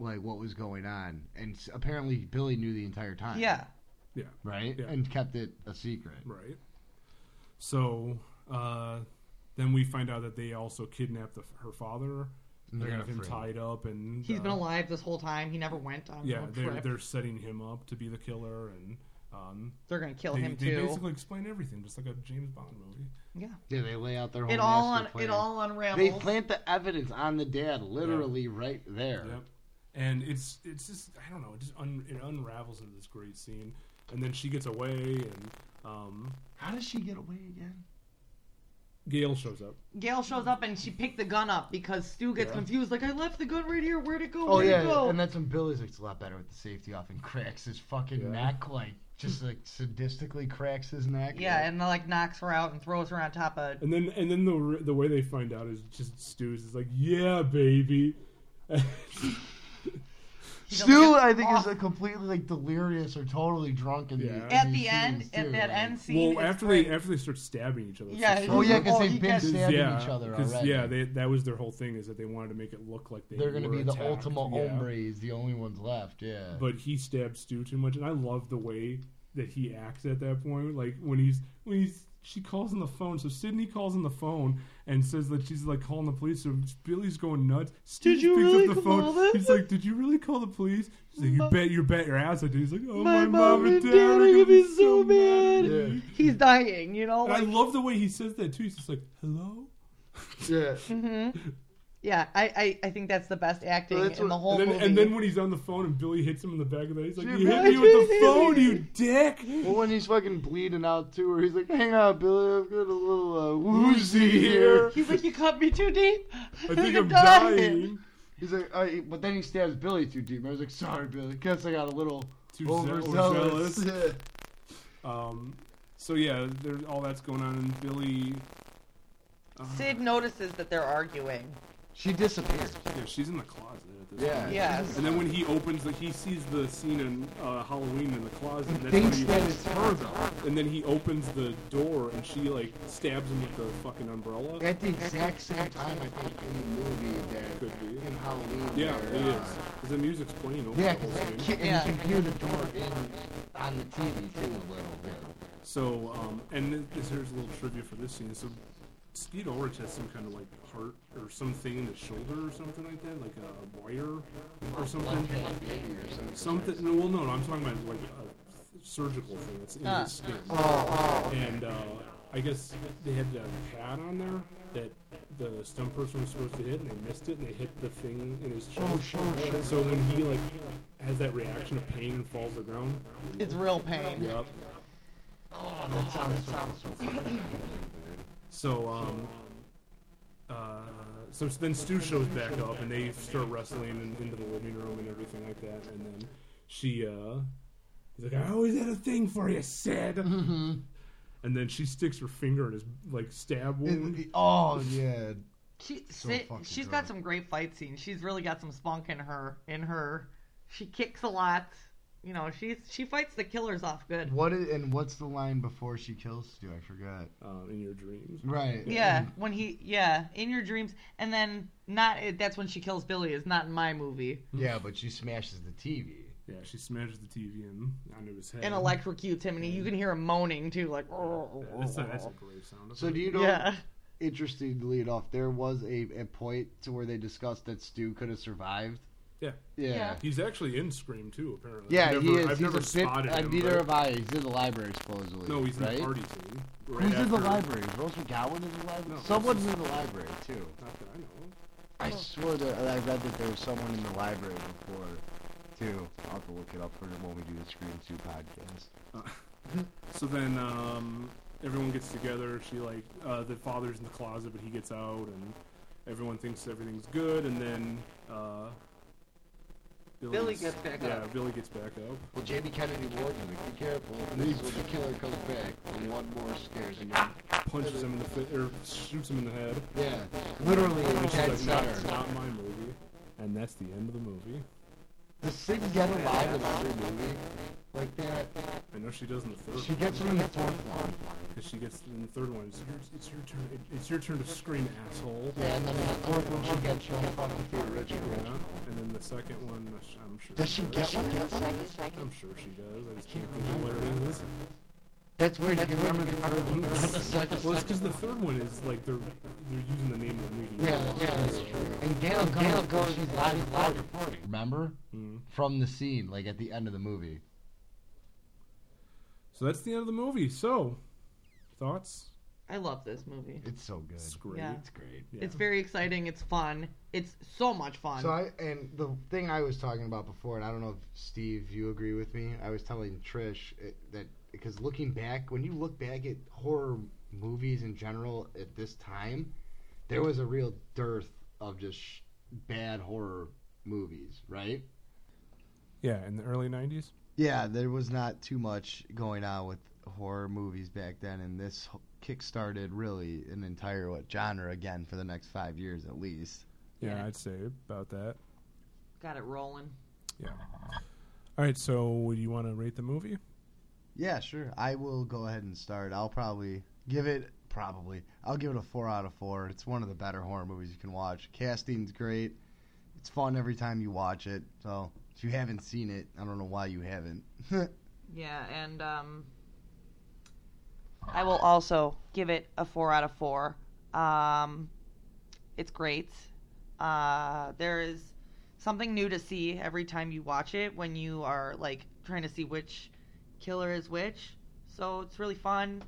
Speaker 8: like what was going on, and s- apparently Billy knew the entire time.
Speaker 7: yeah,
Speaker 6: Yeah.
Speaker 8: Right.
Speaker 6: Yeah.
Speaker 8: And kept it a secret.
Speaker 6: Right. So uh, then we find out that they also kidnapped the, her father.
Speaker 8: And
Speaker 6: They
Speaker 8: they're
Speaker 6: have him
Speaker 8: afraid.
Speaker 6: tied up, and
Speaker 7: he's
Speaker 6: uh,
Speaker 7: been alive this whole time. He never went on
Speaker 6: Yeah,
Speaker 7: no trip.
Speaker 6: they're, they're setting him up to be the killer, and um,
Speaker 7: They're gonna kill
Speaker 6: they-
Speaker 7: him,
Speaker 6: they
Speaker 7: too.
Speaker 6: basically explain everything, just like a James Bond movie.
Speaker 7: Yeah.
Speaker 8: Yeah, they lay out their whole.
Speaker 7: It all
Speaker 8: master
Speaker 7: un- it
Speaker 8: plan.
Speaker 7: all
Speaker 8: They
Speaker 7: unravels.
Speaker 8: plant the evidence on the dad, literally right there.
Speaker 6: Yep. And it's it's just I don't know, it just un, it unravels into this great scene, and then she gets away, and um,
Speaker 8: how does she get away again?
Speaker 6: Gail shows up.
Speaker 7: Gail shows up and she picked the gun up because Stu gets
Speaker 6: Yeah.
Speaker 7: confused. Like, I left the gun right here. Where'd it go?
Speaker 8: Oh
Speaker 7: Where'd
Speaker 8: yeah,
Speaker 7: it go?
Speaker 8: and that's when Billy's like, it's a lot better with the safety off and cracks his fucking
Speaker 6: Yeah.
Speaker 8: neck, like just like sadistically cracks his neck.
Speaker 7: yeah, and like knocks her out and throws her on top of.
Speaker 6: And then and then the r- the way they find out is just Stu's is like, yeah, baby.
Speaker 8: Stu, I think, is a completely like delirious or totally drunk in
Speaker 6: Yeah.
Speaker 8: the
Speaker 7: At
Speaker 8: in
Speaker 7: the
Speaker 8: these
Speaker 7: end-
Speaker 8: scenes,
Speaker 7: at
Speaker 8: too,
Speaker 7: that
Speaker 8: like-
Speaker 7: end scene,
Speaker 6: well,
Speaker 7: it's
Speaker 6: after
Speaker 7: great.
Speaker 6: they after they start stabbing each other. it's
Speaker 7: Yeah,
Speaker 6: just-
Speaker 8: Oh yeah, because
Speaker 7: Oh, he
Speaker 8: they've been
Speaker 7: gets-
Speaker 8: stabbing
Speaker 6: yeah,
Speaker 8: each other
Speaker 6: 'cause,
Speaker 8: already.
Speaker 6: Yeah, they, that was their whole thing is that they wanted to make it look like they
Speaker 8: They're gonna
Speaker 6: were
Speaker 8: be the
Speaker 6: attacked.
Speaker 8: ultimate
Speaker 6: Yeah.
Speaker 8: hombres, the only ones left. Yeah.
Speaker 6: but he stabs Stu too much, and I love the way that he acts at that point. Like when he's when he's she calls on the phone, so Sydney calls on the phone and says that she's like calling the police. So Billy's going nuts. Stu
Speaker 7: Did
Speaker 6: just
Speaker 7: you
Speaker 6: picks
Speaker 7: really
Speaker 6: up the
Speaker 7: call
Speaker 6: phone.
Speaker 7: them?
Speaker 6: He's like, "Did you really call the police?" She's like, "You bet, you bet your ass I did." He's like, "Oh,
Speaker 7: My
Speaker 6: my,
Speaker 7: mom and dad are gonna be so mad."
Speaker 6: at me."
Speaker 7: He's dying, you know.
Speaker 6: And I
Speaker 7: Like,
Speaker 6: love the way he says that too. He's just like, "Hello."
Speaker 8: Yeah.
Speaker 7: Mhm. Yeah, I, I I think that's the best acting
Speaker 6: And,
Speaker 7: in the whole
Speaker 6: then,
Speaker 7: movie.
Speaker 6: and then when he's on the phone and Billy hits him in the back of the head, he's like,
Speaker 8: Yeah,
Speaker 6: "You hit
Speaker 8: man.
Speaker 6: me with the phone, you dick!"
Speaker 8: Well, when he's fucking bleeding out too, where he's like, "Hang on, Billy, I'm getting a little uh, woozy here."
Speaker 7: He's like, you cut me too deep.
Speaker 8: I think I'm dying. He's like, uh, he- but then he stabs Billy too deep. I was like, sorry, Billy. Guess I got a little
Speaker 6: too
Speaker 8: overzealous.
Speaker 6: overzealous. um, so yeah, there's all that's going on, and Billy,
Speaker 7: Sid notices that they're arguing.
Speaker 8: She disappears.
Speaker 6: yeah, she's in the closet at this
Speaker 8: Yeah.
Speaker 6: point.
Speaker 8: Yes.
Speaker 6: And then when he opens, the, he sees the scene in uh, Halloween in the closet. And that's
Speaker 8: thinks
Speaker 6: when he
Speaker 8: that it's her,
Speaker 6: though. And then he opens the door, and she like stabs him with the fucking umbrella.
Speaker 8: At the exact same time, I think, in the movie that
Speaker 6: could be
Speaker 8: in Halloween.
Speaker 6: Yeah,
Speaker 8: where,
Speaker 6: it is.
Speaker 8: uh,
Speaker 6: 'Cause the music's playing over
Speaker 8: Yeah,
Speaker 6: the whole
Speaker 8: because
Speaker 6: thing.
Speaker 8: and you can hear the door in on the TV too a little bit.
Speaker 6: So, um, and th- this, here's a little trivia for this scene. So, Speed Ulrich has some kind of like heart or something in his shoulder or something like that, like a wire or something. Something. No, well, no, no, I'm talking about like a surgical thing that's in
Speaker 8: Ah.
Speaker 6: his skin.
Speaker 8: Oh, oh.
Speaker 6: And uh, I guess they had a pad on there that the stunt person was supposed to hit, and they missed it, and they hit the thing in his chest.
Speaker 8: Oh, sure, sure.
Speaker 6: So when he like has that reaction of pain and falls to the ground,
Speaker 7: It's real pain.
Speaker 6: Yep.
Speaker 8: Oh, that sounds, sounds
Speaker 6: So, um, uh, so then Stu shows back up and they start wrestling and into the living room and everything like that. And then she, uh, he's like, I always had a thing for you, Sid.
Speaker 8: Mm-hmm.
Speaker 6: And then she sticks her finger in his, like, stab wound.
Speaker 8: oh, yeah.
Speaker 7: She
Speaker 8: So
Speaker 7: si-
Speaker 8: fucking
Speaker 7: she's got some great fight scenes. She's really got some spunk in her. In her, she kicks a lot. You know, she's she fights the killers off good.
Speaker 8: What is, and what's the line before she kills Stu? I forgot.
Speaker 6: Um, in your dreams.
Speaker 8: Right.
Speaker 7: Yeah, when he yeah in your dreams, and then not that's when she kills Billy. Is not in my movie.
Speaker 8: Yeah, but she smashes the TV.
Speaker 6: Yeah, she smashes the TV in onto his head.
Speaker 7: And electrocutes him, and you can hear him moaning too, like. "Oh, oh,
Speaker 6: That's a,
Speaker 7: oh."
Speaker 6: that's a great sound.
Speaker 8: So do you know?
Speaker 7: Yeah.
Speaker 8: Interesting to lead off. There was a, a point to where they discussed that Stu could have survived.
Speaker 6: Yeah.
Speaker 8: Yeah. Yeah.
Speaker 6: He's actually in Scream, too, apparently.
Speaker 8: Yeah,
Speaker 6: I've never,
Speaker 8: he is.
Speaker 6: I've
Speaker 8: he's
Speaker 6: never
Speaker 8: a bit,
Speaker 6: spotted
Speaker 8: uh,
Speaker 6: him.
Speaker 8: Neither
Speaker 6: but-
Speaker 8: have I. He's in the library supposedly.
Speaker 6: No, he's in the
Speaker 8: right?
Speaker 6: party team, right
Speaker 8: Who's in the
Speaker 6: after-
Speaker 8: library? Rose McGowan is in the library.
Speaker 6: No,
Speaker 8: Someone's
Speaker 6: this is-
Speaker 8: in the library too.
Speaker 6: Not that I know of.
Speaker 8: I swore that I read that there was someone in the library before too. I'll have to look it up for when we do the Scream Two podcast.
Speaker 6: So then um, everyone gets together. She like uh, the father's in the closet, but he gets out, and everyone thinks everything's good. And then uh,
Speaker 8: Billy gets back
Speaker 6: yeah,
Speaker 8: up.
Speaker 6: Billy gets back up.
Speaker 8: Well, Jamie Kennedy warned him, like, be careful. This is when the killer comes back. And one more scares him.
Speaker 6: Punches him in the face or shoots him in the head.
Speaker 8: Yeah, literally in the
Speaker 6: Which is,
Speaker 8: head
Speaker 6: like, not-
Speaker 8: center.
Speaker 6: Not, my movie. And that's the end of the movie.
Speaker 8: Does Sid get alive in every movie like that?
Speaker 6: I know she does in the third.
Speaker 8: She gets him in the fourth one.
Speaker 6: Because she gets in the third one. It's your, it's your turn. it's your turn to scream, asshole.
Speaker 8: Yeah, and then in the fourth one she gets one fucking for original.
Speaker 6: Yeah, and then the second one, I'm sh- I'm sure.
Speaker 8: Does she get one in the second?
Speaker 6: I'm sure she does. I just can't think of where it is.
Speaker 8: That's weird. I can remember the third one. but the second
Speaker 6: Well,
Speaker 8: one.
Speaker 6: it's because the third one is like they're they're using the name of the movie.
Speaker 8: Yeah, yeah, that's true. And Gail goes, Gail goes she's live live reporting. Remember?
Speaker 6: Mm-hmm.
Speaker 8: From the scene, like at the end of the movie.
Speaker 6: So that's the end of the movie. So, thoughts?
Speaker 7: I love this movie.
Speaker 8: It's so good. It's
Speaker 6: great.
Speaker 7: Yeah.
Speaker 8: It's great.
Speaker 7: It's very exciting. It's fun. It's so much fun.
Speaker 8: So I and the thing I was talking about before, and I don't know if Steve, you agree with me. I was telling Trish it, that because looking back, when you look back at horror movies in general at this time, there was a real dearth of just sh- bad horror movies, right?
Speaker 6: Yeah, in the early '90s.
Speaker 8: Yeah, there was not too much going on with horror movies back then, and this kick-started really an entire what genre again for the next five years at least.
Speaker 6: Yeah, I'd say about that.
Speaker 7: Got it rolling.
Speaker 6: Yeah. All right. So, do you want to rate the movie?
Speaker 8: Yeah, sure. I will go ahead and start. I'll probably give it probably. I'll give it a four out of four. It's one of the better horror movies you can watch. Casting's great. It's fun every time you watch it. So if you haven't seen it, I don't know why you haven't.
Speaker 7: Yeah, and um, I will also give it a four out of four. Um, it's great. Uh, there is something new to see every time you watch it when you are like trying to see which killer is which. So it's really fun.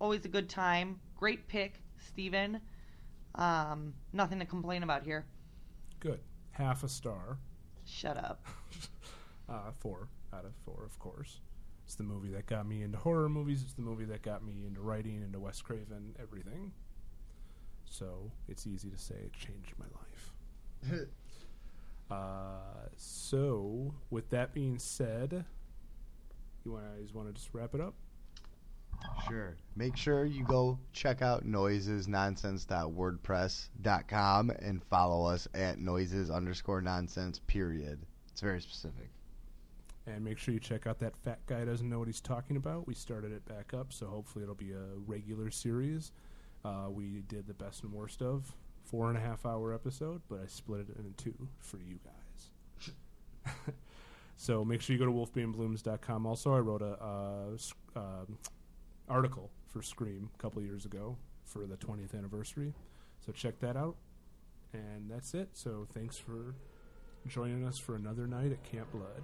Speaker 7: Always a good time. Great pick, Steven. Um, nothing to complain about here.
Speaker 6: Good. Half a star.
Speaker 7: Shut up.
Speaker 6: Uh, four out of four, of course. It's the movie that got me into horror movies. It's the movie that got me into writing, into Wes Craven, everything. So it's easy to say it changed my life. Uh, so with that being said, you want to just want to just wrap it up?
Speaker 8: Sure. Make sure you go check out noises.nonsense.wordpress.com and follow us at noises underscore nonsense period. It's very specific.
Speaker 6: And make sure you check out that fat guy doesn't know what he's talking about. We started it back up, so hopefully it'll be a regular series. Uh, we did the best and worst of four and a half hour episode, but I split it into two for you guys. so make sure you go to wolfbeandblooms.com. Also, I wrote a uh, s- um article for Scream a couple years ago for the 20th anniversary. So check that out. And that's it. So thanks for joining us for another night at Camp Blood.